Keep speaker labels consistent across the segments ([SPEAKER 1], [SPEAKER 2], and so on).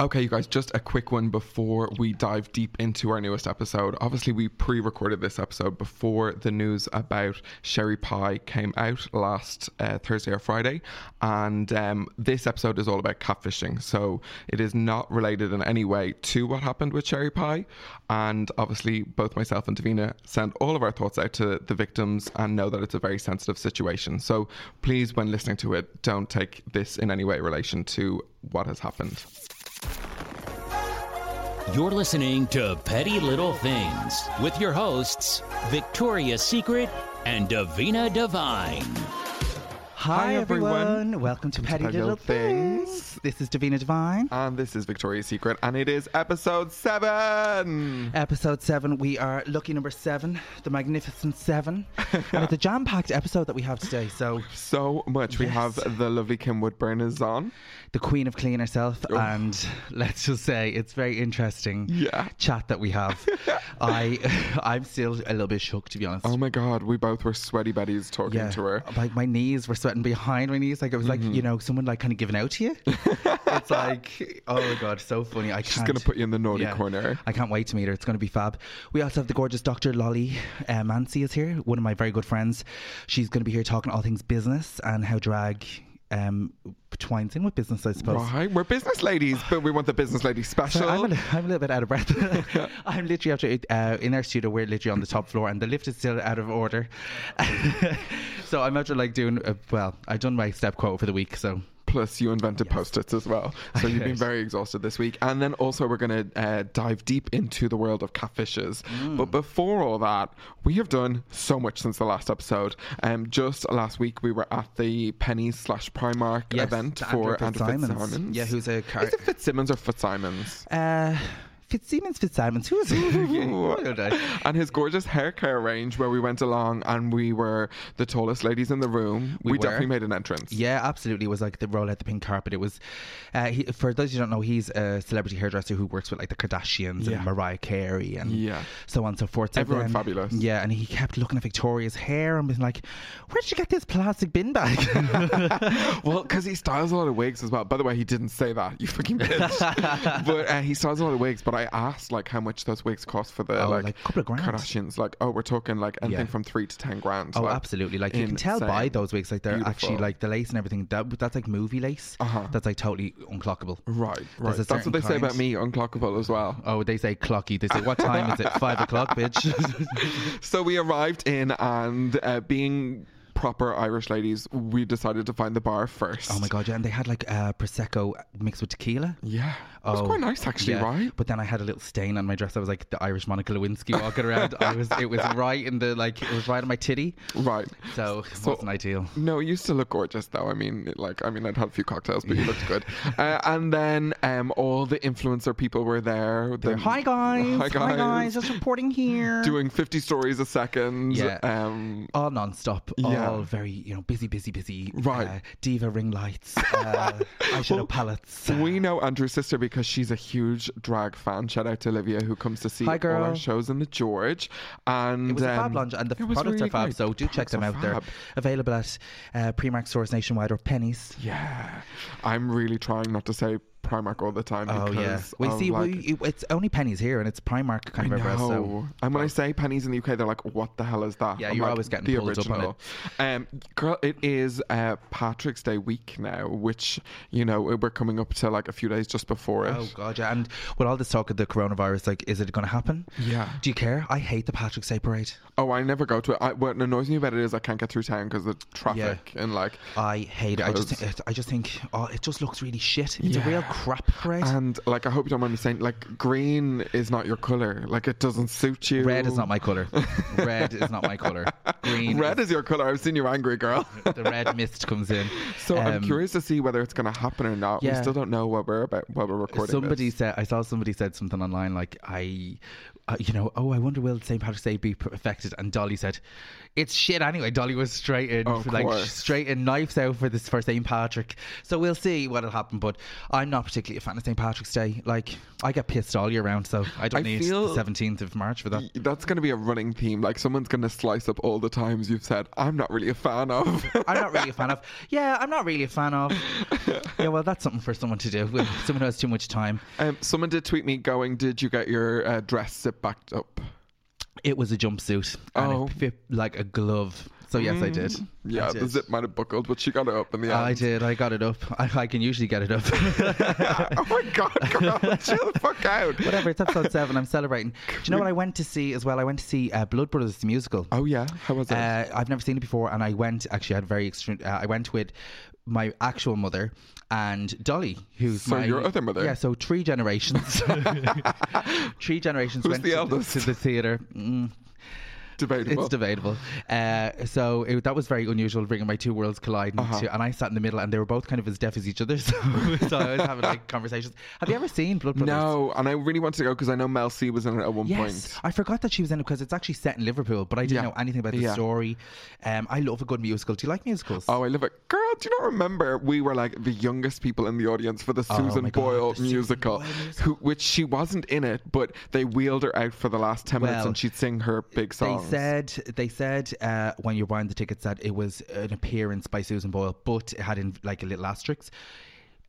[SPEAKER 1] Okay, you guys, just a quick one before we dive deep into our newest episode. Obviously, we pre recorded this episode before the news about Sherry Pie came out last uh, Thursday or Friday. And um, this episode is all about catfishing. So it is not related in any way to what happened with Sherry Pie. And obviously, both myself and Davina send all of our thoughts out to the victims and know that it's a very sensitive situation. So please, when listening to it, don't take this in any way in relation to what has happened.
[SPEAKER 2] You're listening to Petty Little Things with your hosts, Victoria's Secret and Davina Divine.
[SPEAKER 3] Hi, everyone. Welcome to Petty
[SPEAKER 1] Petty
[SPEAKER 3] Little,
[SPEAKER 1] Little
[SPEAKER 3] Things.
[SPEAKER 1] Things.
[SPEAKER 3] This is Davina Divine.
[SPEAKER 1] And this is Victoria's Secret, and it is episode seven.
[SPEAKER 3] Episode 7, we are lucky number 7, the magnificent 7. and it's a jam packed episode that we have today. So,
[SPEAKER 1] So much. We have the lovely Kim Woodburn is on.
[SPEAKER 3] the queen of clean herself, and let's just say it's very interesting
[SPEAKER 1] Yeah.
[SPEAKER 3] chat that we have. I, I'm still a little bit shook, to be honest.
[SPEAKER 1] Oh my God, we both were sweaty buddies talking
[SPEAKER 3] yeah,
[SPEAKER 1] to her.
[SPEAKER 3] like my knees were sweating behind my knees. Like it was
[SPEAKER 1] Mm-hmm.
[SPEAKER 3] like you know someone like kind of giving out to you. it's like oh my god, so funny. I
[SPEAKER 1] She's
[SPEAKER 3] can't.
[SPEAKER 1] gonna put you in the naughty corner.
[SPEAKER 3] I can't wait to meet her. It's going to be fab. We also have the gorgeous Dr. Lolly uh, Mancy is here, one of my very good friends. She's going to be here talking all things business and how drag um, twines in with business, I suppose.
[SPEAKER 1] Right, we're business ladies, but we want the business lady special.
[SPEAKER 3] So I'm, a, li- I'm a little bit out of breath. I'm literally after uh, in our studio. We're literally on the top floor, and the lift is still out of order. so I'm after like doing uh, well. I've done my step quote for the week. So
[SPEAKER 1] Plus, you invented post-its as well, so you've been
[SPEAKER 3] did.
[SPEAKER 1] very exhausted this week. And then also, we're gonna uh, dive deep into the world of catfishes.
[SPEAKER 3] Mm.
[SPEAKER 1] But before all that, we have done so much since the last episode. Um, just last week, we were at the Penny slash Primark
[SPEAKER 3] Yes,
[SPEAKER 1] event
[SPEAKER 3] to Andrew
[SPEAKER 1] for Andrew
[SPEAKER 3] Fitzsimons.
[SPEAKER 1] Fitzsimons.
[SPEAKER 3] Yeah, who's a car-
[SPEAKER 1] Is it Fitzsimmons or Fitzsimons?
[SPEAKER 3] uh, Fitzsimmons, Fitzsimons, who is it?
[SPEAKER 1] and his gorgeous hair care range, where we went along and we were the tallest ladies in the room. We,
[SPEAKER 3] were.
[SPEAKER 1] definitely made an entrance.
[SPEAKER 3] Yeah, absolutely. It was like the roll out the pink carpet. It was, uh, he, for those who don't know, he's a celebrity hairdresser who works with like the Kardashians
[SPEAKER 1] Yeah.
[SPEAKER 3] and Mariah Carey and
[SPEAKER 1] Yeah.
[SPEAKER 3] so on and so forth. So
[SPEAKER 1] Everyone fabulous.
[SPEAKER 3] Yeah, and he kept looking at Victoria's hair and was like, "Where did you get this plastic bin bag?"
[SPEAKER 1] Well, because he styles a lot of wigs as well. By the way, he didn't say that. You fucking bitch. but uh, he styles a lot of wigs. But I asked like how much those wigs cost for the
[SPEAKER 3] Oh,
[SPEAKER 1] like,
[SPEAKER 3] like, couple of grand.
[SPEAKER 1] Kardashians. Like, oh, we're talking like anything
[SPEAKER 3] Yeah.
[SPEAKER 1] from three to ten grand.
[SPEAKER 3] Oh,
[SPEAKER 1] like,
[SPEAKER 3] absolutely! Like you can tell by
[SPEAKER 1] insane.
[SPEAKER 3] those wigs, like they're actually
[SPEAKER 1] Beautiful.
[SPEAKER 3] like the lace and everything. That that's like movie lace.
[SPEAKER 1] Uh-huh.
[SPEAKER 3] That's like totally unclockable.
[SPEAKER 1] right, right.
[SPEAKER 3] a
[SPEAKER 1] That's what
[SPEAKER 3] certain
[SPEAKER 1] they say
[SPEAKER 3] kind.
[SPEAKER 1] about me, unclockable as well.
[SPEAKER 3] Oh, they say clocky. They say, "What time is it? Five o'clock, bitch."
[SPEAKER 1] So we arrived in, and uh, being proper Irish ladies, we decided to find the bar first.
[SPEAKER 3] oh my god! Yeah, and they had like uh, prosecco mixed with tequila.
[SPEAKER 1] Yeah, it was
[SPEAKER 3] Oh,
[SPEAKER 1] quite nice actually,
[SPEAKER 3] yeah.
[SPEAKER 1] right?
[SPEAKER 3] But then I had a little stain on my dress. I was like the Irish Monica Lewinsky walking around. I was it was right in the like it was right on my titty.
[SPEAKER 1] Right.
[SPEAKER 3] So it wasn't ideal.
[SPEAKER 1] No, you still look gorgeous though. I mean, it- like, I mean, I'd had a few cocktails, but you looked good. Uh, and then um, all the influencer people were there. The,
[SPEAKER 3] Hi guys.
[SPEAKER 1] Hi guys.
[SPEAKER 3] Just reporting here.
[SPEAKER 1] Doing 50 stories a second.
[SPEAKER 3] Yeah.
[SPEAKER 1] Um,
[SPEAKER 3] all non-stop all
[SPEAKER 1] Yeah.
[SPEAKER 3] all very, you know, busy, busy, busy.
[SPEAKER 1] Right.
[SPEAKER 3] Uh, diva ring lights, uh, eyeshadow
[SPEAKER 1] Well,
[SPEAKER 3] palettes. Uh,
[SPEAKER 1] We know Andrew's sister because she's a huge drag fan. Shout out to Olivia who comes to see
[SPEAKER 3] Hi,
[SPEAKER 1] all
[SPEAKER 3] girl.
[SPEAKER 1] our shows in the George. And
[SPEAKER 3] It was a fab
[SPEAKER 1] um,
[SPEAKER 3] lunch, and the
[SPEAKER 1] it was
[SPEAKER 3] products
[SPEAKER 1] really
[SPEAKER 3] are fab,
[SPEAKER 1] great.
[SPEAKER 3] so do check
[SPEAKER 1] Products
[SPEAKER 3] them
[SPEAKER 1] are
[SPEAKER 3] out. They're
[SPEAKER 1] fab.
[SPEAKER 3] available at uh, Primark stores nationwide or pennies.
[SPEAKER 1] Yeah, I'm really trying not to say Primark all the time.
[SPEAKER 3] Oh yeah,
[SPEAKER 1] because
[SPEAKER 3] we
[SPEAKER 1] of,
[SPEAKER 3] see.
[SPEAKER 1] like,
[SPEAKER 3] we, it's only pennies here, and it's Primark
[SPEAKER 1] I
[SPEAKER 3] kind of everywhere. So
[SPEAKER 1] know. And when I say pennies in the UK, they're like, "What the hell is that?"
[SPEAKER 3] Yeah,
[SPEAKER 1] I'm
[SPEAKER 3] you're
[SPEAKER 1] like,
[SPEAKER 3] always getting
[SPEAKER 1] the
[SPEAKER 3] pulled up on
[SPEAKER 1] original. Um, girl, it is uh, Patrick's Day week now, which you know we're coming up to like a few days just before it.
[SPEAKER 3] Oh god, yeah. And with all this talk of the coronavirus, like, is it going to happen?
[SPEAKER 1] Yeah.
[SPEAKER 3] Do you care? I hate the Patrick's Day parade.
[SPEAKER 1] Oh, I never go to it. I, what annoys me about it is I can't get through town because the traffic and like.
[SPEAKER 3] I hate it. I just, think, I just think, oh, it just looks really shit. It's a real
[SPEAKER 1] Yeah.
[SPEAKER 3] crap parade.
[SPEAKER 1] And like, I hope you don't mind me saying, like, green is not your color. Like, it doesn't suit you.
[SPEAKER 3] Red is not my color. Red is not my color. Green.
[SPEAKER 1] Red is your color. I've seen you angry, girl.
[SPEAKER 3] the red mist comes in.
[SPEAKER 1] So I'm
[SPEAKER 3] Um,
[SPEAKER 1] curious to see whether it's going to happen or not. We
[SPEAKER 3] yeah.
[SPEAKER 1] still don't know what we're about while we're recording.
[SPEAKER 3] Somebody
[SPEAKER 1] this.
[SPEAKER 3] said I saw somebody said something online like I, uh, you know, oh I wonder will St Patrick's Day be perfected? And Dolly said, it's shit anyway. Dolly was straight in,
[SPEAKER 1] Oh, Of
[SPEAKER 3] like
[SPEAKER 1] course.
[SPEAKER 3] straight in knives out for this for St Patrick. So we'll see what'll happen. But I'm not particularly a fan of St Patrick's Day. Like I get pissed all year round, so I don't
[SPEAKER 1] I
[SPEAKER 3] need
[SPEAKER 1] feel-
[SPEAKER 3] the 17th of March for that.
[SPEAKER 1] that's going to be a running theme. Like someone's going to slice up all the times you've said I'm not really a fan of.
[SPEAKER 3] I'm not really a fan of. Yeah, I'm not really a fan of. Yeah, well, that's something for someone to do. with Someone who has too much time.
[SPEAKER 1] um, someone did tweet me going, "Did you get your uh, dress zip backed up?"
[SPEAKER 3] It was a jumpsuit and
[SPEAKER 1] Oh. Mm.
[SPEAKER 3] it fit like a glove. So yes, I did.
[SPEAKER 1] Yeah,
[SPEAKER 3] I
[SPEAKER 1] the
[SPEAKER 3] did.
[SPEAKER 1] zip might have buckled, but she got it up in the end.
[SPEAKER 3] I did. I got it up. I, I can usually get it up.
[SPEAKER 1] oh my god, girl, chill the fuck out.
[SPEAKER 3] Whatever. It's episode seven. I'm celebrating. Do you know what I went to see as well? I went to see uh, Blood Brothers the musical.
[SPEAKER 1] Oh yeah, how was it?
[SPEAKER 3] Uh, I've never seen it before, and I went actually. I had very extreme. Uh, I went with my actual mother and Dolly, who's
[SPEAKER 1] So
[SPEAKER 3] my
[SPEAKER 1] your other mother?
[SPEAKER 3] Yeah, so three generations. three generations
[SPEAKER 1] Who's
[SPEAKER 3] went
[SPEAKER 1] the
[SPEAKER 3] to,
[SPEAKER 1] eldest?
[SPEAKER 3] to the theater. Mm,
[SPEAKER 1] Debatable.
[SPEAKER 3] it's debatable. Uh, so it, that was very unusual, bringing my two worlds colliding.
[SPEAKER 1] Uh-huh.
[SPEAKER 3] to- and I sat in the middle, and they were both kind of as deaf as each other. So, so I was having like conversations. Have you ever seen Blood Brothers?
[SPEAKER 1] No, and I really want to go because I know Mel C was in it at one
[SPEAKER 3] Yes,
[SPEAKER 1] point.
[SPEAKER 3] I forgot that she was in it because it's actually set in Liverpool, but I didn't
[SPEAKER 1] Yeah.
[SPEAKER 3] know anything about the
[SPEAKER 1] Yeah.
[SPEAKER 3] story. Um, I love a good musical. Do you like musicals?
[SPEAKER 1] Oh, I love it. Girl, do you not remember we were like the youngest people in the audience for the
[SPEAKER 3] Oh
[SPEAKER 1] Susan
[SPEAKER 3] my God,
[SPEAKER 1] Boyle
[SPEAKER 3] the Susan
[SPEAKER 1] musical,
[SPEAKER 3] Boyle
[SPEAKER 1] who, which she wasn't in it, but they wheeled her out for the last 10 minutes
[SPEAKER 3] Well,
[SPEAKER 1] and she'd sing her big
[SPEAKER 3] They
[SPEAKER 1] songs.
[SPEAKER 3] said they said uh, when you're buying the tickets that it was an appearance by Susan Boyle, but it had in like a little asterisk.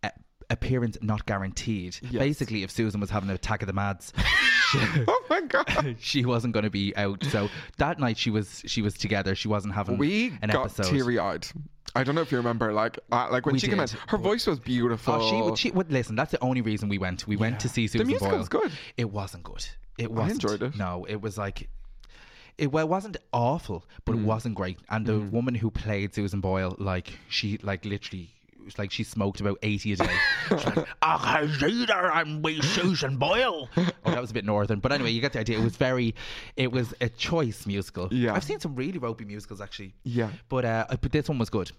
[SPEAKER 3] Uh, appearance not guaranteed. Basically, if Susan was having an attack of the mads,
[SPEAKER 1] oh my God.
[SPEAKER 3] she wasn't going to be out. So that night she was she was together. She wasn't having
[SPEAKER 1] We
[SPEAKER 3] an
[SPEAKER 1] got
[SPEAKER 3] episode.
[SPEAKER 1] teary eyed. I don't know if you remember, like, uh, like when
[SPEAKER 3] We
[SPEAKER 1] she came in,
[SPEAKER 3] did,
[SPEAKER 1] her voice was beautiful.
[SPEAKER 3] Oh, she would. She would listen. That's the only reason we went. We went to see Susan
[SPEAKER 1] musical
[SPEAKER 3] Boyle.
[SPEAKER 1] was good.
[SPEAKER 3] It wasn't good. It wasn't.
[SPEAKER 1] enjoyed it.
[SPEAKER 3] No, it was like. It, well, it wasn't awful, but
[SPEAKER 1] Mm.
[SPEAKER 3] it wasn't great. And the woman who played Susan Boyle, like she, like literally, it was like she smoked about eighty a day. She's like, "Ah, either I'm with Susan Boyle." Oh, that was a bit northern, but anyway, you get the idea. It was very, it was a choice musical.
[SPEAKER 1] Yeah.
[SPEAKER 3] I've seen some really ropey musicals actually.
[SPEAKER 1] Yeah.
[SPEAKER 3] but uh, but this one was good,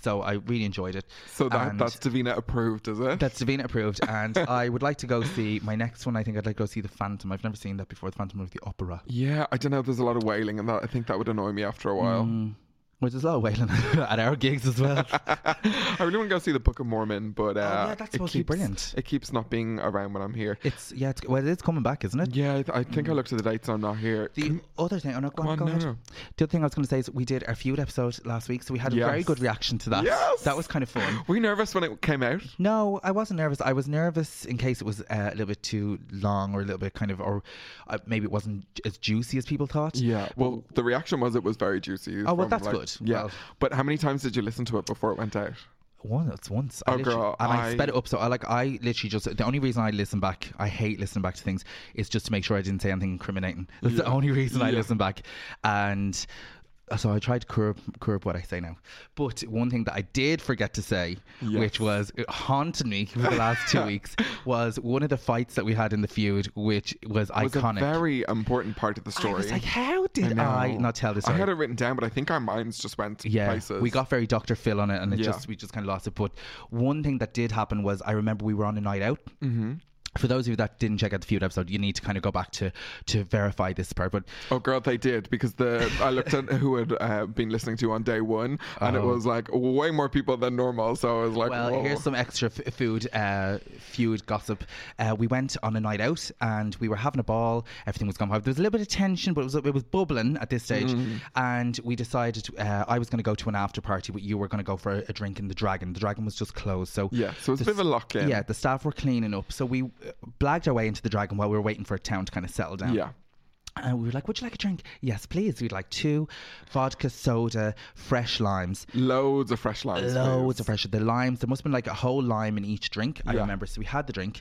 [SPEAKER 3] so I really enjoyed it.
[SPEAKER 1] so that,
[SPEAKER 3] And-
[SPEAKER 1] that's Davina approved, is it?
[SPEAKER 3] that's Davina approved, and I would like to go see my next one. I think I'd like to go see the Phantom. I've never seen that before. The Phantom of the Opera,
[SPEAKER 1] yeah, I don't know. There's a lot of wailing, and that, I think that would annoy me after a while.
[SPEAKER 3] Mm. which is a lot of wailing at our gigs as well.
[SPEAKER 1] I really want to go see the Book of Mormon, but uh,
[SPEAKER 3] Oh, yeah, that's
[SPEAKER 1] it
[SPEAKER 3] supposed to be
[SPEAKER 1] keeps-
[SPEAKER 3] brilliant.
[SPEAKER 1] It keeps not being around when I'm here.
[SPEAKER 3] it's yeah, it's, well, it's coming back, isn't it?
[SPEAKER 1] Yeah, I, th- I think I looked at the dates. I'm not here.
[SPEAKER 3] Hmm. The other thing, oh no, go
[SPEAKER 1] Come
[SPEAKER 3] on,
[SPEAKER 1] on,
[SPEAKER 3] go
[SPEAKER 1] no,
[SPEAKER 3] ahead.
[SPEAKER 1] no.
[SPEAKER 3] The other thing I was going to say is we did our feud episode last week, so we had a very
[SPEAKER 1] Yes.
[SPEAKER 3] good reaction to that.
[SPEAKER 1] Yes!
[SPEAKER 3] that was kind of fun.
[SPEAKER 1] Were you nervous when it came out?
[SPEAKER 3] No, I wasn't nervous. I was nervous in case it was uh, a little bit too long or a little bit kind of, or uh, maybe it wasn't as juicy as people thought.
[SPEAKER 1] Yeah. Well, the reaction was it was very juicy.
[SPEAKER 3] Oh, well,
[SPEAKER 1] from,
[SPEAKER 3] that's
[SPEAKER 1] like-
[SPEAKER 3] good.
[SPEAKER 1] Yeah.
[SPEAKER 3] Well-
[SPEAKER 1] But how many times did you listen to it before it went out?
[SPEAKER 3] Once, once. I
[SPEAKER 1] Oh,
[SPEAKER 3] literally-
[SPEAKER 1] girl,
[SPEAKER 3] and I,
[SPEAKER 1] I-
[SPEAKER 3] sped it up. So I like, I literally just the only reason I listen back, I hate listening back to things, is just to make sure I didn't say anything incriminating. That's the only reason I listen back, and uh, so I tried to curb curb what I say now. But one thing that I did forget to say, which was it haunted me for the last two weeks, was one of the fights that we had in the feud, which was,
[SPEAKER 1] It was
[SPEAKER 3] iconic.
[SPEAKER 1] a very important part of the story.
[SPEAKER 3] I was like, how did
[SPEAKER 1] know.
[SPEAKER 3] I, not tell this?
[SPEAKER 1] I
[SPEAKER 3] story?
[SPEAKER 1] had it written down, but I think our minds just went
[SPEAKER 3] yeah,
[SPEAKER 1] places.
[SPEAKER 3] we got very Dr. Phil on it, and it
[SPEAKER 1] Yeah. Mm-hmm.
[SPEAKER 3] just we just kind of lost it. But one thing that did happen was I remember we were on a night out, for those of you that didn't check out the feud episode, you need to kind of go back to to verify this part. But
[SPEAKER 1] Oh girl, they did because the I looked at who had uh, been listening to on day one, and it was like way more people than normal. So I was like,
[SPEAKER 3] Uh-huh. well,
[SPEAKER 1] Whoa.
[SPEAKER 3] here's some extra f- food uh, feud gossip. Uh, we went on a night out and we were having a ball. Everything was going well. There was a little bit of tension, but it was it was bubbling at this stage.
[SPEAKER 1] Mm-hmm.
[SPEAKER 3] And we decided uh, I was going to go to an after party, but you were going to go for a, a drink in the Dragon. The Dragon was just closed, so
[SPEAKER 1] Yeah, so it's a
[SPEAKER 3] the
[SPEAKER 1] bit of a
[SPEAKER 3] s-
[SPEAKER 1] lock-in.
[SPEAKER 3] Yeah, the staff were cleaning up, so we uh, blagged our way into the Dragon while we were waiting for a town to kind of settle down.
[SPEAKER 1] yeah.
[SPEAKER 3] And we were like, Would you like a drink? Yes, please. We'd like two vodka soda, fresh limes.
[SPEAKER 1] Loads of fresh lines.
[SPEAKER 3] Loads
[SPEAKER 1] please.
[SPEAKER 3] of fresh. The limes. There must have been like a whole lime in each drink. I
[SPEAKER 1] Yeah.
[SPEAKER 3] remember. So we had the drink,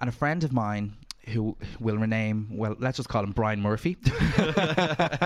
[SPEAKER 3] and a friend of mine who will rename well, let's just call him Brian Murphy.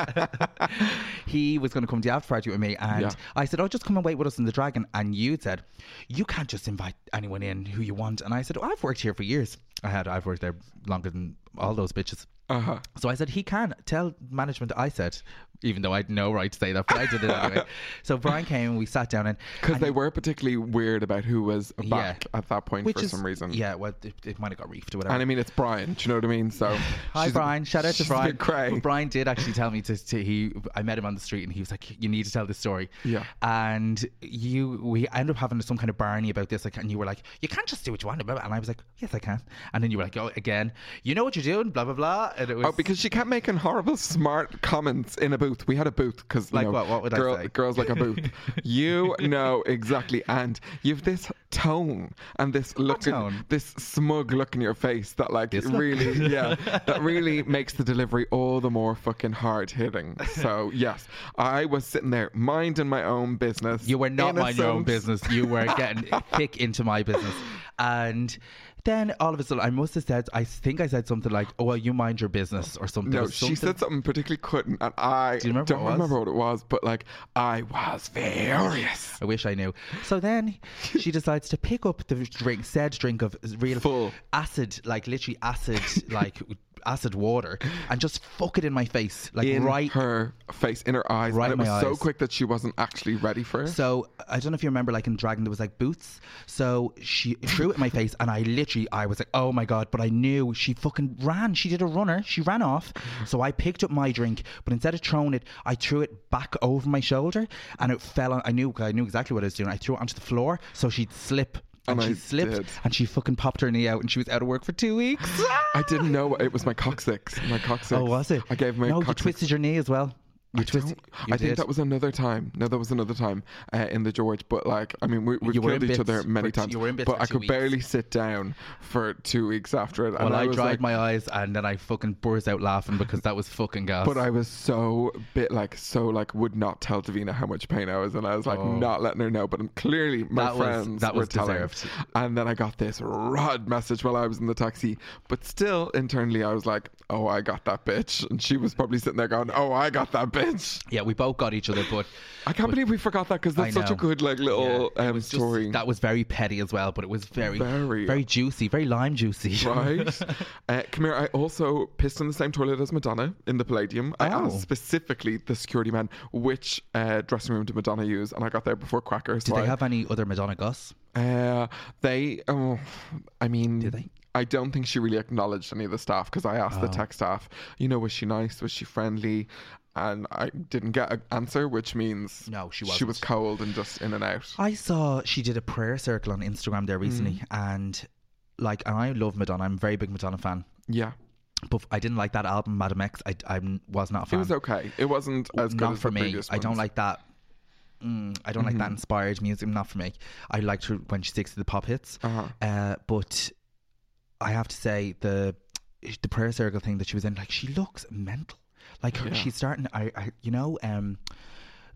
[SPEAKER 3] he was going to come to the after party with me, and
[SPEAKER 1] Yeah.
[SPEAKER 3] I said, "Oh, just come and wait with us in the Dragon." And you said, "You can't just invite anyone in who you want." And I said, oh, "I've worked here for years. I had. I've worked there longer than all those bitches."
[SPEAKER 1] Uh-huh.
[SPEAKER 3] So I said, he can tell management I said, even though I had no right to say that, but I did it anyway. so Brian came and we sat down and
[SPEAKER 1] Because
[SPEAKER 3] and-
[SPEAKER 1] they were particularly weird about who was back at that point
[SPEAKER 3] Which
[SPEAKER 1] for
[SPEAKER 3] is-
[SPEAKER 1] some reason.
[SPEAKER 3] Yeah, well, it, it might have got reefed or whatever.
[SPEAKER 1] And I mean, it's Brian. Do you know what I mean? So
[SPEAKER 3] Hi,
[SPEAKER 1] she's a-
[SPEAKER 3] Brian. Shout out to
[SPEAKER 1] she's a
[SPEAKER 3] Brian.
[SPEAKER 1] bit grey.
[SPEAKER 3] But Brian did actually tell me to, to he. I met him on the street, and he was like, "You need to tell this story."
[SPEAKER 1] Yeah.
[SPEAKER 3] And you, we ended up having some kind of barney about this, like, and you were like, "You can't just do what you want," blah, blah. and I was like, "Yes, I can." And then you were like, "Oh, again, you know what you're doing," blah blah blah. And it was
[SPEAKER 1] Oh, because she kept making horrible, smart comments in a booth. We had a booth because
[SPEAKER 3] Like what? What would I
[SPEAKER 1] girl,
[SPEAKER 3] say?
[SPEAKER 1] Girls like a booth. you know exactly, and you've this tone and this look, in-
[SPEAKER 3] tone?
[SPEAKER 1] this smug look in your face that like
[SPEAKER 3] This look?
[SPEAKER 1] really, yeah, that really makes the delivery all the more fucking hard hitting. So yes, I was sitting there minding my own business.
[SPEAKER 3] You were not minding your own
[SPEAKER 1] Innocent.
[SPEAKER 3] business. You were getting thick into my business. And then all of a sudden, I must have said, I think I said something like, oh, well, you mind your business or something. There
[SPEAKER 1] No,
[SPEAKER 3] was
[SPEAKER 1] she said something particularly couldn't, and I
[SPEAKER 3] Do you remember
[SPEAKER 1] not
[SPEAKER 3] what it was?
[SPEAKER 1] remember what it was, but like I was furious.
[SPEAKER 3] I wish I knew. So then she decides to pick up the drink, said drink of real
[SPEAKER 1] Full.
[SPEAKER 3] acid, like literally acid, like acid water, and just fuck it in my face. Like
[SPEAKER 1] in
[SPEAKER 3] right
[SPEAKER 1] her face, in her eyes.
[SPEAKER 3] Right
[SPEAKER 1] and it
[SPEAKER 3] in
[SPEAKER 1] was
[SPEAKER 3] my
[SPEAKER 1] so
[SPEAKER 3] eyes.
[SPEAKER 1] quick that she wasn't actually ready for it.
[SPEAKER 3] So I don't know if you remember, like in Dragon, there was like boots. So she threw it in my face, and I literally, I was like, "Oh my god!" But I knew she fucking ran. She did a runner. She ran off. So I picked up my drink, but instead of throwing it, I threw it back over my shoulder, and it fell on. I knew, I knew exactly what I was doing. I threw it onto the floor, so she'd slip. And,
[SPEAKER 1] And I
[SPEAKER 3] she slipped,
[SPEAKER 1] did.
[SPEAKER 3] and she fucking popped her knee out, and she was out of work for two weeks.
[SPEAKER 1] I didn't know it was my coccyx. My coccyx.
[SPEAKER 3] Oh, was it?
[SPEAKER 1] I gave my
[SPEAKER 3] no. You
[SPEAKER 1] coccyx.
[SPEAKER 3] twisted your knee as well. You twisted. you
[SPEAKER 1] I think
[SPEAKER 3] did.
[SPEAKER 1] that was another time. No, that was another time uh, in the George. But like, I mean, we, we've
[SPEAKER 3] You were
[SPEAKER 1] killed
[SPEAKER 3] in
[SPEAKER 1] each
[SPEAKER 3] bits
[SPEAKER 1] other many
[SPEAKER 3] for t-
[SPEAKER 1] times.
[SPEAKER 3] you were in bits
[SPEAKER 1] but
[SPEAKER 3] for
[SPEAKER 1] I
[SPEAKER 3] two
[SPEAKER 1] could
[SPEAKER 3] weeks.
[SPEAKER 1] barely sit down for two weeks after it.
[SPEAKER 3] Well, I,
[SPEAKER 1] was
[SPEAKER 3] dried
[SPEAKER 1] like,
[SPEAKER 3] my eyes and then I fucking burst out laughing because that was fucking gas.
[SPEAKER 1] But I was so bit like so like would not tell Davina how much pain I was in. I was like not letting her know, but I'm clearly my
[SPEAKER 3] Oh. That was-
[SPEAKER 1] friends
[SPEAKER 3] that
[SPEAKER 1] were
[SPEAKER 3] was
[SPEAKER 1] telling.
[SPEAKER 3] deserved.
[SPEAKER 1] And then I got this rod message while I was in the taxi. But still internally I was like, Oh, I got that bitch and she was probably sitting there going, Oh, I got that bitch.
[SPEAKER 3] yeah, we both got each other, but
[SPEAKER 1] I can't believe we forgot that because
[SPEAKER 3] I
[SPEAKER 1] that's such a
[SPEAKER 3] know.
[SPEAKER 1] good like little
[SPEAKER 3] Yeah, it
[SPEAKER 1] um,
[SPEAKER 3] was just-
[SPEAKER 1] story.
[SPEAKER 3] that was very petty as well, but it was very,
[SPEAKER 1] Very.
[SPEAKER 3] very, juicy, very lime juicy.
[SPEAKER 1] right? uh, come here. I also pissed in the same toilet as Madonna in the Palladium. I
[SPEAKER 3] Oh.
[SPEAKER 1] asked specifically the security man which uh, dressing room did Madonna use, and I got there before Cracker.
[SPEAKER 3] Did they have any other Madonna goss?
[SPEAKER 1] Uh, they. Oh, I mean.
[SPEAKER 3] Did they? Oh.
[SPEAKER 1] I don't think she really acknowledged any of the staff because I asked the tech staff, you know, was she nice? Was she friendly? And I didn't get an answer, which means
[SPEAKER 3] No, she
[SPEAKER 1] She was
[SPEAKER 3] wasn't.
[SPEAKER 1] cold and just in and out.
[SPEAKER 3] I saw she did a prayer circle on Instagram there recently,
[SPEAKER 1] Mm.
[SPEAKER 3] and like, and I love Madonna. I'm a very big Madonna fan,
[SPEAKER 1] yeah,
[SPEAKER 3] but I didn't like that album, Madam X. I, I was not a
[SPEAKER 1] it
[SPEAKER 3] fan.
[SPEAKER 1] was okay. It wasn't as good
[SPEAKER 3] not
[SPEAKER 1] as
[SPEAKER 3] for
[SPEAKER 1] the
[SPEAKER 3] me.
[SPEAKER 1] previous
[SPEAKER 3] I
[SPEAKER 1] ones.
[SPEAKER 3] don't
[SPEAKER 1] Mm-hmm.
[SPEAKER 3] like that. Mm, I don't like that inspired music. Not for me. I liked her when she sticks to the pop hits.
[SPEAKER 1] Uh-huh.
[SPEAKER 3] Uh, but I have to say the the prayer circle thing that she was in, like she looks mental. Like her, she's starting. I, I, you know, um,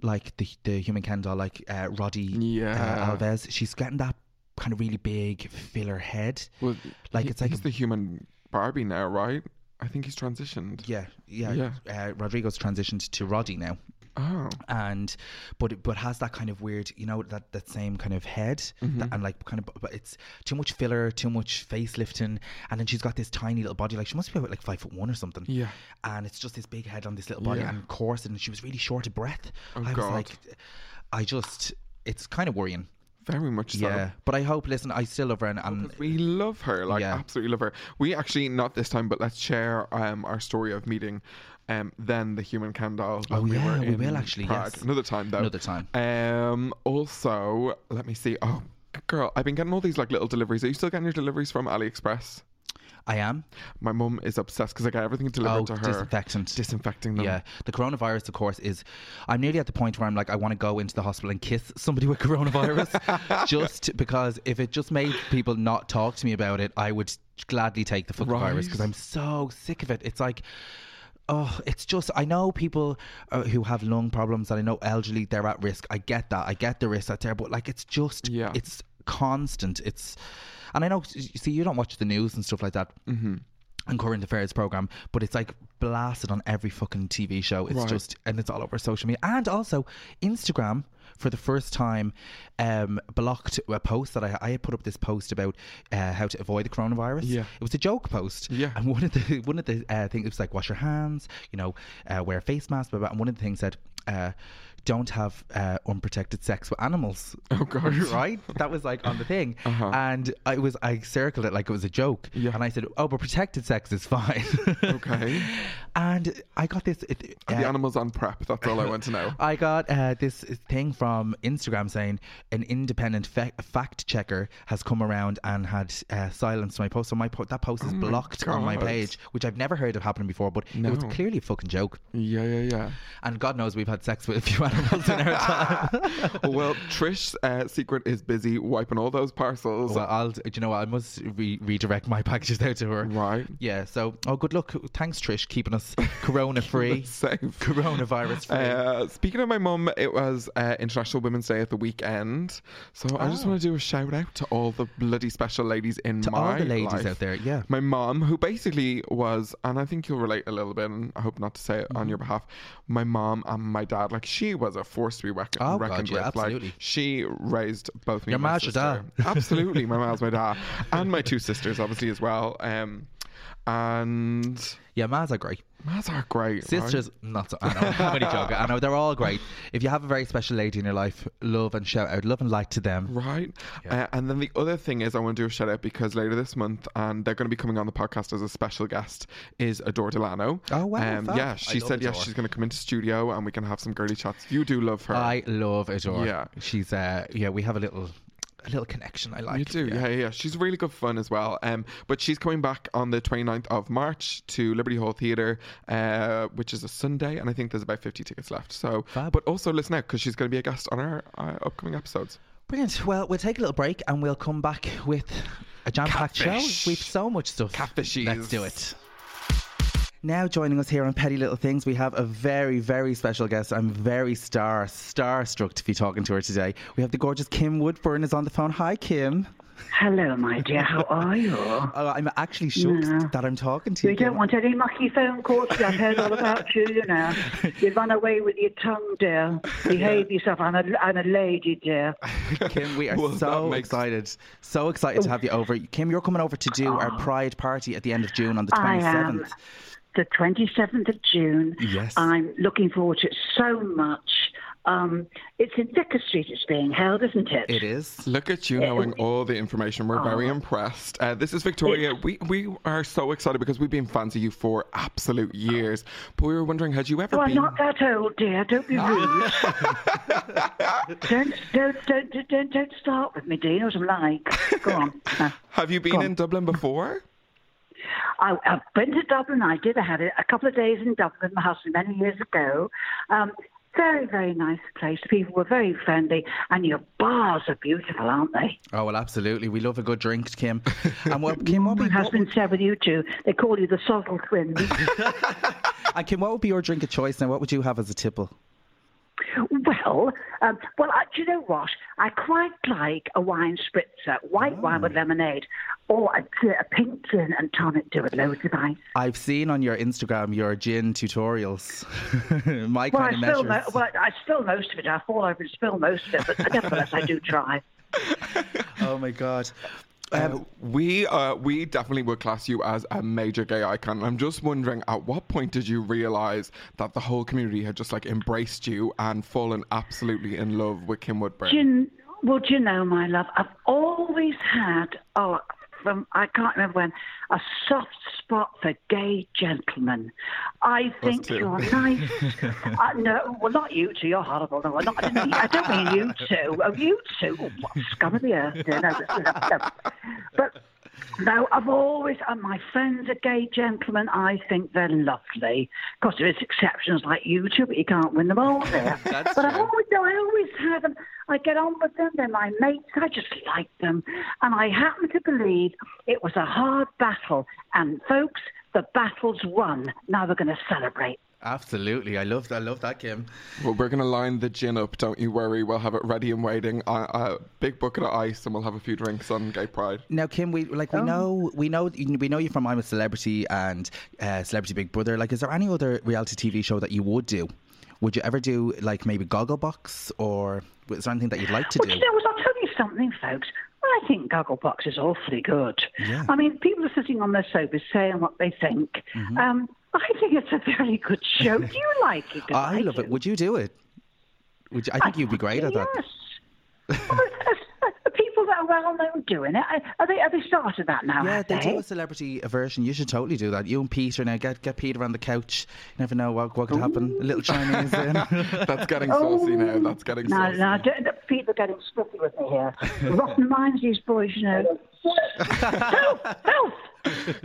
[SPEAKER 3] like the the human Ken doll, like uh, Roddy
[SPEAKER 1] Yeah.
[SPEAKER 3] uh, Alves. She's getting that kind of really big filler head.
[SPEAKER 1] Well,
[SPEAKER 3] like
[SPEAKER 1] he-
[SPEAKER 3] it's like
[SPEAKER 1] he's
[SPEAKER 3] a-
[SPEAKER 1] the human Barbie now, right? I think he's transitioned.
[SPEAKER 3] yeah, yeah. Uh, Rodrigo's transitioned to Roddy now.
[SPEAKER 1] Oh,
[SPEAKER 3] and but it- but has that kind of weird you know that that same kind of head
[SPEAKER 1] Mm-hmm.
[SPEAKER 3] that, and like kind of but it's too much filler too much facelifting and then she's got this tiny little body like she must be about like five foot one or something
[SPEAKER 1] Yeah.
[SPEAKER 3] and it's just this big head on this little body
[SPEAKER 1] Yeah. Oh,
[SPEAKER 3] and corset and she was really short of breath i was
[SPEAKER 1] God.
[SPEAKER 3] like i just it's kind of worrying
[SPEAKER 1] Very much so.
[SPEAKER 3] Yeah, but I hope. Listen, I still love her, and, and
[SPEAKER 1] Because we love her, like
[SPEAKER 3] Yeah.
[SPEAKER 1] absolutely love her. We actually not this time, but let's share um, our story of meeting um, then the human candle.
[SPEAKER 3] Oh,
[SPEAKER 1] when
[SPEAKER 3] yeah, we
[SPEAKER 1] in
[SPEAKER 3] will actually,
[SPEAKER 1] Prague.
[SPEAKER 3] yes.
[SPEAKER 1] Another time though.
[SPEAKER 3] Another time.
[SPEAKER 1] Um, also, let me see. Oh, girl, I've been getting all these like little deliveries. Are you still getting your deliveries from AliExpress?
[SPEAKER 3] I am.
[SPEAKER 1] My mum is obsessed because I get everything delivered
[SPEAKER 3] oh,
[SPEAKER 1] to her.
[SPEAKER 3] disinfectant.
[SPEAKER 1] Disinfecting them.
[SPEAKER 3] Yeah, the coronavirus, of course, is. I'm nearly at the point where I'm like, I want to go into the hospital and kiss somebody with coronavirus, just because if it just made people not talk to me about it, I would gladly take the fucking
[SPEAKER 1] Right.
[SPEAKER 3] virus because I'm so sick of it. It's like. Oh, it's just I know people uh, who have lung problems, and I know elderly they're at risk. I get that. I get the risk out there, but like it's just
[SPEAKER 1] Yeah.
[SPEAKER 3] it's constant. It's and I know. See, you don't watch the news and stuff like that
[SPEAKER 1] Mm-hmm.
[SPEAKER 3] and current affairs program, but it's like blasted on every fucking TV show. It's
[SPEAKER 1] Right.
[SPEAKER 3] just and it's all over social media and also Instagram. For the first time, um, blocked a post that I, I had put up. This post about uh, how to avoid the coronavirus.
[SPEAKER 1] Yeah.
[SPEAKER 3] it was a joke post.
[SPEAKER 1] Yeah.
[SPEAKER 3] and one of the one of the uh, things it was like wash your hands. You know, uh, wear a face mask. Blah, blah, and one of the things said, uh, don't have uh, unprotected sex with animals.
[SPEAKER 1] Oh, God. Uh-huh.
[SPEAKER 3] right? That was like on the thing, and I was I circled it like it was a joke.
[SPEAKER 1] Yeah.
[SPEAKER 3] and I said, "Oh, but protected sex is fine."
[SPEAKER 1] Okay.
[SPEAKER 3] And I got this. It,
[SPEAKER 1] And
[SPEAKER 3] uh,
[SPEAKER 1] the animals on prep. That's all I want to know.
[SPEAKER 3] I got uh, this thing from Instagram saying an independent fa- fact checker has come around and had uh, silenced my post. So my po- that post is blocked on my
[SPEAKER 1] Oh God.
[SPEAKER 3] page, which I've never heard of happening before. But it was
[SPEAKER 1] No.
[SPEAKER 3] clearly a fucking joke.
[SPEAKER 1] yeah, yeah, yeah.
[SPEAKER 3] And God knows we've had sex with a few animals in our time.
[SPEAKER 1] well, Trish's uh, secret is busy wiping all those parcels.
[SPEAKER 3] Well, I'll. Do you know what? I must re- redirect my packages out to her.
[SPEAKER 1] Right.
[SPEAKER 3] Yeah. So, oh, good luck. Thanks, Trish, keeping us corona free,
[SPEAKER 1] safe.
[SPEAKER 3] coronavirus free.
[SPEAKER 1] Uh, speaking of my mum, it was uh, International Women's Day at the weekend, so I just want to do a shout out to all the bloody special ladies in
[SPEAKER 3] Oh. To all
[SPEAKER 1] my
[SPEAKER 3] the ladies
[SPEAKER 1] life.
[SPEAKER 3] out there, yeah.
[SPEAKER 1] My mum, who basically was, and I think you'll relate a little bit, and I hope not to say it
[SPEAKER 3] Mm-hmm.
[SPEAKER 1] on your behalf. My mom and my dad, like she was a force to be reckon-
[SPEAKER 3] Oh, God,
[SPEAKER 1] reckoned
[SPEAKER 3] yeah,
[SPEAKER 1] with.
[SPEAKER 3] absolutely.
[SPEAKER 1] Like she raised both me.
[SPEAKER 3] Your
[SPEAKER 1] and my
[SPEAKER 3] ma's your
[SPEAKER 1] sister. Absolutely, my mom's my dad, and my two sisters, obviously as well. Um, and
[SPEAKER 3] yeah, Maz are great.
[SPEAKER 1] that's are great. right?
[SPEAKER 3] Sisters, not so. I know. How many joke? I know they're all great. If you have a very special lady in your life, love and shout out, love and light to them.
[SPEAKER 1] Right. Uh, and then the other thing is, I want to do a shout out because later this month, and they're going to be coming on the podcast as a special guest, is Adore Delano. Um,
[SPEAKER 3] Oh, wow, fab.
[SPEAKER 1] yeah,
[SPEAKER 3] I
[SPEAKER 1] she
[SPEAKER 3] love
[SPEAKER 1] said, yes,
[SPEAKER 3] Adore.
[SPEAKER 1] she's going to come into studio and we can have some girly chats. You do love her.
[SPEAKER 3] I love Adore.
[SPEAKER 1] Yeah.
[SPEAKER 3] she's uh, yeah, we have a little, a little connection. I like.
[SPEAKER 1] you do, yeah. yeah, She's really good fun as well. Um, but she's coming back on the 29th of March to Liberty Hall Theatre, uh, which is a Sunday, and I think there's about 50 tickets left. So,
[SPEAKER 3] Fab.
[SPEAKER 1] but also listen out because she's going to be a guest on our uh, upcoming episodes.
[SPEAKER 3] Brilliant. Well, we'll take a little break and we'll come back with a jam-packed show.
[SPEAKER 1] Catfish.
[SPEAKER 3] We've so much stuff.
[SPEAKER 1] Catfishies.
[SPEAKER 3] Let's do it. Now joining us here on Petty Little Things, we have a very, very special guest. I'm very star starstruck to be talking to her today. We have the gorgeous Kim Woodburn is on the phone. Hi, Kim.
[SPEAKER 4] Hello, my dear. How are you?
[SPEAKER 3] Oh, I'm actually shocked
[SPEAKER 4] Yeah.
[SPEAKER 3] that I'm talking to you.
[SPEAKER 4] You don't
[SPEAKER 3] Kim.
[SPEAKER 4] want any mucky phone calls. I've heard all about you, you know. You run away with your tongue, dear. Behave yourself. I'm a, I'm a lady, dear.
[SPEAKER 3] Kim, we are
[SPEAKER 1] Well,
[SPEAKER 3] so
[SPEAKER 1] that makes-
[SPEAKER 3] excited, so excited to have you over. Kim, you're coming over to do our Pride party at the end of June on the
[SPEAKER 4] Oh. I
[SPEAKER 3] 27th.
[SPEAKER 4] am. The 27th of June.
[SPEAKER 3] Yes.
[SPEAKER 4] I'm looking forward to it so much. Um, it's in Vicar Street it's being held, isn't it?
[SPEAKER 3] It is.
[SPEAKER 1] Look at you knowing all the information. We're very
[SPEAKER 4] Oh.
[SPEAKER 1] impressed. Uh, this is Victoria. We we are so excited because we've been fans of you for absolute years. But we were wondering, had you ever
[SPEAKER 4] Well, I'm
[SPEAKER 1] been?
[SPEAKER 4] Oh. not that old, dear. Don't be rude. don't, don't, don't, don't, don't start with me, dear. You know what I'm like. Go on. Now.
[SPEAKER 1] Have you been in Dublin before?
[SPEAKER 4] I, I've been to Dublin. I did. I had a, a couple of days in Dublin with my husband many years ago. Um, very, very nice place. The people were very friendly, and your bars are beautiful, aren't they?
[SPEAKER 3] Oh well, absolutely. We love a good drink, Kim. And what, Kim, what
[SPEAKER 4] My
[SPEAKER 3] would, what
[SPEAKER 4] husband said with you two, they call you the Soddle twins.
[SPEAKER 3] would- and Kim, what would be your drink of choice now? What would you have as a tipple?
[SPEAKER 4] well, um, well, I, do you know what? I quite like a wine spritzer, white wine
[SPEAKER 3] Mm.
[SPEAKER 4] with lemonade, or a, gin- a pink gin and tonic do with loads of ice.
[SPEAKER 3] I've seen on your Instagram your gin tutorials. My
[SPEAKER 4] Well,
[SPEAKER 3] kind
[SPEAKER 4] I
[SPEAKER 3] of
[SPEAKER 4] spill,
[SPEAKER 3] measures.
[SPEAKER 4] mo- well, I spill most of it. I fall over and spill most of it, but nevertheless, I do try.
[SPEAKER 3] oh my god.
[SPEAKER 1] Um, we uh, we definitely would class you as a major gay icon. I'm just wondering, at what point did you realise that the whole community had just like embraced you and fallen absolutely in love with Kim Woodburn?
[SPEAKER 4] Gin.
[SPEAKER 3] would you know, my love, I've always had, oh, from I can't remember when, a soft spot for gay gentlemen. I think
[SPEAKER 1] two.
[SPEAKER 3] you're nice. uh, no, well, not you two. You're horrible. No, not, I, don't mean, I don't mean you two. Oh, you two. Oh, what scum of the earth. No, no, no, no. But no, I've always, and my friends are gay gentlemen. I think they're lovely. Of course, there is exceptions like you two, but you can't win them all there.
[SPEAKER 1] That's
[SPEAKER 3] but I've
[SPEAKER 1] true.
[SPEAKER 3] always, no, I always have them. I get on with them. They're my mates. I just like them. And I happen to believe it was a hard battle. And folks, the battle's won. Now we're going to celebrate.
[SPEAKER 5] Absolutely, I love I love that Kim.
[SPEAKER 1] Well, we're going to line the gin up, don't you worry. We'll have it ready and waiting. A a big bucket of ice, and we'll have a few drinks on Gay Pride.
[SPEAKER 5] Now, Kim, we like
[SPEAKER 3] Oh.
[SPEAKER 5] we know we know we know you from I'm a Celebrity and uh, Celebrity Big Brother. Like, is there any other reality TV show that you would do? Would you ever do like maybe Gogglebox, or is there anything that you'd like to
[SPEAKER 3] Well,
[SPEAKER 5] do?
[SPEAKER 3] you know what? I'll tell you something, folks. I think Gogglebox is awfully good.
[SPEAKER 5] Yeah.
[SPEAKER 3] I mean, people are sitting on their sofas saying what they think.
[SPEAKER 5] Mm-hmm.
[SPEAKER 3] Um, I think it's a very good show. Do you like it? 'Cause
[SPEAKER 5] I love
[SPEAKER 3] do.
[SPEAKER 5] it. Would you do it? Would you, I think you'd be great at that.
[SPEAKER 3] Yes. Well, uh, the people that are well known doing it, uh, are they, are they started that now?
[SPEAKER 5] Yeah,
[SPEAKER 3] have
[SPEAKER 5] they do a celebrity version. You should totally do that. You and Peter now get get Peter on the couch. You never know what what could happen. A little Chinese. in.
[SPEAKER 1] That's getting
[SPEAKER 3] Oh.
[SPEAKER 1] saucy now. That's getting
[SPEAKER 3] No,
[SPEAKER 1] saucy.
[SPEAKER 3] no, don't, don't- people are getting spiffy with me here. Rotten minds, these boys, you know. help! Help!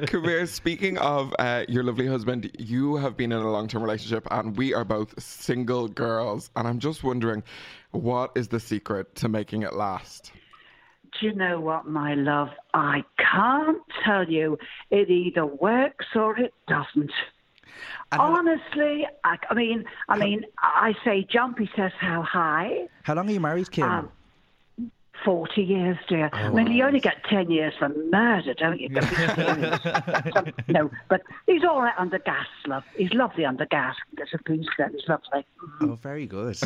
[SPEAKER 1] Kabir, speaking of uh, your lovely husband, you have been in a long term relationship and we are both single girls. And I'm just wondering, what is the secret to making it last?
[SPEAKER 3] Do you know what, my love? I can't tell you. It either works or it doesn't. Honestly, I, I mean, I mean, I say jump. He says how high?
[SPEAKER 5] How long are you married, Kim? Oh,
[SPEAKER 3] Um, Forty years, dear. I mean, you only get ten years for murder, don't you? Don't be serious. Um, no, but he's all right under gas, love. He's lovely under gas. That's a piece that is lovely.
[SPEAKER 5] oh, very good.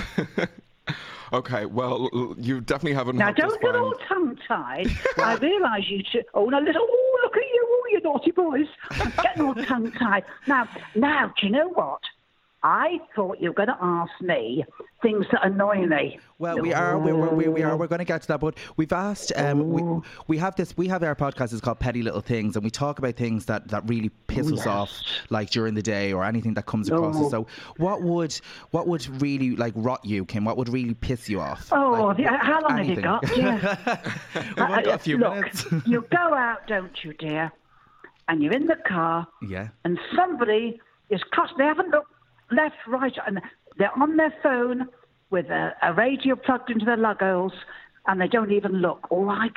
[SPEAKER 1] Okay, well, l- you definitely haven't.
[SPEAKER 3] Now,
[SPEAKER 1] helped us
[SPEAKER 3] don't get all
[SPEAKER 1] find-
[SPEAKER 3] tongue tied. I realise you two. Oh, now listen. Oh, look at you, all you naughty boys. I'm getting all tongue tied. Now, now, do you know what? I thought you were going to ask me things that annoy me.
[SPEAKER 5] Well, we are, we, we, we, we are, we're going to get to that, but we've asked, um,
[SPEAKER 4] Oh.
[SPEAKER 5] we, we have this, we have our podcast is called Petty Little Things, and we talk about things that, that really piss us off, like during the day or anything that comes across us. So, what would, what would really like rot you, Kim? What would really piss you off?
[SPEAKER 3] Oh,
[SPEAKER 5] Like,
[SPEAKER 3] the, how long
[SPEAKER 5] anything.
[SPEAKER 3] have you got? Yeah.
[SPEAKER 5] We've only got a few
[SPEAKER 3] look,
[SPEAKER 5] minutes.
[SPEAKER 3] you go out, don't you, dear? And you're in the car,
[SPEAKER 5] yeah.
[SPEAKER 3] and somebody is cross. They haven't looked left, right, and they're on their phone with a, a radio plugged into their luggles, and they don't even look. All right,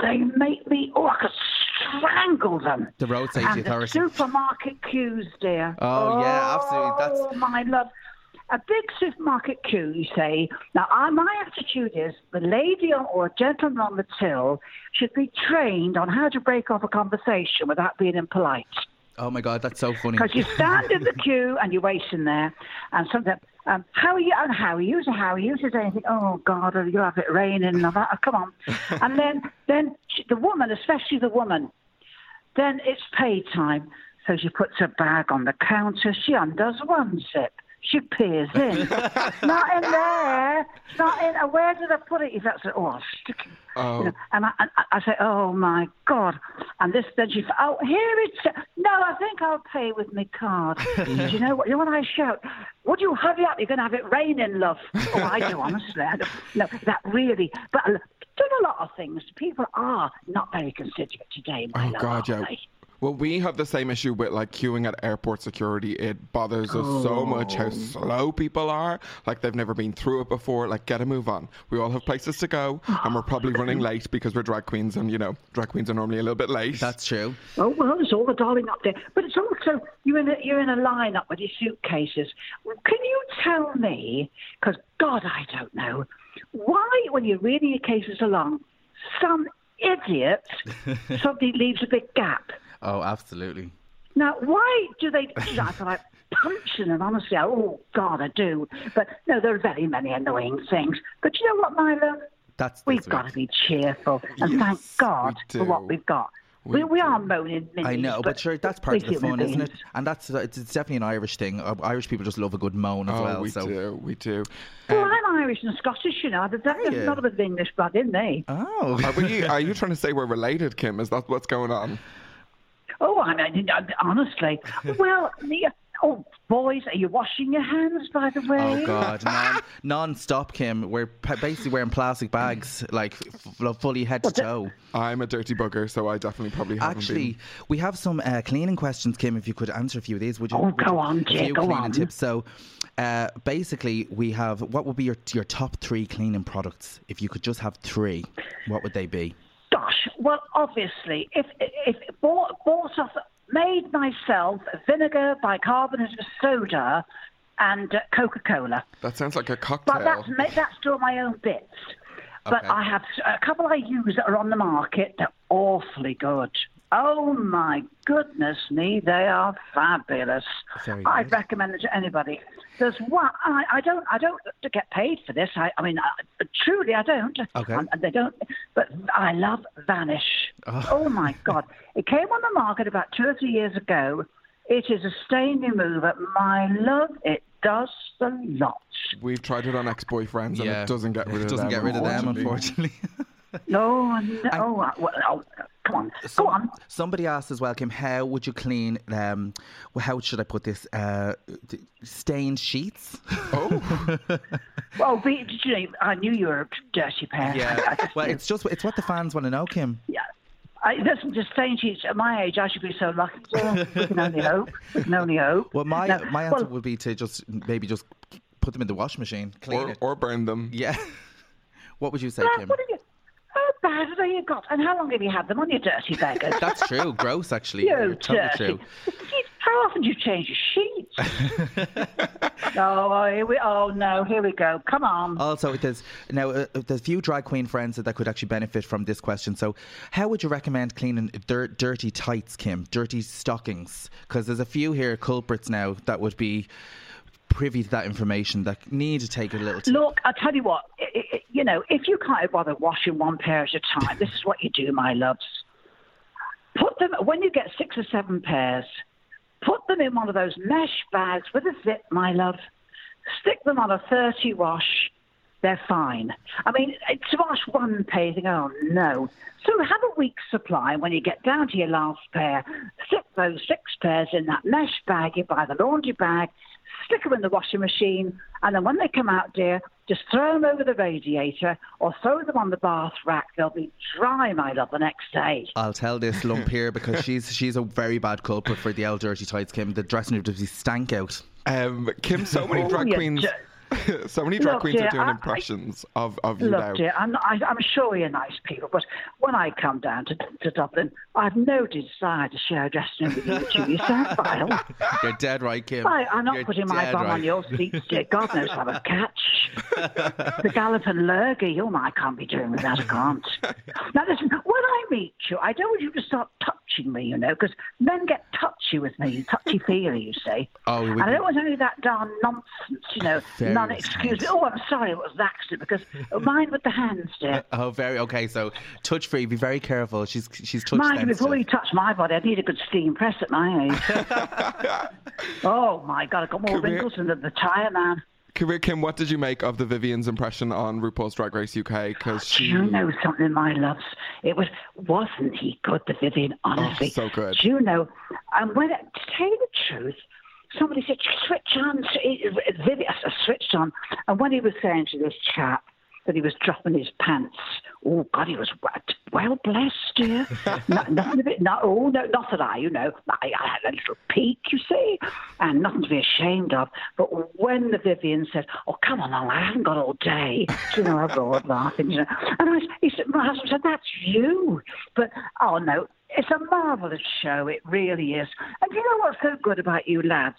[SPEAKER 3] they make me. Oh, I could strangle them.
[SPEAKER 5] The road safety
[SPEAKER 3] and
[SPEAKER 5] authority.
[SPEAKER 3] The supermarket queues, dear.
[SPEAKER 5] Oh, yeah, absolutely. That's-
[SPEAKER 3] Oh, my love. A big supermarket queue, you say. Now, I, my attitude is the lady or gentleman on the till should be trained on how to break off a conversation without being impolite.
[SPEAKER 5] Oh my God, that's so funny.
[SPEAKER 3] Because you stand in the queue and you're waiting there, and something. Um, how are you? And how are you? So how are you? So anything? Oh God, oh, you have it raining and all that. Oh, come on. and then, then she, the woman, especially the woman, then it's pay time. So she puts her bag on the counter. She undoes one zip. She peers in. not in there. Not in. uh, Where did I put it? If that's oh, I'll stick it.
[SPEAKER 1] Oh.
[SPEAKER 3] You know, and I, and I I say, oh my God. And this, then she, oh, here it's, no, I think I'll pay with my card. do you know what? You know what I shout? Would you hurry up? You're going to have it raining, love. Oh, I do, honestly. I do. No, that really, but uh, doing a lot of things, people are not very considerate today, my
[SPEAKER 1] Oh,
[SPEAKER 3] love,
[SPEAKER 1] God,
[SPEAKER 3] aren't
[SPEAKER 1] yeah.
[SPEAKER 3] they?
[SPEAKER 1] Well, we have the same issue with like queuing at airport security. It bothers us so much
[SPEAKER 3] Oh.
[SPEAKER 1] how slow people are. Like they've never been through it before. Like, get a move on. We all have places to go, and we're probably running late because we're drag queens, and you know, drag queens are normally a little bit late.
[SPEAKER 5] that's true.
[SPEAKER 3] Oh well, there's all the darling up there, but it's also you're in a, you're in a line up with your suitcases. Can you tell me? Because God, I don't know why when you're reading your cases along, some idiot suddenly leaves a big gap.
[SPEAKER 5] Oh, absolutely.
[SPEAKER 3] Now, why do they? I feel like punching them. Honestly, I- oh God, I do. But no, there are very many annoying things. But you know what, Milo?
[SPEAKER 5] That's
[SPEAKER 3] We've
[SPEAKER 5] this
[SPEAKER 3] got to
[SPEAKER 5] week.
[SPEAKER 3] be cheerful and
[SPEAKER 1] Yes,
[SPEAKER 3] thank God
[SPEAKER 1] we
[SPEAKER 3] for what
[SPEAKER 1] do.
[SPEAKER 3] we've got. We, we are moaning. Minnies,
[SPEAKER 5] I know, but sure, that's part
[SPEAKER 3] we're
[SPEAKER 5] of the
[SPEAKER 3] human
[SPEAKER 5] fun, isn't it?
[SPEAKER 3] beings.
[SPEAKER 5] And that's it's, it's definitely an Irish thing. Uh, Irish people just love a good moan as
[SPEAKER 1] Oh,
[SPEAKER 5] well.
[SPEAKER 1] we
[SPEAKER 5] so.
[SPEAKER 1] do, we do.
[SPEAKER 3] Well,
[SPEAKER 1] Um,
[SPEAKER 3] I'm Irish and Scottish, you know. There's
[SPEAKER 5] you?
[SPEAKER 3] there's not a bit of English blood in me.
[SPEAKER 5] Oh,
[SPEAKER 1] are, we, are you trying to say we're related, Kim? Is that what's going on?
[SPEAKER 3] Oh, I mean, I- I- honestly. well, the, oh, boys, are you washing your hands, by the way?
[SPEAKER 5] Oh God, non, non-stop, Kim. We're pa- basically wearing plastic bags, like f- f- fully head to toe.
[SPEAKER 1] I'm a dirty bugger, so I definitely probably haven't
[SPEAKER 5] Actually,
[SPEAKER 1] been.
[SPEAKER 5] we have some uh, cleaning questions, Kim. If you could answer a few of these, would you?
[SPEAKER 3] Oh,
[SPEAKER 5] would
[SPEAKER 3] go
[SPEAKER 5] you-
[SPEAKER 3] on,
[SPEAKER 5] a
[SPEAKER 3] Jay,
[SPEAKER 5] few
[SPEAKER 3] go
[SPEAKER 5] cleaning
[SPEAKER 3] on.
[SPEAKER 5] tips. So, uh, basically, we have what would be your your top three cleaning products if you could just have three? What would they be?
[SPEAKER 3] Gosh, well, obviously, if if bought, bought off, made myself vinegar, bicarbonate of soda, and uh, Coca Cola.
[SPEAKER 1] That sounds like a cocktail.
[SPEAKER 3] But that's ma- that's doing my own bits. But
[SPEAKER 5] Okay.
[SPEAKER 3] I have s- a couple I use that are on the market. They're awfully good. Oh my goodness me, they are fabulous.
[SPEAKER 5] Very
[SPEAKER 3] I'd
[SPEAKER 5] good.
[SPEAKER 3] recommend it to anybody. There's one. I, I don't. I don't get paid for this. I, I mean, I, truly, I don't.
[SPEAKER 5] Okay.
[SPEAKER 3] And they don't. But I love Vanish. Oh. my God! It came on the market about two or three years ago. It is a stain remover. My love, it does the lot.
[SPEAKER 1] We've tried it on ex-boyfriends, and it doesn't get rid of
[SPEAKER 5] it doesn't
[SPEAKER 1] them.
[SPEAKER 5] get rid of them,
[SPEAKER 1] unfortunately.
[SPEAKER 5] unfortunately.
[SPEAKER 3] No, no. oh, well, oh, come on. Go on.
[SPEAKER 5] Somebody asked as well, Kim, how would you clean? Um, well, how should I put this? Uh, d- stained sheets.
[SPEAKER 1] Oh,
[SPEAKER 3] Well, be, did you know, I knew you were a dirty pair. I, I just
[SPEAKER 5] well,
[SPEAKER 3] knew.
[SPEAKER 5] it's just it's what the fans want to know, Kim.
[SPEAKER 3] yeah. I, listen, just saying she's at my age, I should be so lucky. dear. we can only hope. We can only hope.
[SPEAKER 5] Well, my
[SPEAKER 3] No,
[SPEAKER 5] my answer
[SPEAKER 3] well,
[SPEAKER 5] would be to just maybe just put them in the wash machine, clean
[SPEAKER 1] or,
[SPEAKER 5] it.
[SPEAKER 1] or burn them.
[SPEAKER 5] yeah. what would you say,
[SPEAKER 3] well,
[SPEAKER 5] Kim?
[SPEAKER 3] what have you, how bad have you got? And how long have you had them on your dirty beggars?
[SPEAKER 5] That's true. Gross, actually.
[SPEAKER 3] you
[SPEAKER 5] You're totally
[SPEAKER 3] dirty.
[SPEAKER 5] true.
[SPEAKER 3] How often do you change your sheets? oh, here we. Oh no, here we go. Come on.
[SPEAKER 5] Also, there's now uh, there's few drag queen friends that, that could actually benefit from this question. So, how would you recommend cleaning dir- dirty tights, Kim? Dirty stockings, because there's a few here culprits now that would be privy to that information that need to take a little. tip.
[SPEAKER 3] Look, I'll tell you what, i i i- you know, if you can't bother washing one pair at a time, this is what you do, my loves. Put them, when you get six or seven pairs, put them in one of those mesh bags with a zip, my love. Stick them on a 30 wash. They're fine. I mean, to wash one pair, you think, oh no. So have a week's supply. When you get down to your last pair, stick those six pairs in that mesh bag. You buy the laundry bag, stick them in the washing machine, and then when they come out, dear, just throw them over the radiator or throw them on the bath rack. They'll be dry, my love, the next day.
[SPEAKER 5] I'll tell this lump here because she's she's a very bad culprit for the old dirty tights, Kim. The dressing room does be stank out.
[SPEAKER 1] Um, Kim, so many
[SPEAKER 3] Oh,
[SPEAKER 1] drag
[SPEAKER 3] you
[SPEAKER 1] queens. so many drag
[SPEAKER 3] Look,
[SPEAKER 1] queens are
[SPEAKER 3] dear,
[SPEAKER 1] doing
[SPEAKER 3] I-
[SPEAKER 1] impressions of of you now.
[SPEAKER 3] Look, dear, I'm, I, I'm sure you're nice people, but when I come down to, to Dublin, I've no desire to share a dressing room with you, Julie Sapphire.
[SPEAKER 5] You're dead right, Kim.
[SPEAKER 3] I, I'm not
[SPEAKER 5] You're
[SPEAKER 3] putting my
[SPEAKER 5] dead
[SPEAKER 3] bum
[SPEAKER 5] right.
[SPEAKER 3] on your seat, dear. God knows I'm a catch. the gallop and lurgy, oh my, I can't be doing without, I can't. Now listen, when I meet you, I don't want you to start touching me, you know, because men get touchy with me, touchy-feely, you see.
[SPEAKER 5] Oh, we
[SPEAKER 3] and I don't want any of that darn nonsense, you know,
[SPEAKER 5] Very
[SPEAKER 3] none excuse me. Oh, I'm sorry, it was an accident, because mine with the hands, dear.
[SPEAKER 5] Oh, very okay. So touch free. Be very careful. She's she's touch
[SPEAKER 3] Mind you,
[SPEAKER 5] sensitive.
[SPEAKER 3] before you touch my body, I need a good steam press at my age. oh my God, I've got more
[SPEAKER 1] Come here.
[SPEAKER 3] wrinkles than the, the tire man.
[SPEAKER 1] Come here, Kim. What did you make of the Vivian's impression on RuPaul's Drag Race UK? Because
[SPEAKER 3] Do
[SPEAKER 1] she
[SPEAKER 3] you know something, my loves? It was wasn't he good, the Vivian? Honestly,
[SPEAKER 1] so good.
[SPEAKER 3] Do you know? And when to tell you the truth, somebody said switch on s- Vivian. I switched on, and when he was saying to this chap that he was dropping his pants, oh God, he was wet. Well blessed, dear. no, nothing of it. No, oh no, not that I, you know, I, I had a little peek, you see, and nothing to be ashamed of. But when the Vivian said, "Oh come on, Al, I haven't got all day," you know, I roared laughing, you know, and I, he said, my husband said, "That's you," but oh no, it's a marvelous show, it really is. And you know what's so good about you lads?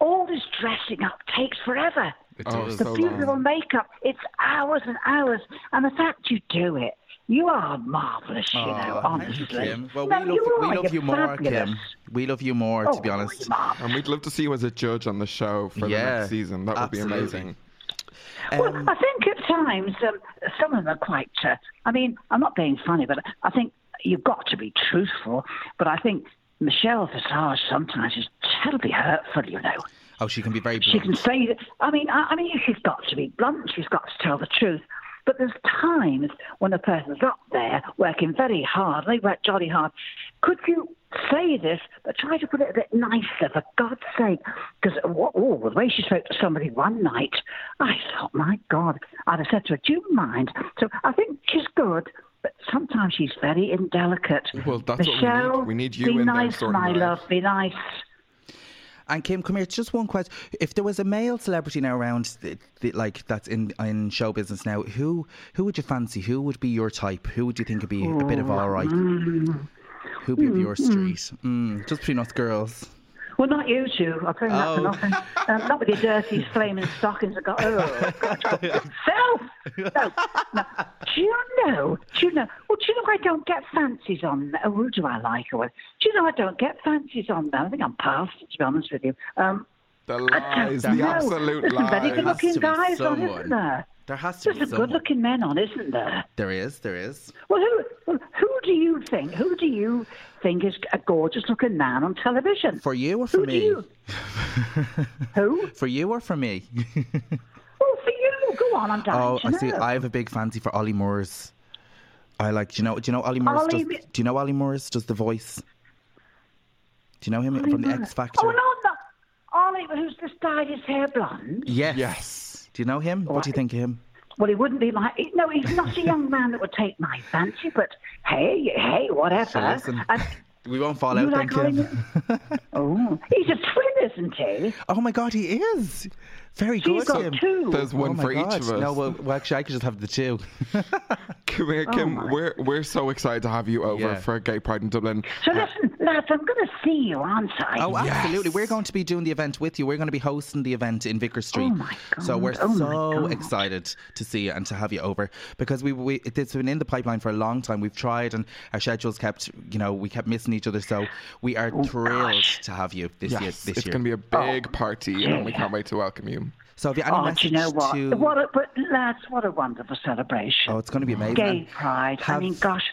[SPEAKER 3] All this dressing up takes forever.
[SPEAKER 1] oh,
[SPEAKER 3] The
[SPEAKER 1] so
[SPEAKER 3] beautiful
[SPEAKER 1] long.
[SPEAKER 3] makeup, it's hours and hours. And the fact you do it, you are marvellous, you know, honestly.
[SPEAKER 5] Oh, Kim. Well,
[SPEAKER 3] No,
[SPEAKER 5] we love
[SPEAKER 3] you
[SPEAKER 5] we
[SPEAKER 3] are,
[SPEAKER 5] love
[SPEAKER 3] you're
[SPEAKER 5] you more,
[SPEAKER 3] fabulous.
[SPEAKER 5] Kim. We love you more, to
[SPEAKER 3] Oh,
[SPEAKER 5] be
[SPEAKER 3] you're
[SPEAKER 5] honest.
[SPEAKER 3] marvellous.
[SPEAKER 1] And we'd love to see you as a judge on the show for
[SPEAKER 5] Yeah,
[SPEAKER 1] the next season. That would be
[SPEAKER 5] absolutely.
[SPEAKER 1] amazing.
[SPEAKER 5] Um,
[SPEAKER 3] well, I think at times um, some of them are quite. Uh, I mean, I'm not being funny, but I think you've got to be truthful. But I think Michelle Visage sometimes is terribly hurtful, you know.
[SPEAKER 5] Oh, she can be very.
[SPEAKER 3] She can
[SPEAKER 5] blunt.
[SPEAKER 3] say that. I mean, I, I mean, she's got to be blunt. She's got to tell the truth. But there's times when a person's up there working very hard. They work jolly hard. Could you say this, but try to put it a bit nicer, for God's sake? Because oh, the way she spoke to somebody one night, I thought, my God, I'd have said to her, "Do you mind?" So I think she's good. But sometimes she's very indelicate.
[SPEAKER 1] Well, that's what we need.
[SPEAKER 3] Michelle,
[SPEAKER 1] We need you
[SPEAKER 3] be
[SPEAKER 1] in there
[SPEAKER 3] nice,
[SPEAKER 1] sorting
[SPEAKER 3] my
[SPEAKER 1] her out.
[SPEAKER 3] love. Be nice.
[SPEAKER 5] And Kim, come here. Just one question. If there was a male celebrity now around, th- th- like that's in in show business now, who who would you fancy? Who would be your type? Who would you think would be a bit
[SPEAKER 3] Oh.
[SPEAKER 5] of all right? Who'd be of your street? Mm, just between us girls.
[SPEAKER 3] Well, not you two. I'll tell you that for
[SPEAKER 5] Oh.
[SPEAKER 3] nothing. Um, not with your dirty, flaming stockings. I got. Oh, God, Phil! No, no. Do you know? Do you know? Well, do you know I don't get fancies on? Oh, who do I like? Or do you know I don't get fancies on? Them? I think I'm past it, to be honest with you. Um,
[SPEAKER 1] The
[SPEAKER 3] I don't
[SPEAKER 1] lies, the
[SPEAKER 3] know.
[SPEAKER 1] absolute
[SPEAKER 3] There's some very
[SPEAKER 1] lies.
[SPEAKER 3] good-looking
[SPEAKER 5] There has to be
[SPEAKER 3] guys on,
[SPEAKER 5] someone.
[SPEAKER 3] isn't there?
[SPEAKER 5] There has to
[SPEAKER 3] There's
[SPEAKER 5] be
[SPEAKER 3] some
[SPEAKER 5] someone.
[SPEAKER 3] good-looking men on, isn't there?
[SPEAKER 5] There is. There is.
[SPEAKER 3] Well, who? Well, who do you think? Who do you think is a gorgeous-looking man on television?
[SPEAKER 5] For you or for
[SPEAKER 3] who
[SPEAKER 5] me?
[SPEAKER 3] Do you? who?
[SPEAKER 5] For you or for me?
[SPEAKER 3] Well, Oh, for you, go on, I'm dying
[SPEAKER 5] oh,
[SPEAKER 3] to
[SPEAKER 5] I see.
[SPEAKER 3] know.
[SPEAKER 5] I have a big fancy for Ollie Moore's. I like. Do you know? Do you know Ollie Moore's?
[SPEAKER 3] Ollie
[SPEAKER 5] does,
[SPEAKER 3] Mi-
[SPEAKER 5] do you know Ollie Moore's? Does the voice? Do you know him from the X Factor?
[SPEAKER 3] Oh, no, no. Ollie, who's just dyed his hair blonde.
[SPEAKER 5] Yes.
[SPEAKER 1] Yes.
[SPEAKER 5] Do you know him? What do you think of him?
[SPEAKER 3] Well, he wouldn't be my. he- No, he's not a young man that would take my fancy, but hey, hey, whatever.
[SPEAKER 5] So listen,
[SPEAKER 3] And-
[SPEAKER 5] we won't fall
[SPEAKER 3] You
[SPEAKER 5] out,
[SPEAKER 3] like
[SPEAKER 5] thank you.
[SPEAKER 3] oh, he's a twin, isn't he?
[SPEAKER 5] Oh my god, he is very
[SPEAKER 3] So
[SPEAKER 5] good.
[SPEAKER 3] you've got
[SPEAKER 5] Kim.
[SPEAKER 3] two.
[SPEAKER 1] There's one
[SPEAKER 5] Oh my
[SPEAKER 1] for
[SPEAKER 5] God.
[SPEAKER 1] each of us.
[SPEAKER 5] No, well, well, actually, I could just have the two.
[SPEAKER 1] Come here, Kim. we're we're so excited to have you over
[SPEAKER 5] Yeah.
[SPEAKER 1] for Gay Pride in Dublin.
[SPEAKER 3] So listen, lads, I'm going to see you, aren't I?
[SPEAKER 5] Oh, absolutely. We're going to be doing the event with you. We're going to be hosting the event in Vicker Street.
[SPEAKER 3] Oh my
[SPEAKER 5] So
[SPEAKER 3] God.
[SPEAKER 5] we're
[SPEAKER 3] Oh, my
[SPEAKER 5] so
[SPEAKER 3] God.
[SPEAKER 5] excited to see you and to have you over because we, we it's been in the pipeline for a long time. We've tried and our schedules kept, you know, we kept missing each other. So we are
[SPEAKER 3] Oh,
[SPEAKER 5] thrilled to have you this year.
[SPEAKER 1] Yes,
[SPEAKER 5] This
[SPEAKER 1] it's
[SPEAKER 5] year.
[SPEAKER 1] going to be a big party, and we can't wait to welcome you.
[SPEAKER 5] so if you any
[SPEAKER 3] Oh, do
[SPEAKER 5] message
[SPEAKER 3] you know what?
[SPEAKER 5] to
[SPEAKER 3] What a, but lads, what a wonderful celebration.
[SPEAKER 5] oh, it's going to be amazing.
[SPEAKER 3] gay
[SPEAKER 5] And
[SPEAKER 3] pride. I
[SPEAKER 5] have-
[SPEAKER 3] mean, gosh,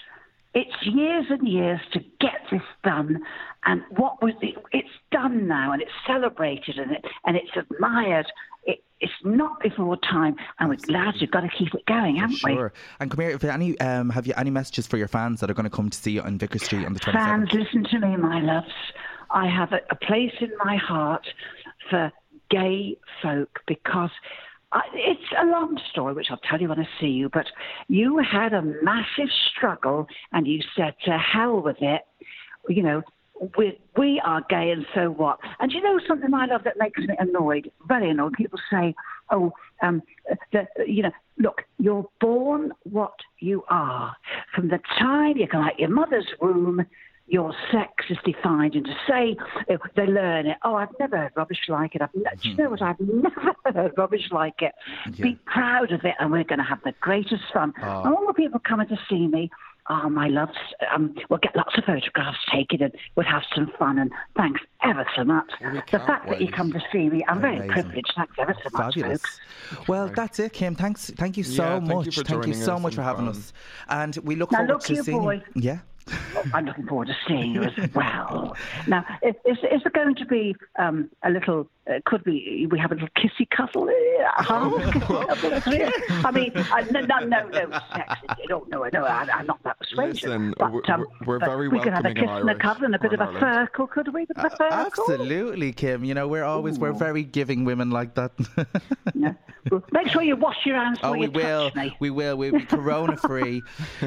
[SPEAKER 3] it's years and years to get this done, and what was the, it's done now, and it's celebrated, and it and it's admired. It, it's not before time, and we're glad we've got to keep it going, haven't we?
[SPEAKER 5] Sure. And come here. If any, um, have you any messages for your fans that are going to come to see you on Vicker Street on the twenty
[SPEAKER 3] Fans,
[SPEAKER 5] seventh?
[SPEAKER 3] listen to me, my loves. I have a, a place in my heart for gay folk because I, it's a long story, which I'll tell you when I see you. But you had a massive struggle, and you said to hell with it. You know, we we are gay, and so what? And you know something, my love, that makes me annoyed, very annoyed. People say, "Oh, um, the, you know, look, you're born what you are. From the time you come out your mother's womb." your sex is defined and to say eh, they learn it oh i've never heard rubbish like it i've ne- do you know what i've never heard rubbish like it be proud of it and we're going to have the greatest fun and all the people coming to see me Oh, my loves, um, we'll get lots of photographs taken and we'll have some fun. And thanks ever so much. the
[SPEAKER 1] can't
[SPEAKER 3] fact that you
[SPEAKER 1] wait.
[SPEAKER 3] come to see me, I'm very
[SPEAKER 5] Amazing.
[SPEAKER 3] privileged. Thanks ever so much.
[SPEAKER 5] Fabulous.
[SPEAKER 3] folks.
[SPEAKER 5] Well, that's it, Kim. Thanks. Thank you so
[SPEAKER 1] Yeah, thank you
[SPEAKER 5] much.
[SPEAKER 1] for
[SPEAKER 5] thank you
[SPEAKER 1] joining
[SPEAKER 5] so
[SPEAKER 1] us
[SPEAKER 5] much for
[SPEAKER 1] and
[SPEAKER 5] having
[SPEAKER 1] fun.
[SPEAKER 5] us. And we look
[SPEAKER 3] Now
[SPEAKER 5] forward
[SPEAKER 3] look
[SPEAKER 5] to
[SPEAKER 3] here,
[SPEAKER 5] seeing
[SPEAKER 3] boy.
[SPEAKER 5] you. Yeah.
[SPEAKER 3] I'm looking forward to seeing you as well. Now, is, is is there going to be um, a little? Uh, could we we have a little kissy cuddle? eh, a hug?
[SPEAKER 1] Oh,
[SPEAKER 3] I mean, I, no, no, no, no, sex. I don't know. No, I, I'm not that persuasive.
[SPEAKER 1] Listen,
[SPEAKER 3] but,
[SPEAKER 1] we're-
[SPEAKER 3] um,
[SPEAKER 1] we're- we're
[SPEAKER 3] but
[SPEAKER 1] very
[SPEAKER 3] We could have a
[SPEAKER 1] welcoming
[SPEAKER 3] kiss
[SPEAKER 1] in
[SPEAKER 3] and a
[SPEAKER 1] Irish
[SPEAKER 3] cuddle and a bit
[SPEAKER 1] or
[SPEAKER 3] of a
[SPEAKER 1] Ireland.
[SPEAKER 3] circle, could we? A
[SPEAKER 5] Uh,
[SPEAKER 3] bit of a circle.
[SPEAKER 5] Absolutely, Kim. You know we're always we're very giving women like that.
[SPEAKER 3] No. Well, Make sure you wash your hands
[SPEAKER 5] oh,
[SPEAKER 3] before
[SPEAKER 5] we
[SPEAKER 3] you
[SPEAKER 5] will.
[SPEAKER 3] touch me.
[SPEAKER 5] We will. We'll be corona free.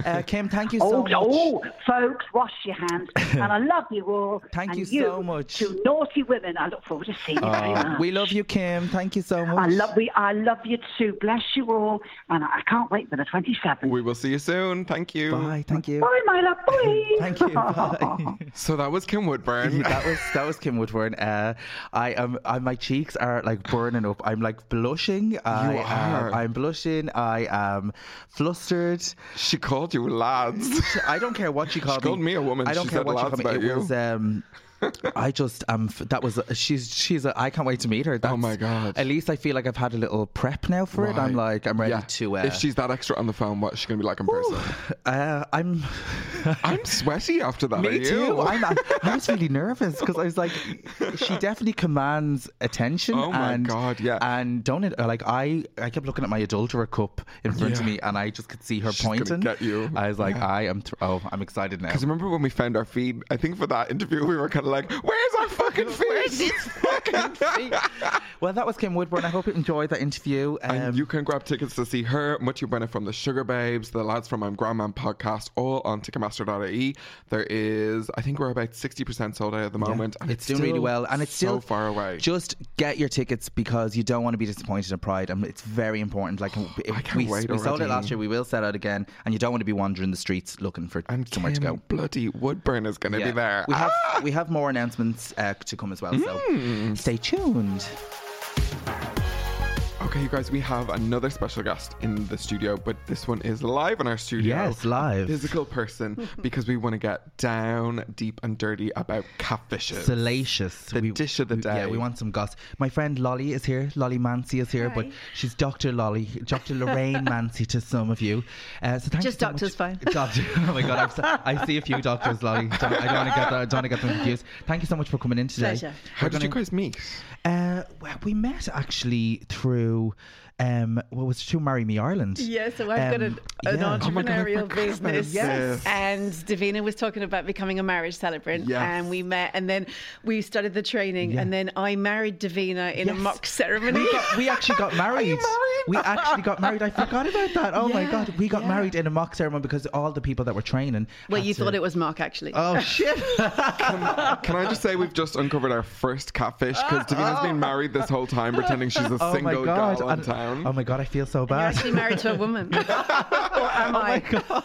[SPEAKER 5] uh, Kim, thank you so
[SPEAKER 3] Oh,
[SPEAKER 5] much.
[SPEAKER 3] oh, folks, wash your hands. And I love you all.
[SPEAKER 5] Thank
[SPEAKER 3] and
[SPEAKER 5] you so much.
[SPEAKER 3] To naughty women, I look forward to seeing you very much.
[SPEAKER 5] We love you, Kim. Thank you so much.
[SPEAKER 3] I love we. I love you too. Bless you all, and I can't wait for the twenty seventh.
[SPEAKER 1] We will see you soon. Thank you.
[SPEAKER 5] Bye. Thank you.
[SPEAKER 3] Bye, my love. Bye.
[SPEAKER 5] Thank you. Bye.
[SPEAKER 1] So that was Kim Woodburn.
[SPEAKER 5] that was that was Kim Woodburn. Uh, I am. I, my cheeks are like burning up. I'm like blushing. I, am-
[SPEAKER 1] are.
[SPEAKER 5] I'm blushing. I am flustered.
[SPEAKER 1] she called you lads.
[SPEAKER 5] I don't care what she called
[SPEAKER 1] called me a woman.
[SPEAKER 5] I don't
[SPEAKER 1] She
[SPEAKER 5] care
[SPEAKER 1] said
[SPEAKER 5] what she
[SPEAKER 1] lots
[SPEAKER 5] called me.
[SPEAKER 1] about
[SPEAKER 5] it
[SPEAKER 1] you.
[SPEAKER 5] was um,
[SPEAKER 3] I just um f- that was a, she's she's a, I can't wait to meet her. That's,
[SPEAKER 1] Oh my God.
[SPEAKER 3] At least I feel like I've had a little prep now for it. I'm
[SPEAKER 1] Right.
[SPEAKER 3] like I'm ready
[SPEAKER 1] Yeah.
[SPEAKER 3] to. Uh,
[SPEAKER 1] if she's that extra on the phone, what's she gonna be like in person?
[SPEAKER 3] uh, I'm.
[SPEAKER 1] I'm sweaty after that. are
[SPEAKER 3] Me
[SPEAKER 1] you?
[SPEAKER 3] too. I'm, I, I was really nervous because I was like, she definitely commands attention.
[SPEAKER 1] Oh my
[SPEAKER 3] and,
[SPEAKER 1] God, yeah.
[SPEAKER 3] And don't it like I? I kept looking at my adulterer cup in front of
[SPEAKER 1] Yeah.
[SPEAKER 3] me, and I just could see her
[SPEAKER 1] She's gonna
[SPEAKER 3] pointing.
[SPEAKER 1] get you.
[SPEAKER 3] I was like,
[SPEAKER 1] Yeah.
[SPEAKER 3] I am. Th- oh, I'm excited now.
[SPEAKER 1] Because remember when we found our feet? I think for that interview, we were kind of like, "Where's our fucking feet?"
[SPEAKER 3] Well, that was Kim Woodburn. I hope you enjoyed that interview. um,
[SPEAKER 1] and you can grab tickets to see her, Much Buena from the Sugar Babes, the lads from I'm Grandman podcast, all on Ticketmaster.ie. E. There is, I think we're about 60% sold out at the moment. and
[SPEAKER 3] it's doing really
[SPEAKER 1] still
[SPEAKER 3] well, and it's still
[SPEAKER 1] so far away.
[SPEAKER 3] Just get your tickets because you don't want to be disappointed at Pride, and it's very important. Like if
[SPEAKER 1] can't
[SPEAKER 3] we,
[SPEAKER 1] wait
[SPEAKER 3] we sold it
[SPEAKER 1] already.
[SPEAKER 3] last year, we will sell out again, and you don't want to be wandering the streets looking for
[SPEAKER 1] and
[SPEAKER 3] somewhere
[SPEAKER 1] Kim
[SPEAKER 3] to go.
[SPEAKER 1] bloody Woodburn is going to
[SPEAKER 3] Yeah.
[SPEAKER 1] be there.
[SPEAKER 3] We have
[SPEAKER 1] Ah! Mm.
[SPEAKER 3] we have more announcements uh, to come as well, so stay tuned.
[SPEAKER 1] Okay, you guys, we have another special guest in the studio, but this one is live in our studio.
[SPEAKER 3] Yes, live.
[SPEAKER 1] A physical person, because we want to get down, deep, and dirty about catfishes.
[SPEAKER 3] Salacious.
[SPEAKER 1] The dish of the day.
[SPEAKER 3] Yeah, we want some goss. My friend Lolly is here. Lolly Mancy is here, but she's Dr. Lolly, Dr. Lorraine Mancy to some of you. Uh, so thank
[SPEAKER 5] Just
[SPEAKER 3] you so
[SPEAKER 5] doctor's
[SPEAKER 3] much.
[SPEAKER 5] fine.
[SPEAKER 3] Doctor. Oh my God, I'm so, I see a few doctors, Lolly. Don't- I don't want to get that. I don't want to get them confused. Thank you so much for coming in today.
[SPEAKER 5] Pleasure.
[SPEAKER 1] How
[SPEAKER 3] We're
[SPEAKER 1] did you
[SPEAKER 3] gonna-
[SPEAKER 1] guys meet?
[SPEAKER 3] Uh, well, we met actually through um, what was it, to marry me Ireland.
[SPEAKER 5] Yeah, so I've got an,
[SPEAKER 3] Um,
[SPEAKER 5] an
[SPEAKER 3] yeah.
[SPEAKER 1] Oh my God, I
[SPEAKER 5] entrepreneurial
[SPEAKER 1] forgot about
[SPEAKER 5] business.
[SPEAKER 1] this.
[SPEAKER 5] And Davina was talking about becoming a marriage celebrant.
[SPEAKER 1] Yes.
[SPEAKER 5] And we met, and then we started the training, and then I married Davina in
[SPEAKER 3] Yes.
[SPEAKER 5] a mock ceremony.
[SPEAKER 3] We, got, we actually got married. We actually got married. I forgot about that. Oh my
[SPEAKER 5] Yeah,
[SPEAKER 3] god, we got
[SPEAKER 5] yeah.
[SPEAKER 3] married in a mock ceremony because all the people that were training.
[SPEAKER 5] well,
[SPEAKER 3] had
[SPEAKER 5] you
[SPEAKER 3] to-
[SPEAKER 5] thought it was Mark, actually.
[SPEAKER 3] Oh shit!
[SPEAKER 1] Can I just say we've just uncovered our first catfish because Davina's been married this whole time pretending she's a
[SPEAKER 3] Oh my
[SPEAKER 1] single
[SPEAKER 3] god!
[SPEAKER 1] gal in
[SPEAKER 3] And-
[SPEAKER 1] town.
[SPEAKER 3] Oh my god! I feel so
[SPEAKER 5] You're
[SPEAKER 3] bad.
[SPEAKER 5] actually married to a woman. or am
[SPEAKER 3] oh my
[SPEAKER 5] I?
[SPEAKER 3] god!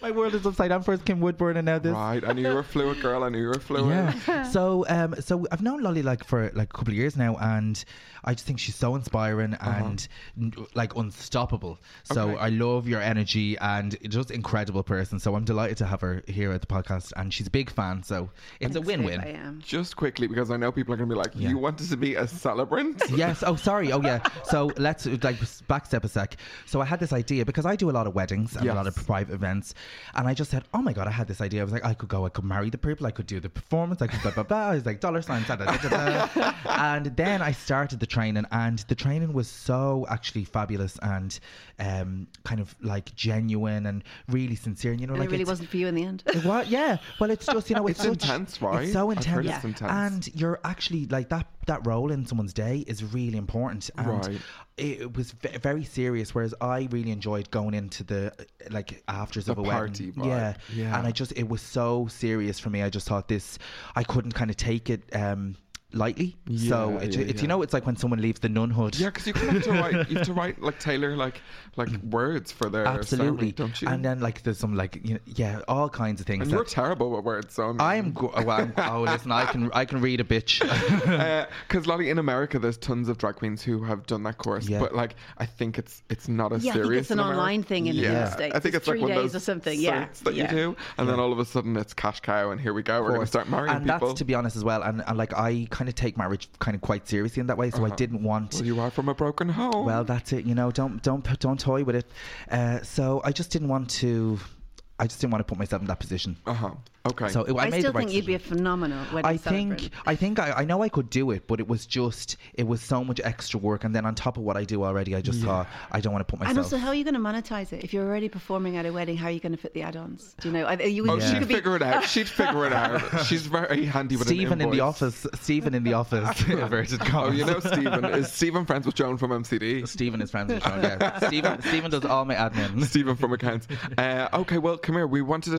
[SPEAKER 3] my world is upside down. First Kim Woodburn, and now this.
[SPEAKER 1] Right, I knew you were a fluid girl. I knew you were fluid.
[SPEAKER 3] Yeah. so, um, so I've known Lolly like for like a couple of years now, and I just think she's so inspiring and n- like unstoppable. So
[SPEAKER 1] Uh-huh. Okay.
[SPEAKER 3] I love your energy and just incredible person. So I'm delighted to have her here at the podcast, and she's a big fan. So it's a
[SPEAKER 5] I
[SPEAKER 3] win-win.
[SPEAKER 5] am.
[SPEAKER 1] Just quickly, because I know people are going to be like, you wanted to be a celebrant?
[SPEAKER 3] yes. Oh, sorry. Oh, yeah. So let's like back step a sec. So I had this idea because I do a lot of weddings and
[SPEAKER 1] Yes.
[SPEAKER 3] a lot of private events, and I just said, "Oh my god, I had this idea." I was like, "I could go. I could marry the people. I could do the performance. I could blah blah blah." I was like, "Dollar signs." Da, da, da, da, da. and then I started the training, and the training was so actually fabulous and um, kind of like genuine and really sincere. And you know,
[SPEAKER 5] And
[SPEAKER 3] like
[SPEAKER 5] it really
[SPEAKER 3] it's-
[SPEAKER 5] wasn't for you in the end.
[SPEAKER 3] what? Yeah. Well, it's just you know, it's,
[SPEAKER 1] It's
[SPEAKER 3] such-
[SPEAKER 1] intense, right?
[SPEAKER 3] It's so
[SPEAKER 1] I've
[SPEAKER 3] intense.
[SPEAKER 1] heard it's Yeah. intense.
[SPEAKER 3] And you're actually like that. That role in someone's day is really important. And
[SPEAKER 1] Right.
[SPEAKER 3] It, it was ve- very serious. Whereas I really enjoyed going into the uh, like afters of
[SPEAKER 1] The
[SPEAKER 3] a
[SPEAKER 1] party
[SPEAKER 3] wedding.
[SPEAKER 1] vibe.
[SPEAKER 3] Yeah.
[SPEAKER 1] Yeah.
[SPEAKER 3] And I just it was so serious for me. I just thought this. I couldn't kind of take it. um Lightly, so
[SPEAKER 1] Yeah,
[SPEAKER 3] it,
[SPEAKER 1] yeah,
[SPEAKER 3] it's
[SPEAKER 1] yeah.
[SPEAKER 3] you know it's like when someone leaves the nunhood.
[SPEAKER 1] Yeah, because you kind of have to write, you have to write like Taylor, like like words for their ceremony,
[SPEAKER 3] absolutely.
[SPEAKER 1] don't you?
[SPEAKER 3] And then like there's some like you know, yeah, all kinds of things.
[SPEAKER 1] And
[SPEAKER 3] that-
[SPEAKER 1] you're terrible with words, so I mean,
[SPEAKER 3] I'm, gr- oh, well, I'm oh listen, I can I can read a bitch.
[SPEAKER 1] because Lolly Uh, in America, there's tons of drag queens who have done that course,
[SPEAKER 3] Yeah.
[SPEAKER 1] but like I think it's it's not as
[SPEAKER 5] Yeah, I think
[SPEAKER 1] serious.
[SPEAKER 5] it's an
[SPEAKER 1] in America.
[SPEAKER 5] online thing in the
[SPEAKER 1] yeah.
[SPEAKER 5] States.
[SPEAKER 1] I think
[SPEAKER 5] It's
[SPEAKER 1] it's like
[SPEAKER 5] three
[SPEAKER 1] one of
[SPEAKER 5] days
[SPEAKER 1] those
[SPEAKER 5] or something, yeah.
[SPEAKER 1] certs that
[SPEAKER 5] Yeah.
[SPEAKER 1] you do, and then all of a sudden it's cash cow, and here we go, we're going to
[SPEAKER 3] course.
[SPEAKER 1] start marrying
[SPEAKER 3] and
[SPEAKER 1] people.
[SPEAKER 3] that's to be honest as well. And, and like I kind of take marriage kind of quite seriously in that way, so
[SPEAKER 1] Uh-huh.
[SPEAKER 3] I didn't want.
[SPEAKER 1] well, you are from a broken home.
[SPEAKER 3] Well, that's it. You know, don't don't don't toy with it. Uh, so I just didn't want to. I just didn't want to put myself in that position.
[SPEAKER 1] uh huh. Okay.
[SPEAKER 3] So it, I,
[SPEAKER 5] I,
[SPEAKER 3] made
[SPEAKER 5] still
[SPEAKER 3] the right
[SPEAKER 5] think you'd be a
[SPEAKER 3] decision.
[SPEAKER 5] phenomenal wedding
[SPEAKER 3] I think
[SPEAKER 5] celebrant.
[SPEAKER 3] I think I, I know I could do it, but it was just it was so much extra work, and then on top of what I do already, I just thought I don't want to put myself.
[SPEAKER 5] And also, how are you going to monetize it? If you're already performing at a wedding, how are you going to fit the add-ons? Do you know? Are you,
[SPEAKER 1] Oh,
[SPEAKER 5] you
[SPEAKER 1] she'd
[SPEAKER 5] could be-
[SPEAKER 1] figure it out. She'd figure it out. She's very handy with
[SPEAKER 3] Stephen
[SPEAKER 1] an
[SPEAKER 3] in the
[SPEAKER 1] invoice.
[SPEAKER 3] office. Stephen in the office. inverted
[SPEAKER 1] Oh,
[SPEAKER 3] commas.
[SPEAKER 1] you know Stephen. Is Stephen friends with Joan from MCD?
[SPEAKER 3] Stephen is friends with Sean. Yeah, Stephen. Stephen does all my admin.
[SPEAKER 1] Stephen from accounts. Uh, okay, well, come here. We wanted to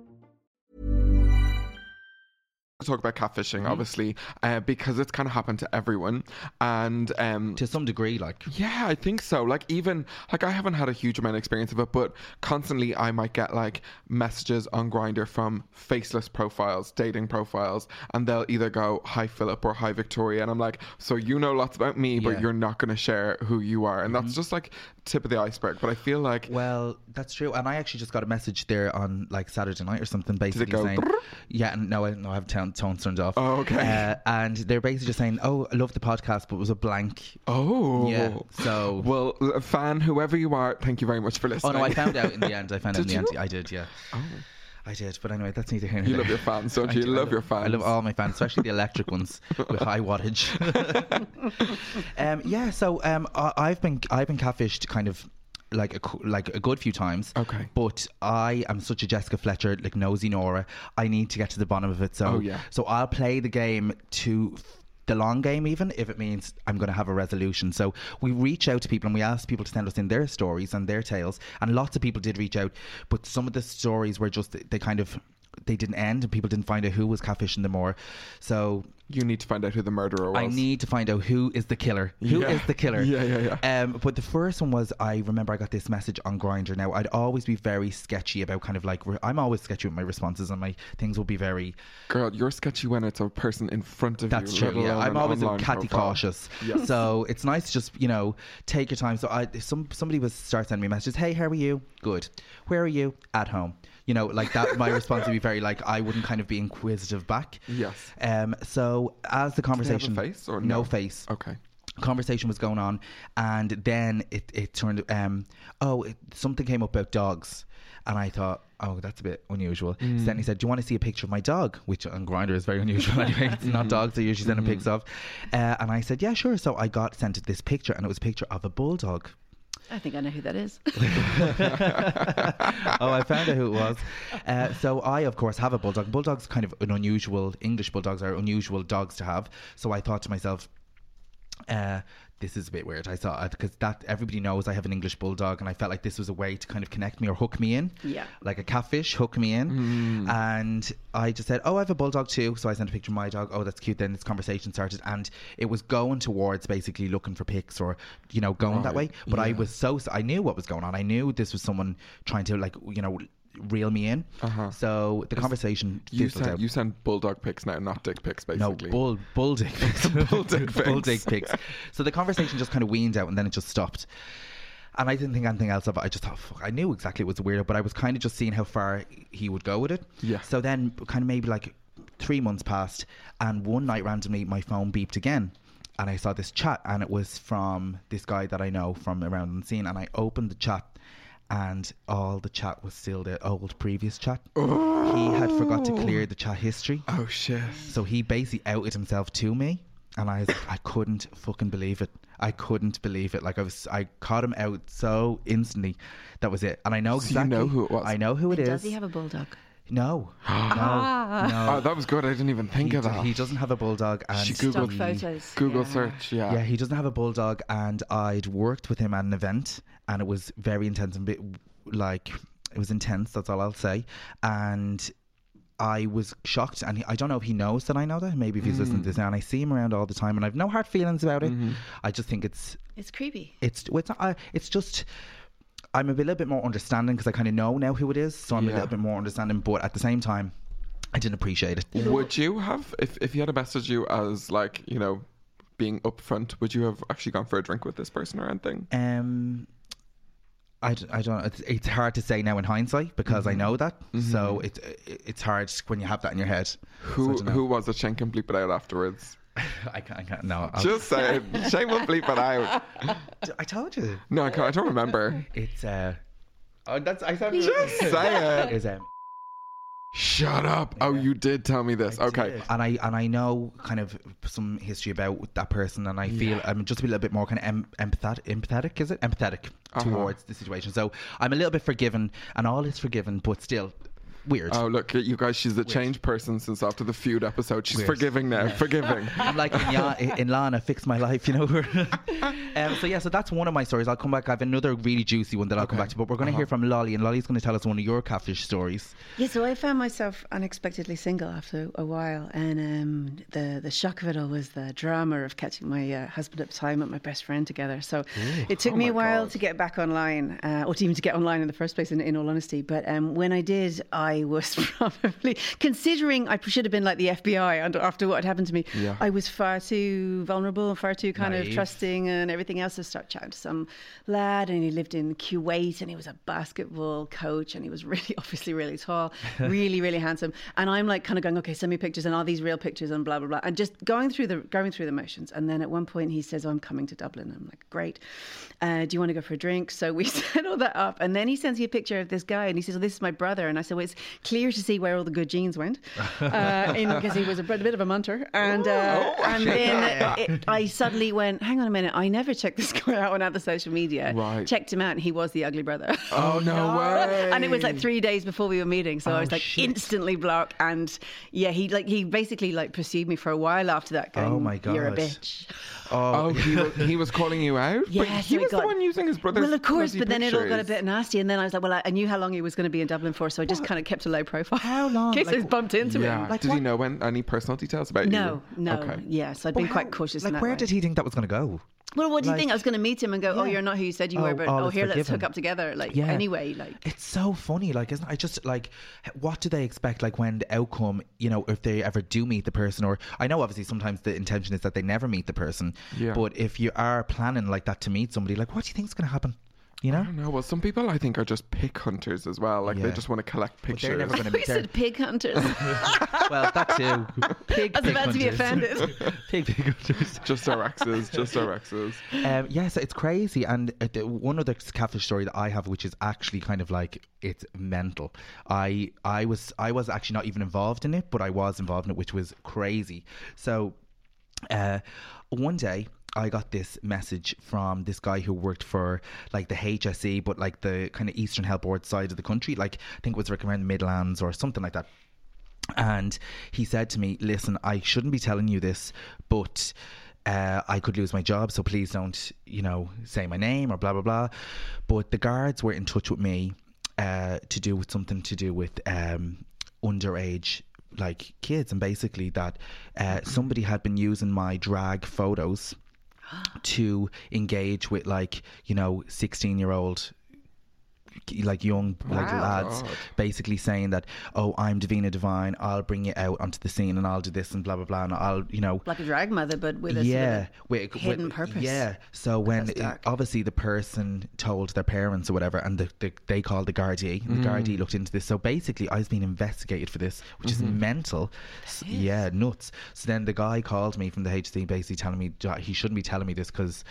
[SPEAKER 1] to talk about
[SPEAKER 3] Mm-hmm.
[SPEAKER 1] catfishing, obviously, uh, because it's kind of happened to everyone, and um,
[SPEAKER 3] to some degree, like
[SPEAKER 1] yeah, I think so. Like even like I haven't had a huge amount of experience of it, but constantly I might get like messages on Grinder from faceless profiles, dating profiles, and they'll either go hi Philip or hi Victoria, and I'm like, so you know lots about me, but
[SPEAKER 3] Yeah. Mm-hmm.
[SPEAKER 1] you're not going to share who you are, and that's just like tip of the iceberg. But I feel like
[SPEAKER 3] well, that's true. And I actually just got a message there on like Saturday night or something, basically
[SPEAKER 1] go
[SPEAKER 3] saying, "Yeah, and no, I, no, I have tone, tones turned off."
[SPEAKER 1] Oh, okay.
[SPEAKER 3] Uh, and they're basically just saying, "Oh, I love the podcast, but it was a blank."
[SPEAKER 1] Oh,
[SPEAKER 3] yeah. So
[SPEAKER 1] well, a fan, whoever you are, thank you very much for
[SPEAKER 3] Oh
[SPEAKER 1] listening.
[SPEAKER 3] no, I found out in the end. I found out in
[SPEAKER 1] Did
[SPEAKER 3] the end.
[SPEAKER 1] you? Oh.
[SPEAKER 3] I did, yeah. I did, but anyway, that's neither here nor
[SPEAKER 1] You
[SPEAKER 3] there.
[SPEAKER 1] love your fans, don't
[SPEAKER 3] I
[SPEAKER 1] you?
[SPEAKER 3] do,
[SPEAKER 1] You
[SPEAKER 3] I
[SPEAKER 1] love your
[SPEAKER 3] I love
[SPEAKER 1] fans.
[SPEAKER 3] all my fans, especially the electric ones with high wattage. um, yeah, so um, I, I've been I've been catfished kind of like a, cou- like a good few times. Okay. But I am such a Jessica Fletcher, like nosy Nora. I need to get to the bottom of it. So
[SPEAKER 1] Oh, yeah.
[SPEAKER 3] so I'll play the game to the long game, even if it means I'm going to have a resolution. So we reach out to people and we ask people to send us in their stories and their tales. And lots of people did reach out, but some of the stories were just they kind of they didn't end, and people didn't find out who was catfishing them more. So
[SPEAKER 1] you need to find out who the murderer
[SPEAKER 3] I
[SPEAKER 1] was.
[SPEAKER 3] need to find out who is the killer. Who is
[SPEAKER 1] Yeah.
[SPEAKER 3] the killer?
[SPEAKER 1] Yeah, yeah,
[SPEAKER 3] yeah. Um, but the first one was I remember I got this message on Grinder. Now I'd always be very sketchy about kind of like re- I'm always sketchy with my responses and my things will be very
[SPEAKER 1] Girl, you're sketchy when it's a person in front of
[SPEAKER 3] That's
[SPEAKER 1] you.
[SPEAKER 3] true. Yeah, I'm always a catty cautious.
[SPEAKER 1] Yeah.
[SPEAKER 3] So it's nice to just you know take your time. So I if some somebody was start sending me messages. Hey, how are you? Good. Where are you? At home. You know, like that. My response would be very like I wouldn't kind of be inquisitive back.
[SPEAKER 1] Yes.
[SPEAKER 3] Um. So as the
[SPEAKER 1] have a
[SPEAKER 3] conversation
[SPEAKER 1] face or
[SPEAKER 3] no
[SPEAKER 1] no?
[SPEAKER 3] face.
[SPEAKER 1] Okay.
[SPEAKER 3] Conversation was going on, and then it, it turned. Um, oh, it, something came up about dogs, and I thought, oh, that's a bit unusual. So then he said, "Do you want to see a picture of my dog?" Which on Grinder is very unusual. anyway, it's not dogs they usually send them pics of. Uh, and I said, "Yeah, sure." So I got sent this picture, and it was a picture of a bulldog.
[SPEAKER 5] I think I know who that is.
[SPEAKER 3] oh, I found out who it was. Uh, so I, of course, have a bulldog. Bulldogs are kind of an unusual. English bulldogs are unusual dogs to have. So I thought to myself, uh, this is a bit weird. I saw it because that everybody knows I have an English bulldog, and I felt like this was a way to kind of connect me or hook me in.
[SPEAKER 5] Yeah.
[SPEAKER 3] Like a catfish, hook me
[SPEAKER 1] Mm.
[SPEAKER 3] in. And I just said, Oh, I have a bulldog too. So I sent a picture of my dog. Oh, that's cute. Then this conversation started, and it was going towards basically looking for pics or, you know, going that way.
[SPEAKER 1] Right.
[SPEAKER 3] But I
[SPEAKER 1] Yeah.
[SPEAKER 3] was so, I knew what was going on. I knew this was someone trying to, like, you know, reel me in.
[SPEAKER 1] Uh-huh.
[SPEAKER 3] So the conversation
[SPEAKER 1] You
[SPEAKER 3] fizzled out.
[SPEAKER 1] send, you send bulldog pics now, not dick pics, basically.
[SPEAKER 3] No, bull, bull dick pics. bull
[SPEAKER 1] dick pics.
[SPEAKER 3] pics. So the conversation just kind of weaned out and then it just stopped. And I didn't think anything else of it. I just thought, fuck, I knew exactly it was weird, but I was kind of just seeing how far he would go with it.
[SPEAKER 1] Yeah.
[SPEAKER 3] So then, kind of maybe like three months passed, and one night randomly, my phone beeped again. And I saw this chat, and it was from this guy that I know from around the scene. And I opened the chat, and all the chat was still the old previous chat. He had forgot to clear the chat history.
[SPEAKER 1] Oh, shit.
[SPEAKER 3] So he basically outed himself to me, and I was, I couldn't fucking believe it. I couldn't believe it. Like I was, I caught him out so instantly. That was it. And I know
[SPEAKER 1] So you
[SPEAKER 3] exactly
[SPEAKER 1] know who it was?
[SPEAKER 3] I know who it is.
[SPEAKER 5] Does he have a bulldog?
[SPEAKER 3] no, no, no.
[SPEAKER 1] Oh, that was good. I didn't even think
[SPEAKER 3] he,
[SPEAKER 1] of
[SPEAKER 3] do-
[SPEAKER 1] that.
[SPEAKER 3] he doesn't have a bulldog. And
[SPEAKER 1] she googled
[SPEAKER 5] Stock photos.
[SPEAKER 1] Google
[SPEAKER 5] Yeah.
[SPEAKER 1] search. Yeah.
[SPEAKER 3] yeah, he doesn't have a bulldog, and I'd worked with him at an event, and it was very intense and bit like it was intense. That's all I'll say. And I was shocked, and he, I don't know if he knows that I know that. Maybe if he's listening to
[SPEAKER 1] Mm.
[SPEAKER 3] this now, and I see him around all the time, and I've no hard feelings about it.
[SPEAKER 1] Mm-hmm.
[SPEAKER 3] I just think it's
[SPEAKER 5] It's creepy.
[SPEAKER 3] it's well, it's not, I, it's just I'm a little bit more understanding because I kind of know now who it is, so I'm a
[SPEAKER 1] Yeah.
[SPEAKER 3] little bit more understanding. But at the same time, I didn't appreciate it.
[SPEAKER 1] Would you have, if, if he had messaged you as, like, you know, being upfront, would you have actually gone for a drink with this person or anything?
[SPEAKER 3] Um, I, d- I don't know. It's, it's hard to say now in hindsight because
[SPEAKER 1] Mm-hmm.
[SPEAKER 3] I know that. So it, it it's hard when you have that in your head.
[SPEAKER 1] Who who was it? Shane can bleep it out afterwards.
[SPEAKER 3] I can't. I can't no, I'll-
[SPEAKER 1] Just say it. Shane will bleep it out.
[SPEAKER 3] I told you.
[SPEAKER 1] No, I, can't, I don't remember.
[SPEAKER 3] It's uh. Oh, that's I sound
[SPEAKER 1] Just say it.
[SPEAKER 3] Is um.
[SPEAKER 1] Shut up! Oh, you did tell me this. okay,
[SPEAKER 3] and I and I know kind of some history about that person, and I feel
[SPEAKER 1] Yeah.
[SPEAKER 3] I'm just a little bit more kind of em- empathetic. Empathetic is it? Empathetic
[SPEAKER 1] Uh-huh.
[SPEAKER 3] towards the situation. So I'm a little bit forgiven, and all is forgiven, but still weird.
[SPEAKER 1] Oh look, you guys! She's a changed person since after the feud episode. She's
[SPEAKER 3] Weird.
[SPEAKER 1] forgiving now.
[SPEAKER 3] Yeah.
[SPEAKER 1] Forgiving.
[SPEAKER 3] I'm like in, Ya- in Lana, fix my life, you know. um, so yeah, so that's one of my stories. I'll come back. I have another really juicy one that I'll come back to, but we're going to hear from Lolly, and Lolly's going to tell us one of your catfish stories.
[SPEAKER 5] Yeah, so I found myself unexpectedly single after a while, and um, the the shock of it all was the drama of catching my uh, husband at the time and my best friend together. So it took
[SPEAKER 6] Oh
[SPEAKER 5] me a
[SPEAKER 6] my
[SPEAKER 5] while to get back online, uh, or to even to get online in the first place. In, in all honesty, but um, when I did, I was probably considering I should have been like the FBI under, after what had happened to me.
[SPEAKER 6] Yeah.
[SPEAKER 5] I was far too vulnerable and far too kind of
[SPEAKER 6] Naive.
[SPEAKER 5] trusting acting and everything else. I started chatting to some lad, and he lived in Kuwait, and he was a basketball coach, and he was really, obviously, really tall, really, really handsome. And I'm like, kind of going, okay, send me pictures, and are these real pictures, and blah blah blah, and just going through the going through the motions. And then at one point, he says, oh, I'm coming to Dublin. I'm like, great. Uh, do you want to go for a drink? So we set all that up, and then he sends me a picture of this guy, and he says, oh, this is my brother. And I said, well, it's clear to see where all the good genes went, because he was a bit of a munter, and uh,
[SPEAKER 6] Ooh.
[SPEAKER 5] and then it, I suddenly went, hang on a minute, I never checked this guy out on other social media.
[SPEAKER 6] Right.
[SPEAKER 5] Checked him out, and he was the ugly brother.
[SPEAKER 6] Oh, no way.
[SPEAKER 5] and it was like three days before we were meeting, so I
[SPEAKER 6] Oh,
[SPEAKER 5] was like instantly blocked. And yeah, he like he basically like pursued me for a while after that. Going,
[SPEAKER 3] Oh my god,
[SPEAKER 5] you're a bitch.
[SPEAKER 1] Oh, he, was, he was calling you out. But
[SPEAKER 5] Yeah, so
[SPEAKER 1] he
[SPEAKER 5] it
[SPEAKER 1] was the
[SPEAKER 5] got-
[SPEAKER 1] one using his brother's.
[SPEAKER 5] Well, of course,
[SPEAKER 1] bloody
[SPEAKER 5] but then it all got a
[SPEAKER 1] pictures.
[SPEAKER 5] bit nasty, and then I was like, well, I, I knew how long he was going to be in Dublin for, so I just kind of kept a low profile. How long? In case I was bumped into
[SPEAKER 1] Yeah.
[SPEAKER 5] him. Like,
[SPEAKER 1] Did
[SPEAKER 5] what?
[SPEAKER 1] he know when any personal details about
[SPEAKER 5] No,
[SPEAKER 1] you?
[SPEAKER 5] Oh, no,
[SPEAKER 1] Okay.
[SPEAKER 5] yeah. So I'd been quite cautious. in
[SPEAKER 3] Like,
[SPEAKER 5] that
[SPEAKER 3] where
[SPEAKER 5] way.
[SPEAKER 3] did he think that was going to go?
[SPEAKER 5] Well, what do you
[SPEAKER 3] Like-
[SPEAKER 5] think? I was going to meet him and go, "Oh, you're not who you said you
[SPEAKER 3] Oh,
[SPEAKER 5] were," but
[SPEAKER 3] all
[SPEAKER 5] oh,
[SPEAKER 3] is
[SPEAKER 5] here, let's hook
[SPEAKER 3] forgiven.
[SPEAKER 5] up together. Like
[SPEAKER 3] Yeah.
[SPEAKER 5] anyway, like
[SPEAKER 3] It's so funny, like isn't it? I just like, h- what do they expect? Like when the outcome, you know, if they ever do meet the person, or I know obviously sometimes the intention is that they never meet the person.
[SPEAKER 1] Yeah.
[SPEAKER 3] But if you are planning like that to meet somebody, like what do you think's going to happen? You know,
[SPEAKER 1] I don't know. Well, some people I think are just pick hunters as well. Like they
[SPEAKER 3] Yeah.
[SPEAKER 1] just want to collect pictures.
[SPEAKER 3] they're never gonna
[SPEAKER 5] we said, pig hunters.
[SPEAKER 3] well, that too. Pig,
[SPEAKER 5] I was about to be offended.
[SPEAKER 3] pig, pig hunters.
[SPEAKER 1] just our exes. Just our exes.
[SPEAKER 3] Um, yeah, so it's crazy. And uh, the- one other catfish story that I have, which is actually kind of like it's mental. I I was I was actually not even involved in it, but I was involved in it, which was crazy. So uh, one day. I got this message from this guy who worked for like the HSE, but like the kind of Eastern Health Board side of the country. Like, I think it was like around Midlands or something like that. And he said to me, Listen, I shouldn't be telling you this, but uh, I could lose my job. So please don't, you know, say my name or blah, blah, blah. But the guards were in touch with me uh, to do with something to do with um, underage like kids and basically that uh, somebody had been using my drag photos to engage with like you know 16 year old like young like
[SPEAKER 6] Wow.
[SPEAKER 3] lads
[SPEAKER 6] God.
[SPEAKER 3] basically saying that oh i'm davina divine i'll bring you out onto the scene and i'll do this and blah blah blah and i'll you know
[SPEAKER 5] like a drag mother, but with a sort
[SPEAKER 3] yeah
[SPEAKER 5] of
[SPEAKER 3] with-
[SPEAKER 5] hidden
[SPEAKER 3] with-
[SPEAKER 5] purpose.
[SPEAKER 3] yeah so when
[SPEAKER 5] That's
[SPEAKER 3] it-
[SPEAKER 5] dark.
[SPEAKER 3] obviously the person told their parents or whatever and the, the, they called the guardie and the
[SPEAKER 1] Mm.
[SPEAKER 3] guardie looked into this so basically i was being investigated for this which
[SPEAKER 1] Mhm.
[SPEAKER 5] Mm-hmm.
[SPEAKER 3] is mental S- yeah nuts so then the guy called me from the hc basically telling me that he shouldn't be telling me this because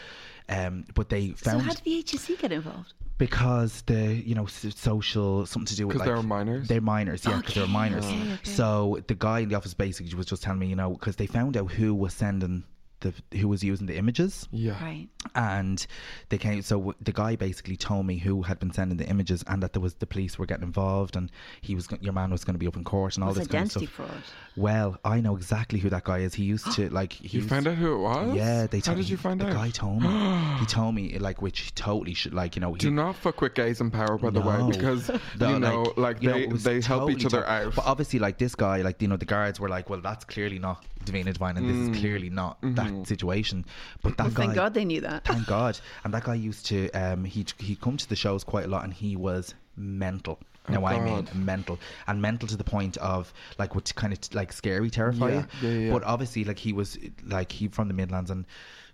[SPEAKER 3] um but they
[SPEAKER 5] So
[SPEAKER 3] found
[SPEAKER 5] how did the HSC get involved?
[SPEAKER 3] because the you know s- social something to do with
[SPEAKER 1] 'Cause
[SPEAKER 3] like
[SPEAKER 1] they're minors?
[SPEAKER 3] They're minors, yeah, because they're
[SPEAKER 1] Okay,
[SPEAKER 3] minors.
[SPEAKER 1] okay,
[SPEAKER 5] okay.
[SPEAKER 3] So the guy in the office basically was just telling me, you know, because they found out who was sending the who was using the images.
[SPEAKER 1] Yeah.
[SPEAKER 5] Right.
[SPEAKER 3] And they came. So w- the guy basically told me who had been sending the images, and that there was the police were getting involved, and he was go- your man was going to be up in court and all
[SPEAKER 5] It's
[SPEAKER 3] this kind of
[SPEAKER 5] identity
[SPEAKER 3] stuff.
[SPEAKER 5] fraud.
[SPEAKER 3] Well, I know exactly who that guy is. He used to like. He
[SPEAKER 1] You
[SPEAKER 3] used-
[SPEAKER 1] found out who it was?
[SPEAKER 3] Yeah, they.
[SPEAKER 1] How
[SPEAKER 3] told
[SPEAKER 1] did
[SPEAKER 3] me-
[SPEAKER 1] you find
[SPEAKER 3] the
[SPEAKER 1] out?
[SPEAKER 3] guy told me. he told me like which he totally should like you know. He,
[SPEAKER 1] Do not fuck with gays in power, by the way,
[SPEAKER 3] No.
[SPEAKER 1] because
[SPEAKER 3] No,
[SPEAKER 1] you know, like,
[SPEAKER 3] you know,
[SPEAKER 1] they,
[SPEAKER 3] it was
[SPEAKER 1] they help
[SPEAKER 3] totally
[SPEAKER 1] each other
[SPEAKER 3] tough.
[SPEAKER 1] out.
[SPEAKER 3] But obviously, like this guy, like you know, the guards were like, "Well, that's clearly not Davina Divine, and this
[SPEAKER 1] Mm. Mm-hmm.
[SPEAKER 3] is clearly not that situation." But that guy,
[SPEAKER 5] Thank God they knew that.
[SPEAKER 3] thank God, and that guy used to um, he he come to the shows quite a lot, and he was mental.
[SPEAKER 1] Oh,
[SPEAKER 3] No, I mean
[SPEAKER 1] God.
[SPEAKER 3] mental, and mental to the point of like what kind of like scary, terrify
[SPEAKER 1] Yeah,
[SPEAKER 3] you.
[SPEAKER 1] yeah, yeah.
[SPEAKER 3] But obviously, like he was like he from the Midlands and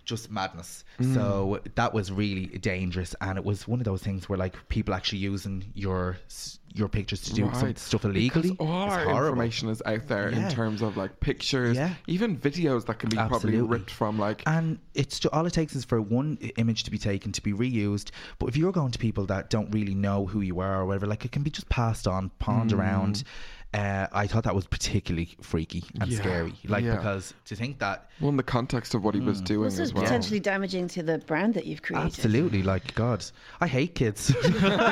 [SPEAKER 3] just madness.
[SPEAKER 1] Mm.
[SPEAKER 3] So that was really dangerous, and it was one of those things where like people actually using your s- your pictures to do some
[SPEAKER 1] Right.
[SPEAKER 3] stuff
[SPEAKER 1] Because oh,
[SPEAKER 3] illegally.
[SPEAKER 1] all
[SPEAKER 3] It's
[SPEAKER 1] our
[SPEAKER 3] horrible.
[SPEAKER 1] information is out there
[SPEAKER 3] Yeah.
[SPEAKER 1] in terms of like pictures,
[SPEAKER 3] Yeah.
[SPEAKER 1] even videos that can be
[SPEAKER 3] Absolutely.
[SPEAKER 1] probably ripped from like
[SPEAKER 3] and it's ju- all it takes is for one i- image to be taken to be reused. But if you're going to people that don't really know who you are or whatever, like it can be just passed on, pawned
[SPEAKER 1] Mm.
[SPEAKER 3] around. Uh, I thought that was particularly freaky and
[SPEAKER 1] Yeah.
[SPEAKER 3] scary, like
[SPEAKER 1] Yeah.
[SPEAKER 3] because to think that
[SPEAKER 1] well, in the context of what he
[SPEAKER 3] Mm.
[SPEAKER 1] was doing
[SPEAKER 5] Also
[SPEAKER 1] as well.
[SPEAKER 5] potentially damaging to the brand that you've created.
[SPEAKER 3] absolutely, like God, I hate kids.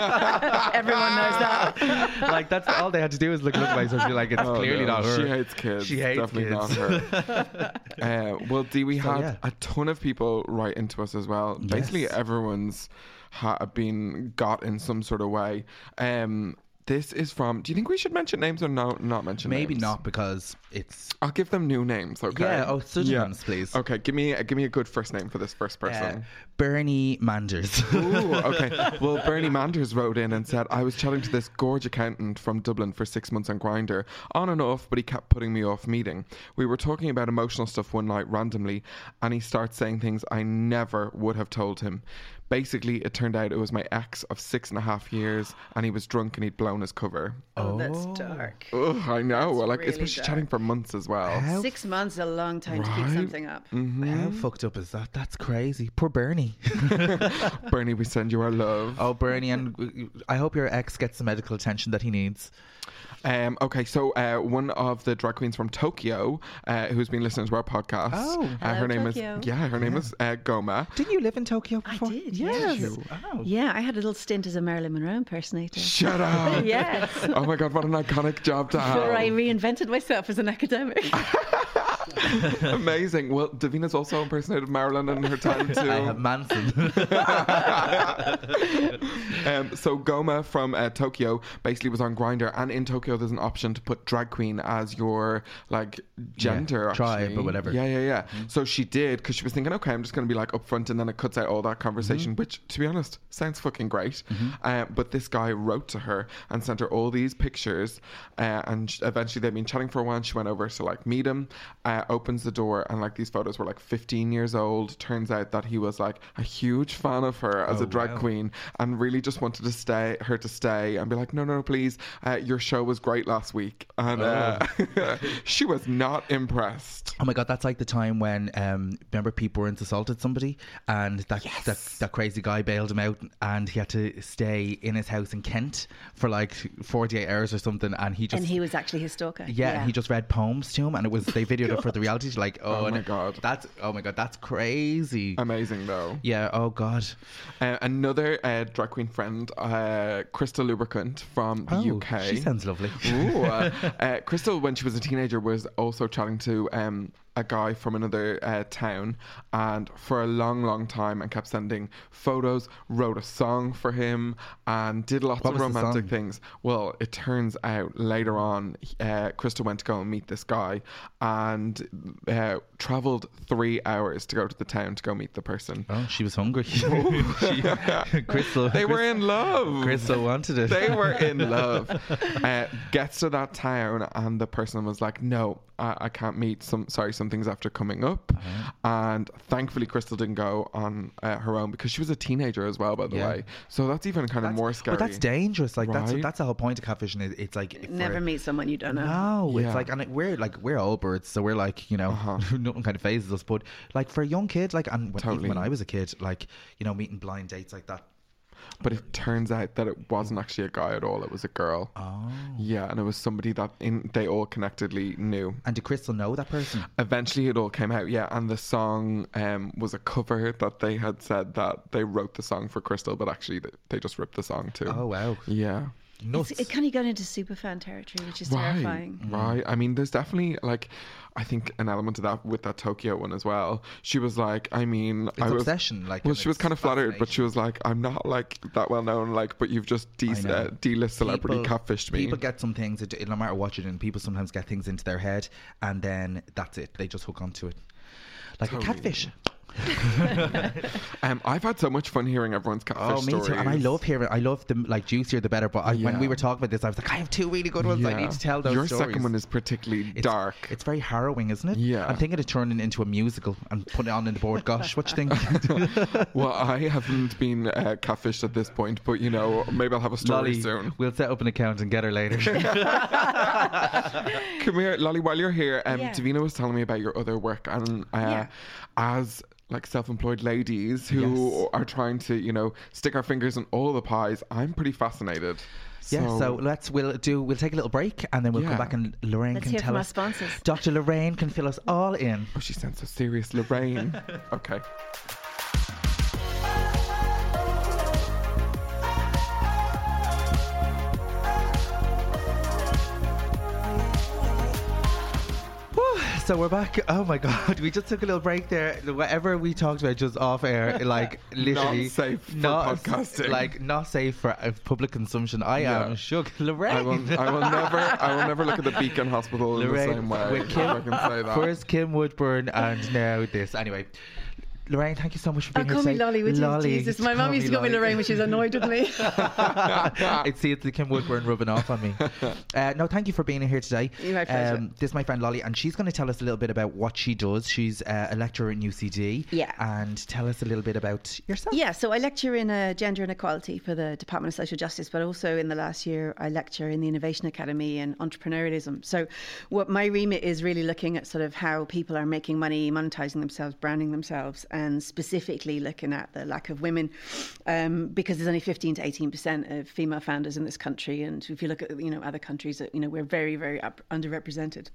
[SPEAKER 5] Everyone knows that.
[SPEAKER 3] like that's all they had to do is look look like so she'd be like it's
[SPEAKER 1] Oh,
[SPEAKER 3] clearly
[SPEAKER 1] no,
[SPEAKER 3] not her.
[SPEAKER 1] She hates kids.
[SPEAKER 3] She hates
[SPEAKER 1] definitely
[SPEAKER 3] kids.
[SPEAKER 1] not her. uh, well, Dee, we
[SPEAKER 3] So,
[SPEAKER 1] had
[SPEAKER 3] yeah.
[SPEAKER 1] a ton of people write into us as well. Basically, everyone's ha- been got in some sort of way. Um, this is from. Do you think we should mention names or no, not mention
[SPEAKER 3] Maybe
[SPEAKER 1] names?
[SPEAKER 3] not because it's.
[SPEAKER 1] I'll give them new names, okay?
[SPEAKER 3] Yeah, oh, pseudonyms, please.
[SPEAKER 1] Okay, give me give me a good first name for this first person.
[SPEAKER 3] Uh, Bernie Manders.
[SPEAKER 1] Ooh, okay. Well, Bernie Manders wrote in and said, I was chatting to this gorge accountant from Dublin for six months on Grinder, on and off, but he kept putting me off meeting. We were talking about emotional stuff one night randomly, and he starts saying things I never would have told him. Basically, it turned out it was my ex of six and a half years, and he was drunk and he'd blown his cover.
[SPEAKER 5] Oh, that's dark.
[SPEAKER 1] Ugh, I know.
[SPEAKER 5] That's
[SPEAKER 1] Well, like,
[SPEAKER 5] really
[SPEAKER 1] especially
[SPEAKER 5] dark.
[SPEAKER 1] chatting for months as well.
[SPEAKER 5] Six months is a long time to keep
[SPEAKER 1] Right?
[SPEAKER 5] something up.
[SPEAKER 3] How fucked up is that? That's crazy. Poor Bernie.
[SPEAKER 1] Bernie, we send you our love.
[SPEAKER 3] Oh, Bernie, and I hope your ex gets the medical attention that he needs.
[SPEAKER 1] Um, okay, so uh, one of the drag queens from Tokyo, uh, who's been listening to our podcast.
[SPEAKER 3] Oh.
[SPEAKER 1] uh, her
[SPEAKER 5] Hello,
[SPEAKER 1] name
[SPEAKER 5] Tokyo.
[SPEAKER 1] is yeah, her name is uh, Goma.
[SPEAKER 3] Didn't you live in Tokyo before?
[SPEAKER 5] I did.
[SPEAKER 3] Yes.
[SPEAKER 5] Yes.
[SPEAKER 3] Oh.
[SPEAKER 5] Yeah, I had a little stint as a Marilyn Monroe impersonator.
[SPEAKER 1] Shut up!
[SPEAKER 5] yes.
[SPEAKER 1] Oh my god, what an iconic job to have!
[SPEAKER 5] Before I reinvented myself as an academic.
[SPEAKER 1] Amazing. Well, Davina's also impersonated Marilyn in her time too.
[SPEAKER 3] I have Manson.
[SPEAKER 1] um, so Goma from uh, Tokyo basically was on Grinder, and in Tokyo there's an option to put drag queen as your like gender,
[SPEAKER 3] tribe
[SPEAKER 1] actually.
[SPEAKER 3] or whatever.
[SPEAKER 1] Yeah, yeah, yeah.
[SPEAKER 3] Mm-hmm.
[SPEAKER 1] So she did because she was thinking, okay, I'm just going to be like upfront, and then it cuts out all that conversation,
[SPEAKER 3] Mm-hmm.
[SPEAKER 1] which to be honest sounds fucking great. Uh, but this guy wrote to her and sent her all these pictures, uh, and sh- eventually they'd been chatting for a while. And she went over to like meet him, uh, opens the door, and like these photos were like 15 years old. Turns out that he was like a huge fan of her as
[SPEAKER 3] Oh,
[SPEAKER 1] a drag
[SPEAKER 3] wow.
[SPEAKER 1] queen queen and really just wanted to stay her to stay and be like no no no please uh, your show was great last week and uh,
[SPEAKER 3] Ah.
[SPEAKER 1] she was not impressed
[SPEAKER 3] Oh my god, that's like the time when um, remember Pete Burns assaulted somebody, and that, that that crazy guy bailed him out, and he had to stay in his house in Kent for like forty eight hours or something, and he just
[SPEAKER 5] and he was actually his stalker.
[SPEAKER 3] yeah, and he just read poems to him, and it was they videoed it for the reality. show, Like oh,
[SPEAKER 1] Oh
[SPEAKER 3] and
[SPEAKER 1] my God.
[SPEAKER 3] that's oh my god, that's crazy.
[SPEAKER 1] amazing though
[SPEAKER 3] yeah, oh god,
[SPEAKER 1] uh, another uh, drag queen friend uh, crystal lubricant from the
[SPEAKER 3] Oh,
[SPEAKER 1] uk
[SPEAKER 3] She sounds lovely.
[SPEAKER 1] Ooh, uh, uh, Crystal, when she was a teenager, was also chatting to um, a guy from another uh, town, and for a long, long time, and kept sending photos, wrote a song for him, and did lots
[SPEAKER 3] What
[SPEAKER 1] of
[SPEAKER 3] was the
[SPEAKER 1] romantic
[SPEAKER 3] song?
[SPEAKER 1] things. Well, it turns out later on, uh, Crystal went to go and meet this guy, and uh, traveled three hours to go to the town to go meet the person.
[SPEAKER 3] Oh, she was hungry. She- Crystal,
[SPEAKER 1] They were in love.
[SPEAKER 3] Crystal wanted it.
[SPEAKER 1] They were in love. Uh, gets to that town, and the person was like, "No, I, I can't meet. Some sorry, some things after coming up." And thankfully, Crystal didn't go on uh, her own because she was a teenager as well, by the
[SPEAKER 3] Yeah.
[SPEAKER 1] way. So that's even kind of more scary.
[SPEAKER 3] But that's dangerous. Like that's
[SPEAKER 1] Right?
[SPEAKER 3] that's the whole point of catfishing. Is it's like if
[SPEAKER 5] Never
[SPEAKER 3] we're-
[SPEAKER 5] meet someone you don't know.
[SPEAKER 3] No,
[SPEAKER 1] Yeah. Uh-huh.
[SPEAKER 3] it's like and it, we're like we're old birds, so we're like you know nothing kind of phases us. But like for a young kid, like and when,
[SPEAKER 1] Totally.
[SPEAKER 3] even when I was a kid, like you know meeting blind dates like that.
[SPEAKER 1] But it turns out that it wasn't actually a guy at all. It was a girl. Oh. Yeah, and it was somebody that in, they all connectedly knew.
[SPEAKER 3] And did Crystal know that person?
[SPEAKER 1] Eventually, it all came out, yeah. And the song um, was a cover that they had said that they wrote the song for Crystal, but actually th- they just ripped the song too.
[SPEAKER 3] Oh wow,
[SPEAKER 1] Yeah.
[SPEAKER 3] nuts!
[SPEAKER 5] It's- It kind of got into superfan territory, which is terrifying.
[SPEAKER 3] Mm.
[SPEAKER 1] Right. I mean, there's definitely like, I think an element of that with that Tokyo one as well. She was like, I mean,
[SPEAKER 3] It's
[SPEAKER 1] I was,
[SPEAKER 3] obsession, like,
[SPEAKER 1] well,
[SPEAKER 3] and
[SPEAKER 1] she was
[SPEAKER 3] it's
[SPEAKER 1] kind of flattered, but she was like, I'm not like that well known, like, but you've just de-
[SPEAKER 3] know.
[SPEAKER 1] uh, D-list celebrity
[SPEAKER 3] People-
[SPEAKER 1] catfished me.
[SPEAKER 3] People get some things, it- it- no matter what you're doing, people sometimes get things into their head and then that's it. They just hook onto it. Like a catfish.
[SPEAKER 1] um, I've had so much fun hearing everyone's catfish
[SPEAKER 3] Oh, me
[SPEAKER 1] stories.
[SPEAKER 3] too. And I love hearing. I love the like juicier the better. But I, when
[SPEAKER 1] Yeah.
[SPEAKER 3] we were talking about this, I was like, I have two really good ones. I
[SPEAKER 1] Yeah.
[SPEAKER 3] need to tell those.
[SPEAKER 1] Your
[SPEAKER 3] stories.
[SPEAKER 1] second one is particularly dark.
[SPEAKER 3] It's very harrowing, isn't it?
[SPEAKER 1] Yeah.
[SPEAKER 3] I'm thinking of turning it into a musical and putting it on in the board. Gosh, what you think?
[SPEAKER 1] well, I haven't been uh, catfished at this point, but you know, maybe I'll have a story
[SPEAKER 3] Lolly,
[SPEAKER 1] soon.
[SPEAKER 3] We'll set up an account and get her later.
[SPEAKER 1] Come here, Lolly. While you're here, um,
[SPEAKER 3] Yeah.
[SPEAKER 1] Davina was telling me about your other work, and uh,
[SPEAKER 3] Yeah.
[SPEAKER 1] as like self-employed ladies who are trying to, you know, stick our fingers in all the pies, I'm pretty fascinated.
[SPEAKER 3] Yeah, so, let's we'll do we'll take a little break and then we'll
[SPEAKER 1] Yeah.
[SPEAKER 3] come back and Lorraine
[SPEAKER 5] Let's
[SPEAKER 3] can
[SPEAKER 5] hear
[SPEAKER 3] tell
[SPEAKER 5] from our
[SPEAKER 3] us.
[SPEAKER 5] sponsors.
[SPEAKER 3] Dr. Lorraine can fill us all in.
[SPEAKER 1] Oh, she sounds so serious, Lorraine. okay.
[SPEAKER 3] Whew, So we're back. Oh my god, we just took a little break there. Whatever we talked about just off air, like literally
[SPEAKER 1] Not safe for podcasting.
[SPEAKER 3] Like not safe for uh, public consumption. I
[SPEAKER 1] Yeah.
[SPEAKER 3] am shook, Lorraine.
[SPEAKER 1] I will, I will never, I will never look at the Beacon Hospital in the same way.
[SPEAKER 3] with
[SPEAKER 1] if
[SPEAKER 3] Kim,
[SPEAKER 1] I can say that.
[SPEAKER 3] First Kim Woodburn, and now this. Anyway, Lorraine, thank you so much for
[SPEAKER 5] Oh,
[SPEAKER 3] being here
[SPEAKER 5] call me
[SPEAKER 3] today.
[SPEAKER 5] Lolly, would you?
[SPEAKER 3] Lolly,
[SPEAKER 5] Jesus, my
[SPEAKER 3] call
[SPEAKER 5] mum used to call me
[SPEAKER 3] Lolly.
[SPEAKER 5] Lorraine when she was annoyed with me.
[SPEAKER 3] it's, see, it's the Kim Woodburn rubbing off on me. Uh, no, thank you for being here today. Um,
[SPEAKER 5] You're my pleasure.
[SPEAKER 3] this is my friend Lolly, and she's going to tell us a little bit about what she does. She's uh, a lecturer in UCD.
[SPEAKER 5] Yeah.
[SPEAKER 3] And tell us a little bit about yourself.
[SPEAKER 5] Yeah, so I lecture in uh, gender inequality for the Department of Social Justice, but also in the last year I lecture in the Innovation Academy and entrepreneurialism. So, what my remit is really looking at sort of how people are making money, monetizing themselves, branding themselves, and specifically looking at the lack of women, um, because there's only 15 to 18 percent of female founders in this country, and if you look at you know other countries, you know we're very very up- underrepresented.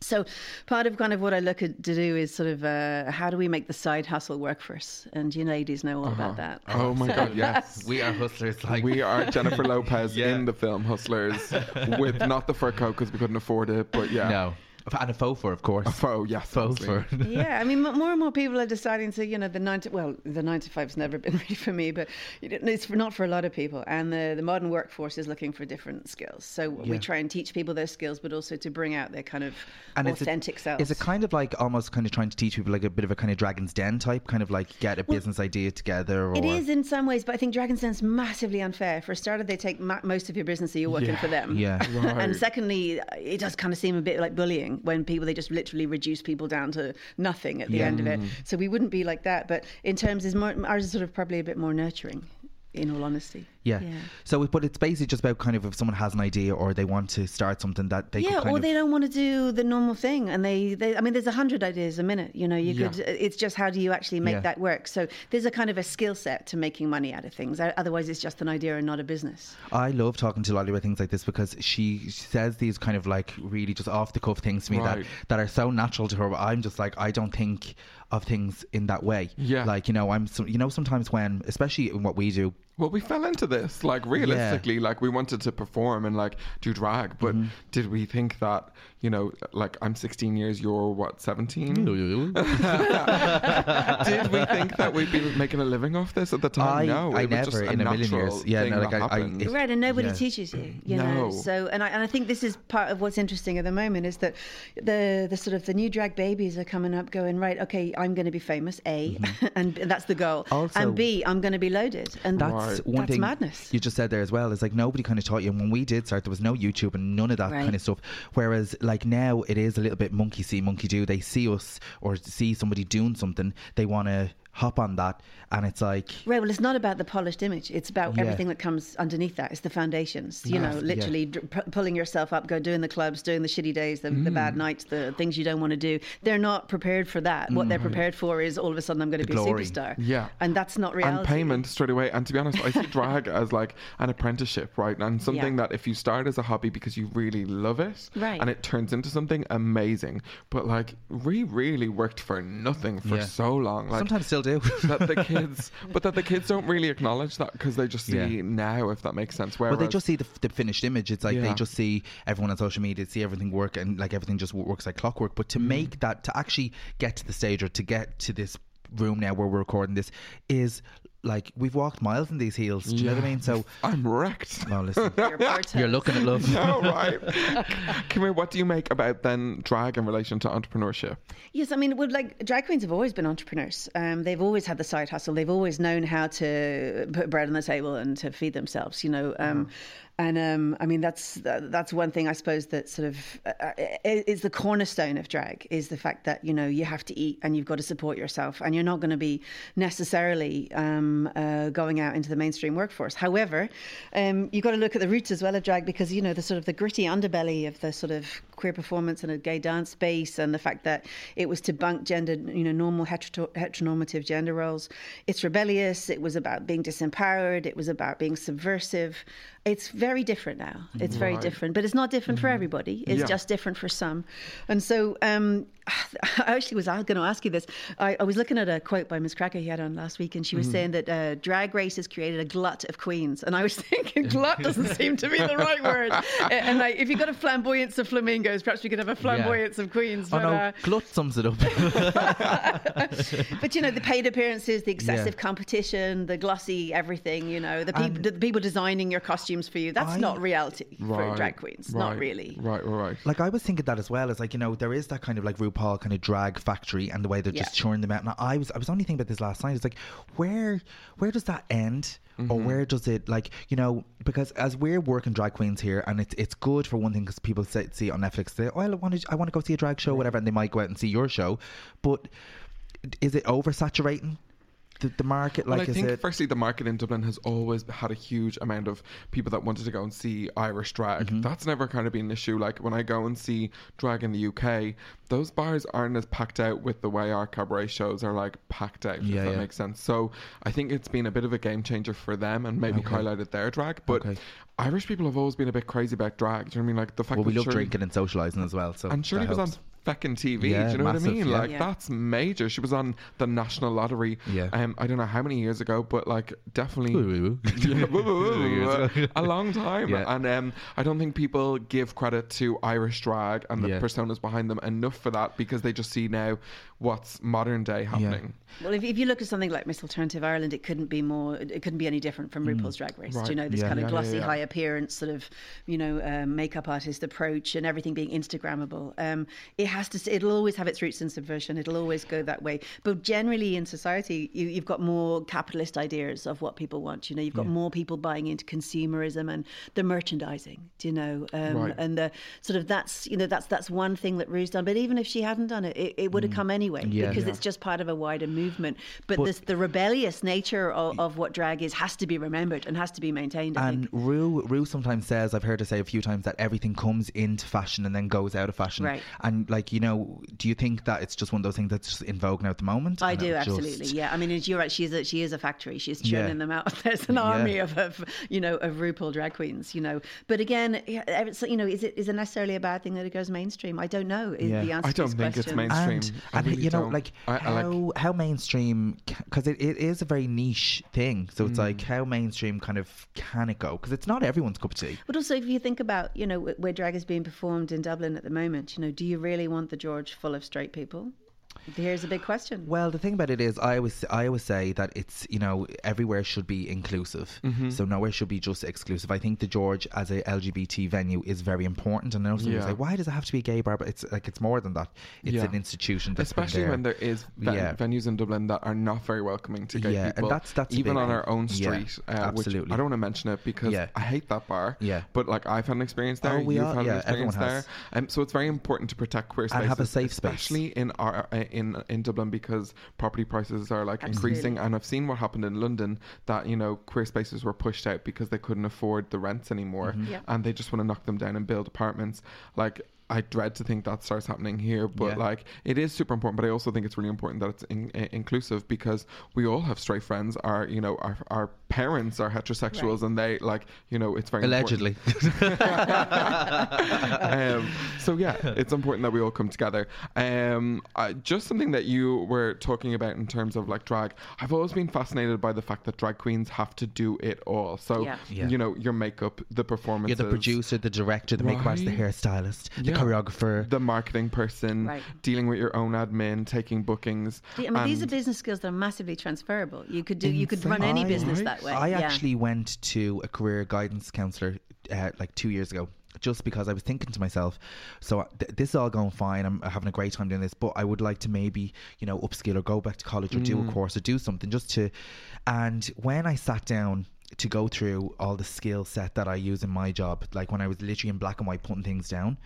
[SPEAKER 5] So, part of kind of what I look at to do is sort of uh, how do we make the side hustle work for us? And you ladies know all about that.
[SPEAKER 1] Oh my
[SPEAKER 5] So
[SPEAKER 1] God! Yes,
[SPEAKER 3] we are hustlers. Like
[SPEAKER 1] we are Jennifer Lopez in the film Hustlers, with not the fur coat because we couldn't afford it, but yeah,
[SPEAKER 3] No, and a faux fur, of course. A
[SPEAKER 1] faux, yes,
[SPEAKER 3] faux fur.
[SPEAKER 5] yeah, I mean, m- more and more people are deciding to, you know, the nine to, well, the nine to five's never been really for me, but you know, it's for, not for a lot of people. And the, the modern workforce is looking for different skills. So
[SPEAKER 3] Yeah.
[SPEAKER 5] we try and teach people those skills, but also to bring out their kind of
[SPEAKER 3] it's a-
[SPEAKER 5] authentic selves.
[SPEAKER 3] Is it kind of like almost kind of trying to teach people like a bit of a kind of Dragon's Den type, kind of like get a business idea together? Or
[SPEAKER 5] It is in some ways, but I think Dragon's Den's massively unfair. For a starter, they take ma- most of your business, so you're working
[SPEAKER 3] Yeah,
[SPEAKER 5] for them.
[SPEAKER 3] yeah. Right.
[SPEAKER 5] and secondly, it does kind of seem a bit like bullying when people they just literally reduce people down to nothing at the
[SPEAKER 3] Yeah.
[SPEAKER 5] end of it.
[SPEAKER 3] Mm.
[SPEAKER 5] So we wouldn't be like that. But in terms, is more, ours is sort of probably a bit more nurturing, in all honesty.
[SPEAKER 3] Yeah. So, it- but it's basically just about kind of if someone has an idea or they want to start something that they
[SPEAKER 5] yeah,
[SPEAKER 3] could kind
[SPEAKER 5] or
[SPEAKER 3] of.
[SPEAKER 5] they don't want to do the normal thing, and they, they I mean, there's a hundred ideas a minute. You know, you
[SPEAKER 3] Yeah.
[SPEAKER 5] could. It's just how do you actually make
[SPEAKER 3] Yeah.
[SPEAKER 5] that work? So there's a kind of a skill set to making money out of things. Otherwise, it's just an idea and not a business.
[SPEAKER 3] I love talking to Lolly about things like this because she she says these kind of like really just off the cuff things to me
[SPEAKER 1] Right.
[SPEAKER 3] that, that are so natural to her. But I'm just like I don't think of things in that way. Yeah. Like you know I'm so, you know sometimes when especially in what we do.
[SPEAKER 1] Well, we fell into this like realistically, like we wanted to perform and like do drag, but
[SPEAKER 3] Mm-hmm.
[SPEAKER 1] did we think that you know, like I'm 16 years, you're what 17? did we think that we'd be making a living off this at the time?
[SPEAKER 3] I-
[SPEAKER 1] no,
[SPEAKER 3] I
[SPEAKER 1] it was
[SPEAKER 3] never
[SPEAKER 1] just
[SPEAKER 3] in a million
[SPEAKER 1] natural
[SPEAKER 3] years. Yeah,
[SPEAKER 1] thing
[SPEAKER 3] no, like,
[SPEAKER 1] that
[SPEAKER 3] I- I-
[SPEAKER 1] happened.
[SPEAKER 5] right and nobody
[SPEAKER 3] yeah.
[SPEAKER 5] teaches you you
[SPEAKER 1] No.
[SPEAKER 5] know so and I, and I think this is part of what's interesting at the moment is that the the sort of the new drag babies are coming up going right okay i'm going to be famous a and b- that's the goal
[SPEAKER 3] Mm-hmm. Also-
[SPEAKER 5] and b i'm going to be loaded and
[SPEAKER 3] That's one
[SPEAKER 5] that's
[SPEAKER 3] thing
[SPEAKER 5] madness
[SPEAKER 3] you just said there as well. Is like nobody kind of taught you. And when we did start, there was no YouTube and none of that
[SPEAKER 5] Right.
[SPEAKER 3] kind of stuff. Whereas like now, it is a little bit monkey see, monkey do. They see us or see somebody doing something, they want to hop on that, and it's like
[SPEAKER 5] Right. Well, it's not about the polished image. It's about
[SPEAKER 3] Yeah.
[SPEAKER 5] everything that comes underneath that. It's the foundations. You
[SPEAKER 3] Yeah.
[SPEAKER 5] know,
[SPEAKER 3] Yeah.
[SPEAKER 5] literally dr- pu- pulling yourself up, go doing the clubs, doing the shitty days, the, the
[SPEAKER 3] Mm.
[SPEAKER 5] bad nights, the things you don't want to do. They're not prepared for that. What they're
[SPEAKER 1] Mm.
[SPEAKER 3] Mm-hmm.
[SPEAKER 5] prepared for is all of a sudden I'm going to
[SPEAKER 1] The
[SPEAKER 5] be
[SPEAKER 1] glory.
[SPEAKER 5] a superstar.
[SPEAKER 1] Yeah.
[SPEAKER 5] And that's not reality.
[SPEAKER 1] And payment straight away. And to be honest, I see drag as like an apprenticeship, right? And something
[SPEAKER 5] Yeah.
[SPEAKER 1] that if you start as a hobby because you really love it,
[SPEAKER 5] Right.
[SPEAKER 1] and it turns into something amazing. But like, we really worked for nothing for
[SPEAKER 3] Yeah.
[SPEAKER 1] so long. Like,
[SPEAKER 3] sometimes still do.
[SPEAKER 1] that the kids, but that the kids don't really acknowledge that because they just see
[SPEAKER 3] Yeah.
[SPEAKER 1] now, if that makes sense. Whereas
[SPEAKER 3] But they just see the, the finished image. It's like they
[SPEAKER 1] Yeah.
[SPEAKER 3] just see everyone on social media, see everything work, and like everything just wo- works like clockwork. But to make that, to actually get to the stage or to get to this room now where we're recording this, is like we've walked miles in these heels. Do you know what I mean? So
[SPEAKER 1] I'm wrecked.
[SPEAKER 3] No, listen,
[SPEAKER 1] You're burnt
[SPEAKER 3] you're looking at love.
[SPEAKER 1] no, right. Come here. What do you make about then drag in relation to entrepreneurship?
[SPEAKER 5] Yes, I mean, well, like drag queens have always been entrepreneurs. Um, they've always had the side hustle. They've always known how to put bread on the table and to feed themselves. You know, um, and um, I mean, that's that's one thing I suppose that sort of uh, is the cornerstone of drag is the fact that you know you have to eat and you've got to support yourself, and you're not going to be necessarily um, uh, going out into the mainstream workforce. However, um, you've got to look at the roots as well of drag because you know the sort of the gritty underbelly of the sort of queer performance and a gay dance space, and the fact that it was to bunk gender, you know, normal hetero- heteronormative gender roles. It's rebellious. It was about being disempowered. It was about being subversive. It's very different now. It's very
[SPEAKER 6] Right.
[SPEAKER 5] different, but it's not different
[SPEAKER 3] Mm-hmm.
[SPEAKER 5] for everybody. It's
[SPEAKER 6] Yeah.
[SPEAKER 5] just different for some. And so, um, I actually was going to ask you this. I, I was looking at a quote by Ms. Cracker he had on last week, and she was
[SPEAKER 3] Mm-hmm.
[SPEAKER 5] saying
[SPEAKER 6] Mhm.
[SPEAKER 5] that uh, drag race has created a glut of queens. And I was thinking, glut doesn't seem to be the right word. A- And like, if you've got a flamboyance of flamingos, perhaps we could have a flamboyance of queens.
[SPEAKER 3] Oh
[SPEAKER 5] But,
[SPEAKER 3] no,
[SPEAKER 5] uh,
[SPEAKER 3] glut sums it up.
[SPEAKER 5] but you know, the paid appearances, the excessive
[SPEAKER 3] Yeah.
[SPEAKER 5] competition, the glossy everything. You know, the, peop- the people designing your costumes for you. That's not reality for drag queens. Not really.
[SPEAKER 1] Right, right, right.
[SPEAKER 3] Like I was thinking that as well. As like you know, there is that kind of like RuPaul kind of drag factory and the way they're
[SPEAKER 5] Yeah.
[SPEAKER 3] just churning them out. And I was I was only thinking about this last night. It's like where where does that end? Or
[SPEAKER 1] Mm-hmm.
[SPEAKER 3] where does it like you know because as we're working drag queens here and it's it's good for one thing because people say, see it on Netflix they oh I want to I want to go see a drag show whatever and they might go out and see your show, but is it oversaturating the, the market like
[SPEAKER 1] well, I
[SPEAKER 3] is
[SPEAKER 1] think
[SPEAKER 3] it
[SPEAKER 1] firstly the market in Dublin has always had a huge amount of people that wanted to go and see Irish drag.
[SPEAKER 3] Mm-hmm.
[SPEAKER 1] That's never kind of been an issue. Like when I go and see drag in the UK, those bars aren't as packed out with the way our cabaret shows are like packed out.
[SPEAKER 3] Yeah,
[SPEAKER 1] if that
[SPEAKER 3] yeah.
[SPEAKER 1] makes sense. So I think it's been a bit of a game changer for them and maybe
[SPEAKER 3] Okay.
[SPEAKER 1] highlighted their drag. But
[SPEAKER 3] Okay.
[SPEAKER 1] Irish people have always been a bit crazy about drag. Do you know what I mean? Like the fact
[SPEAKER 3] well
[SPEAKER 1] that
[SPEAKER 3] we love
[SPEAKER 1] surely-
[SPEAKER 3] drinking and socializing as well so
[SPEAKER 1] and Shirley
[SPEAKER 3] that
[SPEAKER 1] was on
[SPEAKER 3] helps.
[SPEAKER 1] fucking TV.
[SPEAKER 3] Yeah,
[SPEAKER 1] do you know
[SPEAKER 3] massive,
[SPEAKER 1] what I mean?
[SPEAKER 3] yeah.
[SPEAKER 1] Like
[SPEAKER 3] Yeah.
[SPEAKER 1] that's major. She was on the national lottery.
[SPEAKER 3] Yeah.
[SPEAKER 1] Um, I don't know how many years ago, but like definitely
[SPEAKER 3] Woo,
[SPEAKER 1] Yeah, woo, woo, woo,
[SPEAKER 3] Years
[SPEAKER 1] woo, a long time.
[SPEAKER 3] Yeah.
[SPEAKER 1] And um, I don't think people give credit to Irish drag and the
[SPEAKER 3] Yeah.
[SPEAKER 1] personas behind them enough for that because they just see now what's modern day happening.
[SPEAKER 5] Well, if, if you look at something like Miss Alternative Ireland, it couldn't be more. It couldn't be any different from
[SPEAKER 1] Mm.
[SPEAKER 5] RuPaul's Drag Race.
[SPEAKER 1] Right.
[SPEAKER 5] You know, this
[SPEAKER 1] Yeah.
[SPEAKER 5] kind of
[SPEAKER 1] Yeah, yeah,
[SPEAKER 5] glossy,
[SPEAKER 1] yeah.
[SPEAKER 5] high appearance, sort of, you know, um, makeup artist approach, and everything being Instagrammable. Um, it has to. s- It'll always have its roots in subversion. It'll always go that way. But generally in society, you, you've got more capitalist ideas of what people want. You know, you've got
[SPEAKER 6] Yeah.
[SPEAKER 5] more people buying into consumerism and the merchandising. Do you know? Um,
[SPEAKER 6] Right.
[SPEAKER 5] And the sort of that's you know that's that's one thing that Rue's done. But even if she hadn't done it, it, it would have
[SPEAKER 6] Mm.
[SPEAKER 5] come anyway
[SPEAKER 6] Yeah.
[SPEAKER 5] because
[SPEAKER 6] Yeah.
[SPEAKER 5] it's just part of a wider movement. But,
[SPEAKER 3] But-
[SPEAKER 5] this, the rebellious nature of, of what drag is has to be remembered and has to be maintained. I think.
[SPEAKER 3] And Rue, Rue sometimes says, I've heard her say a few times that everything comes into fashion and then goes out of fashion.
[SPEAKER 5] Right.
[SPEAKER 3] And like, you know, do you think that it's just one of those things that's just in vogue now at the moment?
[SPEAKER 5] I
[SPEAKER 3] And
[SPEAKER 5] do
[SPEAKER 3] it just-
[SPEAKER 5] absolutely, yeah. I mean, it's- you're right. She's a, she is a factory. She's
[SPEAKER 3] Yeah.
[SPEAKER 5] churning them out. There's an
[SPEAKER 3] Yeah.
[SPEAKER 5] army of, of you know of RuPaul drag queens, you know. But again, yeah, it's- you know, is it is it necessarily a bad thing that it goes mainstream? I don't know. Is the answer
[SPEAKER 1] I
[SPEAKER 5] to this
[SPEAKER 1] don't think it's
[SPEAKER 5] question.
[SPEAKER 1] mainstream.
[SPEAKER 3] And,
[SPEAKER 1] I
[SPEAKER 3] and
[SPEAKER 1] really
[SPEAKER 3] you know,
[SPEAKER 1] don't.
[SPEAKER 3] like,
[SPEAKER 1] I- I like-
[SPEAKER 3] how, how mainstream, because it, it is a very niche thing. So
[SPEAKER 1] Mm.
[SPEAKER 3] it's like, how mainstream kind of can it go? Because it's not everyone's cup of tea.
[SPEAKER 5] But also, if you think about, you know, wh- where drag is being performed in Dublin at the moment, you know, do you really want the George full of straight people? Here's a big question.
[SPEAKER 3] Well, the thing about it is, I always, I always say that it's you know everywhere should be inclusive,
[SPEAKER 1] Mm-hmm.
[SPEAKER 5] Mhm.
[SPEAKER 3] so nowhere should be just exclusive. I think the George as a LGBT venue is very important, and I also
[SPEAKER 1] Yeah.
[SPEAKER 3] say, why does it have to be a gay bar? But it's like it's more than that. It's
[SPEAKER 1] Yeah.
[SPEAKER 3] an institution, that's been
[SPEAKER 1] especially
[SPEAKER 3] there.
[SPEAKER 1] when there is ven-
[SPEAKER 3] Yeah.
[SPEAKER 1] venues in Dublin that are not very welcoming to gay
[SPEAKER 3] Yeah, and
[SPEAKER 1] people.
[SPEAKER 3] that's- that's a
[SPEAKER 1] even
[SPEAKER 3] big
[SPEAKER 1] on our
[SPEAKER 3] thing.
[SPEAKER 1] own
[SPEAKER 3] Yeah,
[SPEAKER 1] street. uh, which
[SPEAKER 3] absolutely.
[SPEAKER 1] I don't want to mention it because
[SPEAKER 3] Yeah.
[SPEAKER 1] I hate that bar.
[SPEAKER 3] Yeah.
[SPEAKER 1] but like I've had an experience there.
[SPEAKER 3] Oh, we
[SPEAKER 1] you've
[SPEAKER 3] all-
[SPEAKER 1] had
[SPEAKER 3] yeah,
[SPEAKER 1] an experience
[SPEAKER 3] everyone
[SPEAKER 1] there.
[SPEAKER 3] has.
[SPEAKER 1] Um, so it's very important to protect queer spaces
[SPEAKER 3] And have a safe space.
[SPEAKER 1] especially in our uh, in in Dublin because property prices are like increasing,
[SPEAKER 3] Absolutely.
[SPEAKER 1] and I've seen what happened in London that you know queer spaces were pushed out because they couldn't afford the rents anymore,
[SPEAKER 3] Mhm. Yeah.
[SPEAKER 1] and they just want to knock them down and build apartments like. I dread to think that starts happening here, but
[SPEAKER 3] Yeah.
[SPEAKER 1] like it is super important. But I also think it's really important that it's in, i- inclusive because we all have straight friends. Our you know our, our parents are heterosexuals, and they like you know it's very important.
[SPEAKER 3] Allegedly.
[SPEAKER 1] um, so yeah, it's important that we all come together. Um, I, just something that you were talking about in terms of like drag. I've always been fascinated by the fact that drag queens have to do it all. So
[SPEAKER 3] Yeah. Yeah.
[SPEAKER 1] you know, your makeup, the performance,
[SPEAKER 3] You're the producer, the director, the makeup artist, the
[SPEAKER 1] Right.
[SPEAKER 3] hairstylist, the
[SPEAKER 1] Yeah.
[SPEAKER 3] choreographer,
[SPEAKER 1] the marketing person,
[SPEAKER 5] Right.
[SPEAKER 1] dealing with your own admin, taking bookings.
[SPEAKER 5] I mean, these are
[SPEAKER 1] and-
[SPEAKER 5] business skills that are massively transferable. You could do, you could run any business that way.
[SPEAKER 3] I
[SPEAKER 5] yeah.
[SPEAKER 3] actually went to a career guidance counselor uh, like two years ago just because I was thinking to myself, so uh, th- this is all going fine. I'm having a great time doing this, but I would like to maybe, you know, upskill or go back to college or do a
[SPEAKER 1] Mm.
[SPEAKER 3] course or do something just to. And when I sat down to go through all the skill set that I use in my job, like when I was literally in black and white putting things down,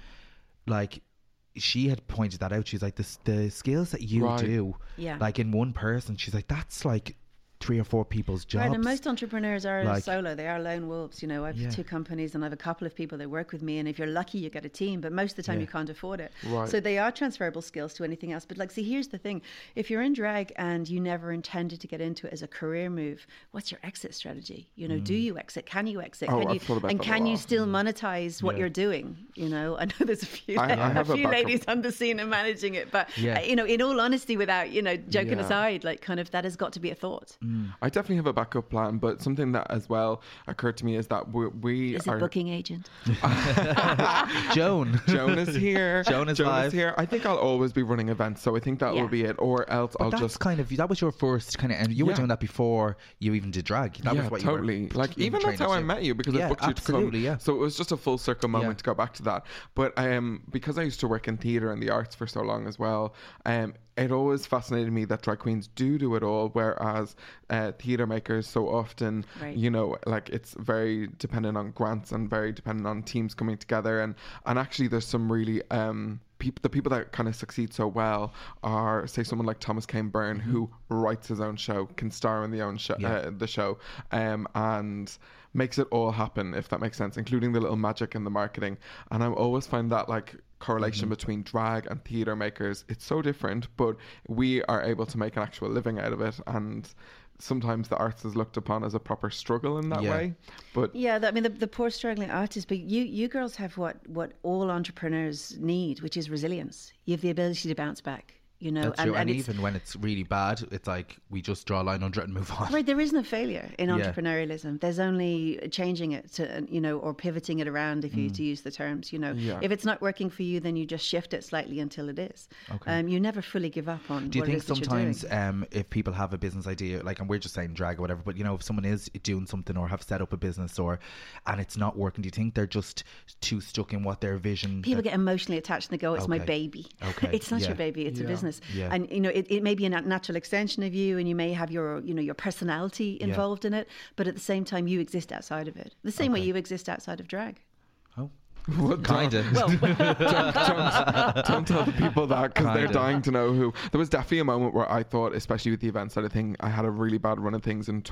[SPEAKER 3] like she had pointed that out. She's like, the, the skills that you
[SPEAKER 5] Right.
[SPEAKER 3] do,
[SPEAKER 5] Yeah.
[SPEAKER 3] like in one person, she's like, that's like three or four people's
[SPEAKER 5] Right,
[SPEAKER 3] jobs.
[SPEAKER 5] and most entrepreneurs are
[SPEAKER 3] Like-
[SPEAKER 5] solo; they are lone wolves. You know, I've
[SPEAKER 3] Yeah.
[SPEAKER 5] two companies, and I've a couple of people that work with me. And if you're lucky, you get a team, but most of the time
[SPEAKER 6] Yeah.
[SPEAKER 5] you can't afford it.
[SPEAKER 6] Right.
[SPEAKER 5] So they are transferable skills to anything else. But like, see, here's the thing: if you're in drag and you never intended to get into it as a career move, what's your exit strategy? You know, do
[SPEAKER 6] Mm.
[SPEAKER 5] you exit? Can you exit?
[SPEAKER 1] Oh,
[SPEAKER 5] can
[SPEAKER 1] I've
[SPEAKER 5] you,
[SPEAKER 1] thought about
[SPEAKER 5] and
[SPEAKER 1] that a
[SPEAKER 5] can you
[SPEAKER 1] lot.
[SPEAKER 5] still monetize what
[SPEAKER 1] Yeah.
[SPEAKER 5] you're doing? You know, I know there's a few,
[SPEAKER 1] I- I
[SPEAKER 5] a
[SPEAKER 1] have a
[SPEAKER 5] few
[SPEAKER 1] backup.
[SPEAKER 5] ladies on the scene and managing it, but
[SPEAKER 1] Yeah.
[SPEAKER 5] uh, you know, in all honesty, without you know, joking
[SPEAKER 1] Yeah.
[SPEAKER 5] aside, like, kind of that has got to be a thought.
[SPEAKER 1] I definitely have a backup plan, but something that as well occurred to me is that we, we
[SPEAKER 5] Is
[SPEAKER 1] are
[SPEAKER 5] a booking agent.
[SPEAKER 3] Joan.
[SPEAKER 1] Joan is here.
[SPEAKER 3] Joan is live.
[SPEAKER 1] here. I think I'll always be running events, so I think that
[SPEAKER 5] Yeah.
[SPEAKER 1] will be it. Or else
[SPEAKER 3] But
[SPEAKER 1] I'll
[SPEAKER 3] that's
[SPEAKER 1] just
[SPEAKER 3] kind of that was your first kind of, and you were
[SPEAKER 1] Yeah.
[SPEAKER 3] doing that before you even did drag. That was what
[SPEAKER 1] totally.
[SPEAKER 3] you were
[SPEAKER 1] like even that's
[SPEAKER 3] trained
[SPEAKER 1] how I
[SPEAKER 3] to.
[SPEAKER 1] met you because
[SPEAKER 3] Yeah,
[SPEAKER 1] I booked you to
[SPEAKER 3] absolutely,
[SPEAKER 1] come.
[SPEAKER 3] yeah.
[SPEAKER 1] So it was just a full circle moment to go back to that. But um, because I used to work in theatre and the arts for so long as well, um, it always fascinated me that drag queens do do it all, whereas uh, theatre makers so often,
[SPEAKER 7] Right.
[SPEAKER 1] you know, like it's very dependent on grants and very dependent on teams coming together. And and actually, there's some really um. People, the people that kind of succeed so well are, say, someone like Thomas Kane Byrne, who writes his own show, can star in the own show,
[SPEAKER 3] Mm-hmm. Yeah.
[SPEAKER 1] uh, the show, um, and makes it all happen, if that makes sense, including the little magic and the marketing. And I always find that like correlation between drag and theater makers. It's so different, but we are able to make an actual living out of it, and sometimes the arts is looked upon as a proper struggle in that
[SPEAKER 5] Yeah.
[SPEAKER 1] way. But
[SPEAKER 5] Yeah, that, I mean the, the poor struggling artist, but you you girls have what what all entrepreneurs need, which is resilience. You have the ability to bounce back. You know,
[SPEAKER 3] That's true. And,
[SPEAKER 5] it's-
[SPEAKER 3] even when it's really bad, it's like we just draw a line under it and move on.
[SPEAKER 5] Right, there is no failure in
[SPEAKER 3] Yeah.
[SPEAKER 5] entrepreneurialism. There's only changing it to, you know, or pivoting it around, if you to use the terms. You know,
[SPEAKER 3] Mm. Yeah.
[SPEAKER 5] if it's not working for you, then you just shift it slightly until it is.
[SPEAKER 3] Okay.
[SPEAKER 5] Um, you never fully give up on.
[SPEAKER 3] Do you
[SPEAKER 5] what it
[SPEAKER 3] think
[SPEAKER 5] is that you're doing.
[SPEAKER 3] sometimes um, if people have a business idea, like, and we're just saying drag or whatever, but you know, if someone is doing something or have set up a business or, and it's not working, do you think they're just too stuck in what their vision?
[SPEAKER 5] People
[SPEAKER 3] that-
[SPEAKER 5] get emotionally attached and they go, "It's my
[SPEAKER 3] Okay.
[SPEAKER 5] baby."
[SPEAKER 3] Okay.
[SPEAKER 5] it's not
[SPEAKER 3] Yeah.
[SPEAKER 5] your baby; it's a
[SPEAKER 3] Yeah.
[SPEAKER 5] business,
[SPEAKER 3] Yeah.
[SPEAKER 5] and you know it, it may be a nat- natural extension of you, and you may have your you know your personality
[SPEAKER 3] Yeah.
[SPEAKER 5] involved in it, but at the same time, you exist outside of it. The same way you exist outside of drag.
[SPEAKER 1] Well,
[SPEAKER 3] Kinda.
[SPEAKER 1] Don't, don't, don't- don't tell the people that because they're
[SPEAKER 3] Kinda.
[SPEAKER 1] dying to know who. There was definitely a moment where I thought, especially with the event side of thing, I had a really bad run of things in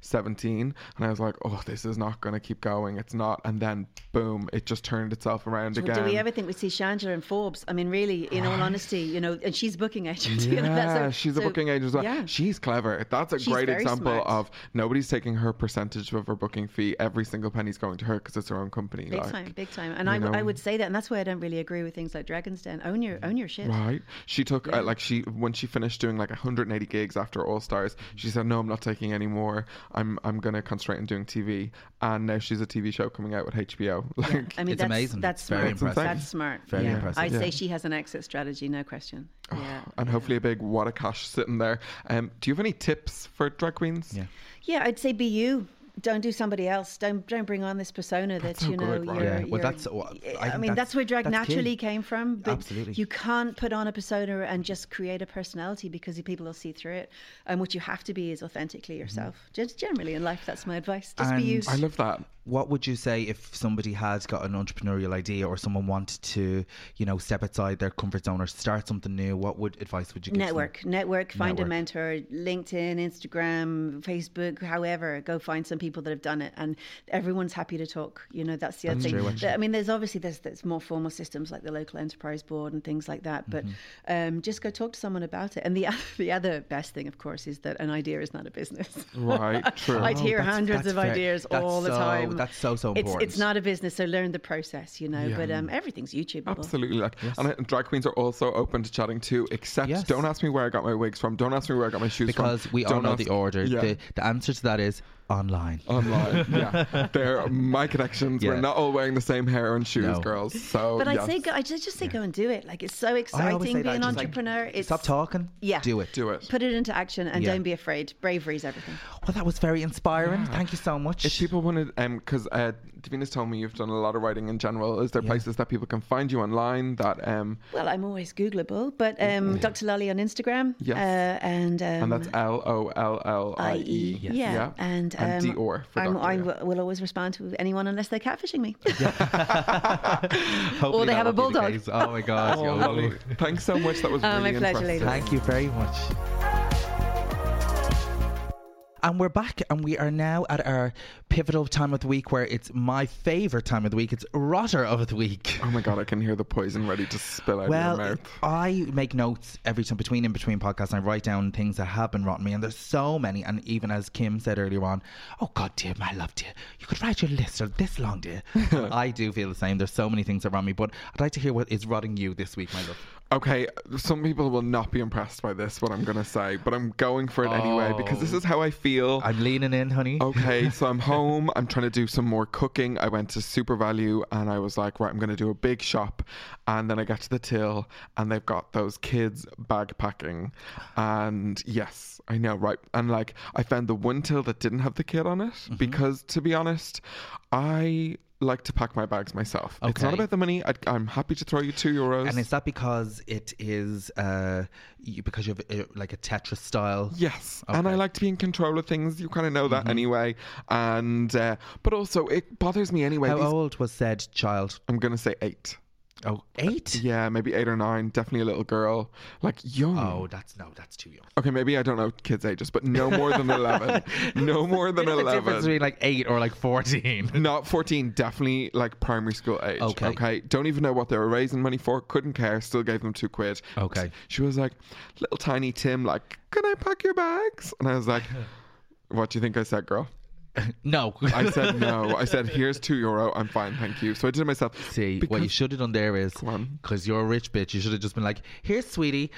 [SPEAKER 1] 2017, and I was like, "Oh, this is not going to keep going. It's not." And then, boom, it just turned itself around
[SPEAKER 5] Well,
[SPEAKER 1] again.
[SPEAKER 5] do we ever think we see Chandler and Forbes? I mean, really, in all honesty, you know, and she's booking agent. you know, that's
[SPEAKER 1] Yeah, she's a
[SPEAKER 5] so-
[SPEAKER 1] booking agent as well.
[SPEAKER 5] Yeah.
[SPEAKER 1] She's clever. That's a
[SPEAKER 5] She's
[SPEAKER 1] great
[SPEAKER 5] very
[SPEAKER 1] example
[SPEAKER 5] smart.
[SPEAKER 1] of nobody's taking her percentage of her booking fee. Every single penny's going to her because it's her own company.
[SPEAKER 5] Big
[SPEAKER 1] like,
[SPEAKER 5] time, big time, and I,
[SPEAKER 1] you
[SPEAKER 5] w- I
[SPEAKER 1] know.
[SPEAKER 5] would say that, and that's why I don't really agree with things like Dragon's Den. Own your own your shit.
[SPEAKER 1] Right. She took uh, like she when she finished doing like 180 gigs after All Stars, she said, "No, I'm not taking any more. I'm I'm going to concentrate on doing TV." And now she's a TV show coming out with HBO. Like
[SPEAKER 5] I mean, that's, That's smart. That's smart. yeah. I'd say she has an exit strategy, no question.
[SPEAKER 1] Oh,
[SPEAKER 5] Yeah.
[SPEAKER 1] and hopefully a big wad of cash sitting there. Um, do you have any tips for drag queens? Yeah.
[SPEAKER 5] Yeah, I'd say be you. Don't do somebody else. Don't don't bring on this persona that
[SPEAKER 1] so
[SPEAKER 5] you know
[SPEAKER 1] good,
[SPEAKER 5] you're.
[SPEAKER 1] right? Yeah, well,
[SPEAKER 5] you're-
[SPEAKER 3] that's- oh, I think
[SPEAKER 5] I, mean,
[SPEAKER 3] that's-
[SPEAKER 5] that's, where drag
[SPEAKER 3] that's key.
[SPEAKER 5] naturally came from. But
[SPEAKER 3] Absolutely.
[SPEAKER 5] you can't put on a persona and just create a personality because people will see through it. And what you have to be is authentically yourself. Just generally in life, that's my advice. Just be you.
[SPEAKER 1] love that.
[SPEAKER 3] What would you say if somebody has got an entrepreneurial idea or someone wanted to, you know, step outside their comfort zone or start something new? What would advice would you give? to them?
[SPEAKER 5] network network find a
[SPEAKER 3] Network.
[SPEAKER 5] mentor linkedin instagram facebook however go find some people that have done it and everyone's happy to talk you know that's the other
[SPEAKER 6] That's
[SPEAKER 5] thing
[SPEAKER 6] true, actually.
[SPEAKER 5] i mean there's obviously there's, there's more formal systems like the local enterprise board and things like that but
[SPEAKER 3] Mm-hmm.
[SPEAKER 5] um, just go talk to someone about it and the oth- the other best thing of course is that an idea is not a business
[SPEAKER 1] Right, true.
[SPEAKER 5] i'd
[SPEAKER 1] Oh,
[SPEAKER 5] hear
[SPEAKER 1] that's-
[SPEAKER 5] hundreds of
[SPEAKER 1] that's fair.
[SPEAKER 5] ideas
[SPEAKER 1] That's
[SPEAKER 5] all the
[SPEAKER 1] so-
[SPEAKER 5] time
[SPEAKER 1] that's so, so
[SPEAKER 5] It's- it's,
[SPEAKER 1] important.
[SPEAKER 5] not a business so learn the process you know
[SPEAKER 1] Yeah.
[SPEAKER 5] but um, everything's youtube
[SPEAKER 1] Absolutely, like, and I- drag queens are also open to chatting too. Except, don't ask me where I got my wigs from. Don't ask me where I got my shoes from.
[SPEAKER 3] Because we all
[SPEAKER 1] Don't
[SPEAKER 3] know
[SPEAKER 1] ask-
[SPEAKER 3] the order.
[SPEAKER 1] Yeah.
[SPEAKER 3] The, the answer to that is online.
[SPEAKER 1] Online, yeah. They're my connections. We're
[SPEAKER 3] Yeah.
[SPEAKER 1] not all wearing the same hair and shoes,
[SPEAKER 3] No.
[SPEAKER 1] girls. So,
[SPEAKER 5] But
[SPEAKER 1] yes.
[SPEAKER 5] I say, go, I just, just say, go and do it. Like it's so exciting
[SPEAKER 3] always say
[SPEAKER 5] being
[SPEAKER 3] that,
[SPEAKER 5] an
[SPEAKER 3] just like,
[SPEAKER 5] entrepreneur. it's
[SPEAKER 3] Stop talking.
[SPEAKER 5] Yeah.
[SPEAKER 3] Do it.
[SPEAKER 1] Do it.
[SPEAKER 5] Put it into action and
[SPEAKER 1] Yeah.
[SPEAKER 5] don't be afraid. Bravery is everything.
[SPEAKER 3] Well, that was very inspiring. Thank you so much.
[SPEAKER 1] If people wanted, um, because uh, Davina's told me you've done a lot of writing in general. Is there places that people can find you online that um,
[SPEAKER 5] Well, I'm always Googleable, but um, Dr. Lolly on Instagram.
[SPEAKER 1] Yes.
[SPEAKER 5] Uh, and, um,
[SPEAKER 1] and that's L O L L I E.
[SPEAKER 5] Yeah. And, um,
[SPEAKER 1] and Dior for
[SPEAKER 5] I'm,
[SPEAKER 1] Dr.
[SPEAKER 5] I w- will always respond to anyone unless they're catfishing me.
[SPEAKER 3] Hopefully
[SPEAKER 5] Or they have a
[SPEAKER 3] that won't be the
[SPEAKER 5] bulldog.
[SPEAKER 3] case. Oh my god,
[SPEAKER 1] Oh,
[SPEAKER 3] you're lovely.
[SPEAKER 1] Thanks so much. That was
[SPEAKER 5] Oh, my
[SPEAKER 1] really
[SPEAKER 5] pleasure,
[SPEAKER 1] interesting.
[SPEAKER 5] ladies.
[SPEAKER 3] Thank you very much. And we're back, and we are now at our pivotal time of the week where it's my favourite time of the week. It's Rotter of the Week.
[SPEAKER 1] Oh my god, I can hear the poison ready to spill out of your
[SPEAKER 3] Well,
[SPEAKER 1] mouth.
[SPEAKER 3] I make notes every time between in between podcasts, and I write down things that have been rotten me, and there's so many. And even as Kim said earlier on, oh God, dear, my love, dear, you could write your list of this long, dear. And I do feel the same. There's so many things that rot me, but I'd like to hear what is rotting you this week, my love.
[SPEAKER 1] Okay, some people will not be impressed by this, what I'm going to say, but I'm going for it anyway because this
[SPEAKER 3] Oh.
[SPEAKER 1] is how I feel.
[SPEAKER 3] I'm leaning in, honey.
[SPEAKER 1] Okay, so I'm home. I'm trying to do some more cooking. I went to Super Value and I was like, right, I'm going to do a big shop. And then I get to the till and they've got those kids bag packing. And yes, I know, right? And like, I found the one till that didn't have the kid on it
[SPEAKER 3] Mm-hmm.
[SPEAKER 1] because, to be honest, I like to pack my bags myself. It's not
[SPEAKER 3] Okay.
[SPEAKER 1] about the money. I, I'm happy to throw you two euros.
[SPEAKER 3] And is that because it is uh, you, because you have uh, like a Tetris style?
[SPEAKER 1] Yes, and I like to be in control of things. You kind of know
[SPEAKER 3] Mm-hmm.
[SPEAKER 1] that anyway, and uh, but also it bothers me anyway.
[SPEAKER 3] How
[SPEAKER 1] These-
[SPEAKER 3] old was said child?
[SPEAKER 1] I'm gonna say eight.
[SPEAKER 3] Oh, eight.
[SPEAKER 1] Yeah, maybe eight or nine. Definitely a little girl, like young.
[SPEAKER 3] Oh, that's no, that's too young.
[SPEAKER 1] Okay, maybe I don't know kids' ages, but no more than eleven. no more than
[SPEAKER 3] What's the difference
[SPEAKER 1] eleven.
[SPEAKER 3] between like eight or like fourteen?
[SPEAKER 1] Not fourteen. Definitely like primary school age.
[SPEAKER 3] Okay.
[SPEAKER 1] Okay. Don't even know what they were raising money for. Couldn't care. Still gave them two quid.
[SPEAKER 3] Okay.
[SPEAKER 1] She was like, little tiny Tim, like, can I pack your bags? And I was like, what do you think I said, girl?
[SPEAKER 3] No.
[SPEAKER 1] I said no. I said here's two euro. I'm fine, thank you. So I did it myself.
[SPEAKER 3] See, what you
[SPEAKER 1] Because-
[SPEAKER 3] should have done there is
[SPEAKER 1] on.
[SPEAKER 3] because you're a rich bitch, you should have just been like, Here, sweetie,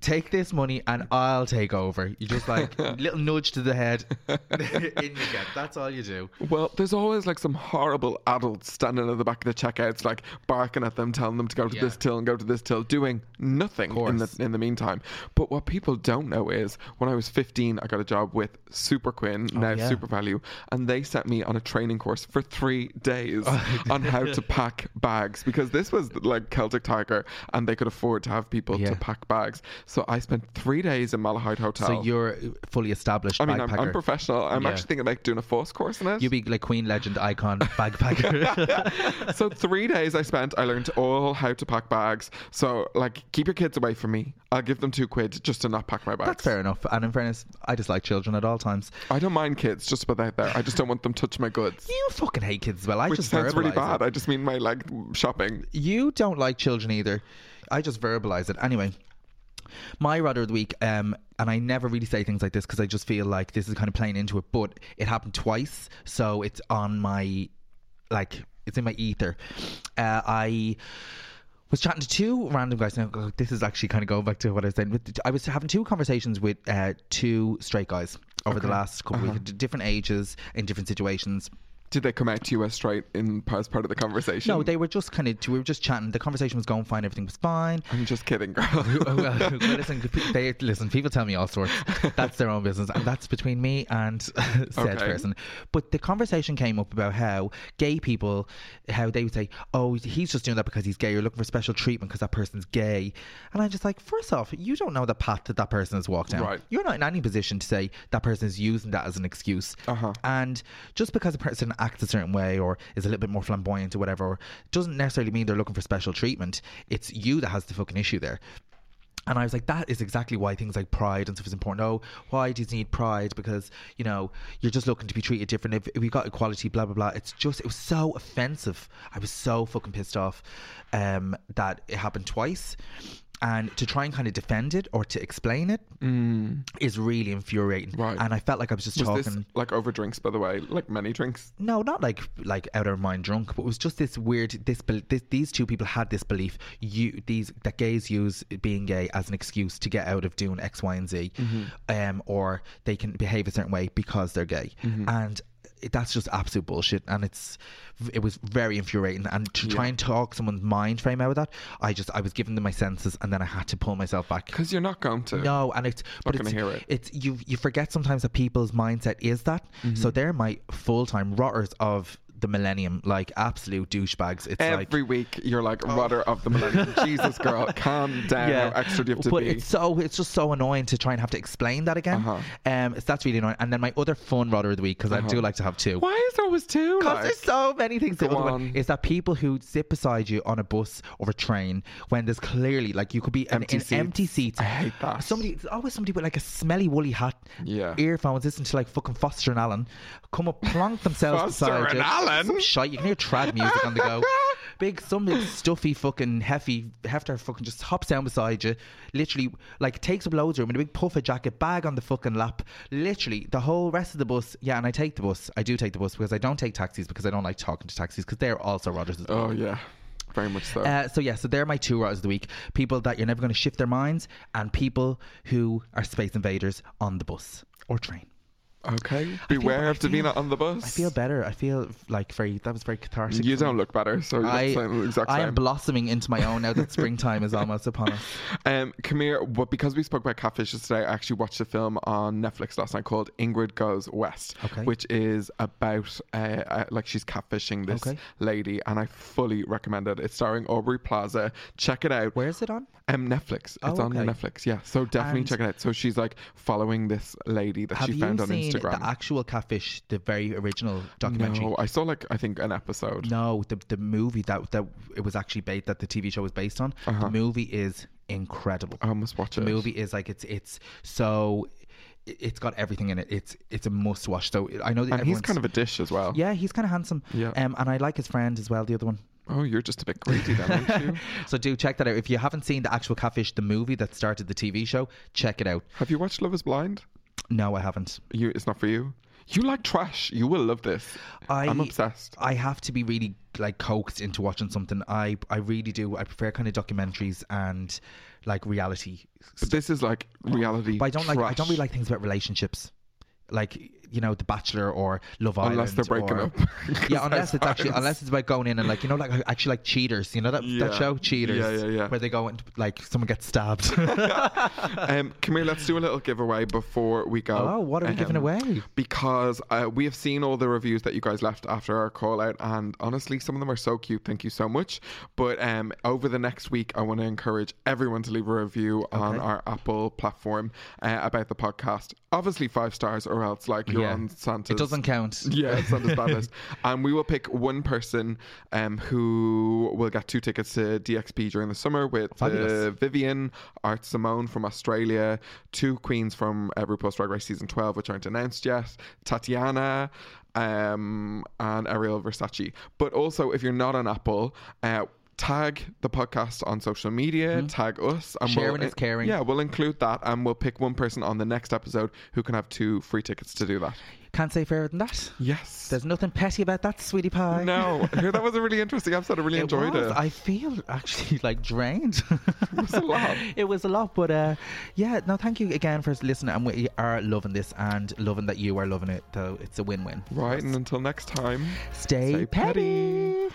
[SPEAKER 3] take this money and I'll take over. You just like little nudge to the head. In you get. That's all you do.
[SPEAKER 1] Well, there's always like some horrible adult standing at the back of the checkouts, like barking at them, telling them to go to this till and go to this till, doing nothing in the
[SPEAKER 3] course.
[SPEAKER 1] in the meantime. But what people don't know is when I was 15, I got a job with Super Quinn, now
[SPEAKER 3] Oh, yeah.
[SPEAKER 1] Super Value, and they sent me on a training course for three days on how to pack bags because this was like Celtic Tiger, and they could afford to have people
[SPEAKER 3] Yeah.
[SPEAKER 1] to pack bags. So I spent three days in Malahide Hotel.
[SPEAKER 3] So you're fully established
[SPEAKER 1] I mean, I'm,
[SPEAKER 3] bagpacker.
[SPEAKER 1] I'm professional. I'm
[SPEAKER 3] Yeah.
[SPEAKER 1] actually thinking about doing a force course in it.
[SPEAKER 3] You'd be like Queen Legend icon bagpacker.
[SPEAKER 1] so three days I spent, I learned all how to pack bags. So like, keep your kids away from me. I'll give them two quid just to not pack my bags.
[SPEAKER 3] That's fair enough. And in fairness, I dislike children at all times.
[SPEAKER 1] I don't mind kids, just about out there. I just don't want them touch my goods.
[SPEAKER 3] You fucking hate kids as well. I
[SPEAKER 1] which
[SPEAKER 3] just
[SPEAKER 1] sounds really
[SPEAKER 3] verbalise
[SPEAKER 1] bad.
[SPEAKER 3] it.
[SPEAKER 1] I just mean my like shopping.
[SPEAKER 3] you don't like children either. I just verbalize it. Anyway, my rudder of the week, um, and I never really say things like this because I just feel like this is kind of playing into it, but it happened twice. So it's on my, like, it's in my ether. Uh, I was chatting to two random guys. Now, oh, this is actually kind of going back to what I was saying. With- I was having two conversations with uh, two straight guys over the last couple of weeks, d- different ages, in different situations.
[SPEAKER 1] Did they come out to you as straight in as part of the conversation?
[SPEAKER 3] No, they were just kind of, we were just chatting. The conversation was going fine, everything was fine.
[SPEAKER 1] I'm just kidding, girl.
[SPEAKER 3] Oh, well, well, listen, p- they, listen, people tell me all sorts. That's their own business. And that's between me and said
[SPEAKER 1] Okay.
[SPEAKER 3] person. But the conversation came up about how gay people, how they would say, oh, he's just doing that because he's gay. You're looking for special treatment because that person's gay. And I'm just like, first off, you don't know the path that that person has walked down.
[SPEAKER 1] Right.
[SPEAKER 3] You're not in any position to say that person is using that as an excuse.
[SPEAKER 1] Uh-huh.
[SPEAKER 3] And just because a person acts a certain way or is a little bit more flamboyant or whatever, doesn't necessarily mean they're looking for special treatment. It's you that has the fucking issue there. And I was like, that is exactly why things like pride and stuff is important. Oh, why do you need pride? Because, you know, you're just looking to be treated different. If we got equality, blah, blah, blah. It's just, it was so offensive. I was so fucking pissed off um, that it happened twice. and to try and kind of defend it or to explain it is really infuriating.
[SPEAKER 1] Mm. Right.
[SPEAKER 3] And I felt like I was just
[SPEAKER 1] was
[SPEAKER 3] talking.
[SPEAKER 1] this like over drinks, by the way? Like many drinks?
[SPEAKER 3] No, not like like out of mind drunk, but it was just this weird. This, bel- this these two people had this belief you these that gays use being gay as an excuse to get out of doing X, Y, and Z,
[SPEAKER 1] Mhm.
[SPEAKER 3] um, or they can behave a certain way because they're gay,
[SPEAKER 1] Mhm.
[SPEAKER 3] and it- that's just absolute bullshit. And it's it was very infuriating, and to try
[SPEAKER 1] Yeah.
[SPEAKER 3] and talk someone's mind frame out of that, I just I was giving them my senses, and then I had to pull myself back
[SPEAKER 1] Because you're not going to.
[SPEAKER 3] No, and it's
[SPEAKER 1] not
[SPEAKER 3] but
[SPEAKER 1] going
[SPEAKER 3] it's,
[SPEAKER 1] to hear it.
[SPEAKER 3] it's you you forget sometimes that people's mindset is that.
[SPEAKER 1] Mm-hmm.
[SPEAKER 3] So they're my full time rotters of the millennium, like absolute douchebags. It's like
[SPEAKER 1] Every week you're like rudder of the millennium. Jesus, girl, calm down. How extra do you have to
[SPEAKER 3] but
[SPEAKER 1] be?
[SPEAKER 3] it's so it's just so annoying to try and have to explain that again. Um, so that's really annoying. And then my other fun rotter of the week because I
[SPEAKER 1] Uh-huh.
[SPEAKER 3] do like to have two.
[SPEAKER 1] Why is there always two?
[SPEAKER 3] Because
[SPEAKER 1] like?
[SPEAKER 3] there's so many things. The
[SPEAKER 1] Go
[SPEAKER 3] other
[SPEAKER 1] on.
[SPEAKER 3] one is that people who sit beside you on a bus or a train when there's clearly like you could be an,
[SPEAKER 1] Empty
[SPEAKER 3] in empty seats. I
[SPEAKER 1] hate that.
[SPEAKER 3] Somebody, there's always somebody with like a smelly woolly hat,
[SPEAKER 1] Yeah.
[SPEAKER 3] earphones, listen to like fucking Foster and Allen, come up, plonk themselves
[SPEAKER 1] Foster
[SPEAKER 3] beside
[SPEAKER 1] and
[SPEAKER 3] you.
[SPEAKER 1] Allen?
[SPEAKER 3] Some shite. You can hear trad music on the go. Big, some big stuffy fucking hefty hefter fucking just hops down beside you, literally like takes up loads of room in a big puffer jacket, bag on the fucking lap. Literally the whole rest of the bus. Yeah, and I take the bus. I do take the bus because I don't take taxis because I don't like talking to taxis because they're also Rogers. As well.
[SPEAKER 1] Oh yeah, very much so.
[SPEAKER 3] Uh, so yeah, so they're my two rotters of the week: people that you're never going to shift their minds, and people who are space invaders on the bus or train.
[SPEAKER 1] okay, beware of Davina on the bus.
[SPEAKER 3] I feel better. I feel like very. That was very cathartic.
[SPEAKER 1] You
[SPEAKER 3] for me.
[SPEAKER 1] don't look better, so
[SPEAKER 3] I,
[SPEAKER 1] I, the exact
[SPEAKER 3] I
[SPEAKER 1] Oh, same.
[SPEAKER 3] am blossoming into my own now that springtime is almost upon us.
[SPEAKER 1] Um, come here. Well, because we spoke about catfishes today, I actually watched a film on Netflix last night called Ingrid Goes West,
[SPEAKER 3] Okay.
[SPEAKER 1] which is about uh, uh, like she's catfishing this
[SPEAKER 3] Okay.
[SPEAKER 1] lady, and I fully recommend it. It's starring Aubrey Plaza. Check it out.
[SPEAKER 3] Where is it on?
[SPEAKER 1] Um, Netflix. It's
[SPEAKER 3] Oh,
[SPEAKER 1] on
[SPEAKER 3] okay.
[SPEAKER 1] Netflix. Yeah, so definitely
[SPEAKER 3] And-
[SPEAKER 1] check it out. So she's like following this lady that
[SPEAKER 3] Have
[SPEAKER 1] she
[SPEAKER 3] you
[SPEAKER 1] found on
[SPEAKER 3] seen
[SPEAKER 1] Instagram.
[SPEAKER 3] the actual catfish, the very original documentary?
[SPEAKER 1] No, I saw like I think an episode.
[SPEAKER 3] No, the the movie that that it was actually based that the TV show was based on.
[SPEAKER 1] Uh-huh.
[SPEAKER 3] The movie is incredible.
[SPEAKER 1] I must watch
[SPEAKER 3] The
[SPEAKER 1] it.
[SPEAKER 3] movie is like it's it's so it- it's got everything in it. It's it's a must watch. So I know
[SPEAKER 1] and
[SPEAKER 3] that
[SPEAKER 1] he's
[SPEAKER 3] everyone's-
[SPEAKER 1] kind of a dish as well.
[SPEAKER 3] yeah, he's kind of handsome.
[SPEAKER 1] Yeah.
[SPEAKER 3] Um, and I like his friend as well, the other one.
[SPEAKER 1] Oh, you're just a bit greedy then, aren't you?
[SPEAKER 3] So do check that out. If you haven't seen the actual catfish, the movie that started the TV show, check it out.
[SPEAKER 1] Have you watched Love Is Blind?
[SPEAKER 3] No, I haven't.
[SPEAKER 1] You, it's not for you. You like trash. You will love this.
[SPEAKER 3] I,
[SPEAKER 1] am obsessed.
[SPEAKER 3] I have to be really like coaxed into watching something. I I really do. I prefer kind of documentaries and like reality.
[SPEAKER 1] But this is like reality.
[SPEAKER 3] But I don't like I don't
[SPEAKER 1] trash.
[SPEAKER 3] really like things about relationships. Like you know, The Bachelor or Love Island,
[SPEAKER 1] Unless they're breaking
[SPEAKER 3] or-
[SPEAKER 1] up. 'Cause
[SPEAKER 3] yeah, unless it's actually
[SPEAKER 1] sometimes-
[SPEAKER 3] unless it's about going in and like you know, like actually like Cheaters. You know that
[SPEAKER 1] Yeah.
[SPEAKER 3] that show Cheaters,
[SPEAKER 1] Yeah, yeah, yeah.
[SPEAKER 3] where they go and like someone gets stabbed.
[SPEAKER 1] um, come here, let's do a little giveaway before we go. Um,
[SPEAKER 3] Oh, what are we giving away?
[SPEAKER 1] Because uh, we have seen all the reviews that you guys left after our call out, and honestly, some of them are so cute. Thank you so much. But um, over the next week, I want to encourage everyone to leave a review on
[SPEAKER 3] Okay.
[SPEAKER 1] our Apple platform uh, about the podcast. Obviously, five stars, or else like you're
[SPEAKER 3] Yeah.
[SPEAKER 1] on Santa's.
[SPEAKER 3] it doesn't count.
[SPEAKER 1] Yeah, it's on this bad list. And we will pick one person um, who will get two tickets to DXP during the summer with uh,
[SPEAKER 3] Fabulous.
[SPEAKER 1] Vivian, Art Simone from Australia, two queens from uh, RuPaul's Drag Race Season 12, which aren't announced yet, Tatiana. Um, and Ariel Versace. But also, if you're not on Apple, uh, tag the podcast on social media, tag us. And
[SPEAKER 3] Mm-hmm. Sharing is caring.
[SPEAKER 1] Yeah, we'll include that and we'll pick one person on the next episode who can have two free tickets to do that.
[SPEAKER 3] Can't say fairer than that.
[SPEAKER 1] Yes.
[SPEAKER 3] There's nothing petty about that, sweetie pie.
[SPEAKER 1] No, here, that was a really interesting episode. I really enjoyed
[SPEAKER 3] was.
[SPEAKER 1] it.
[SPEAKER 3] I feel actually like drained. it was
[SPEAKER 1] a lot.
[SPEAKER 3] It was a lot, but uh, yeah. No, thank you again for listening, and we are loving this and loving that you are loving it. Though it's a win-win.
[SPEAKER 1] right, and until next time,
[SPEAKER 3] Stay,
[SPEAKER 1] stay petty.
[SPEAKER 3] petty.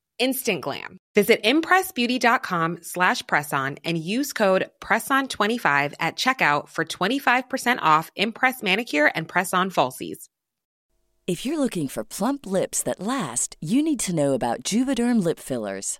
[SPEAKER 8] instant glam. Visit impressbeauty.com slash presson and use code PRESSON25 at checkout for 25% off Impress Manicure and Press On Falsies.
[SPEAKER 5] If you're looking for plump lips that last, you need to know about Juvederm lip fillers.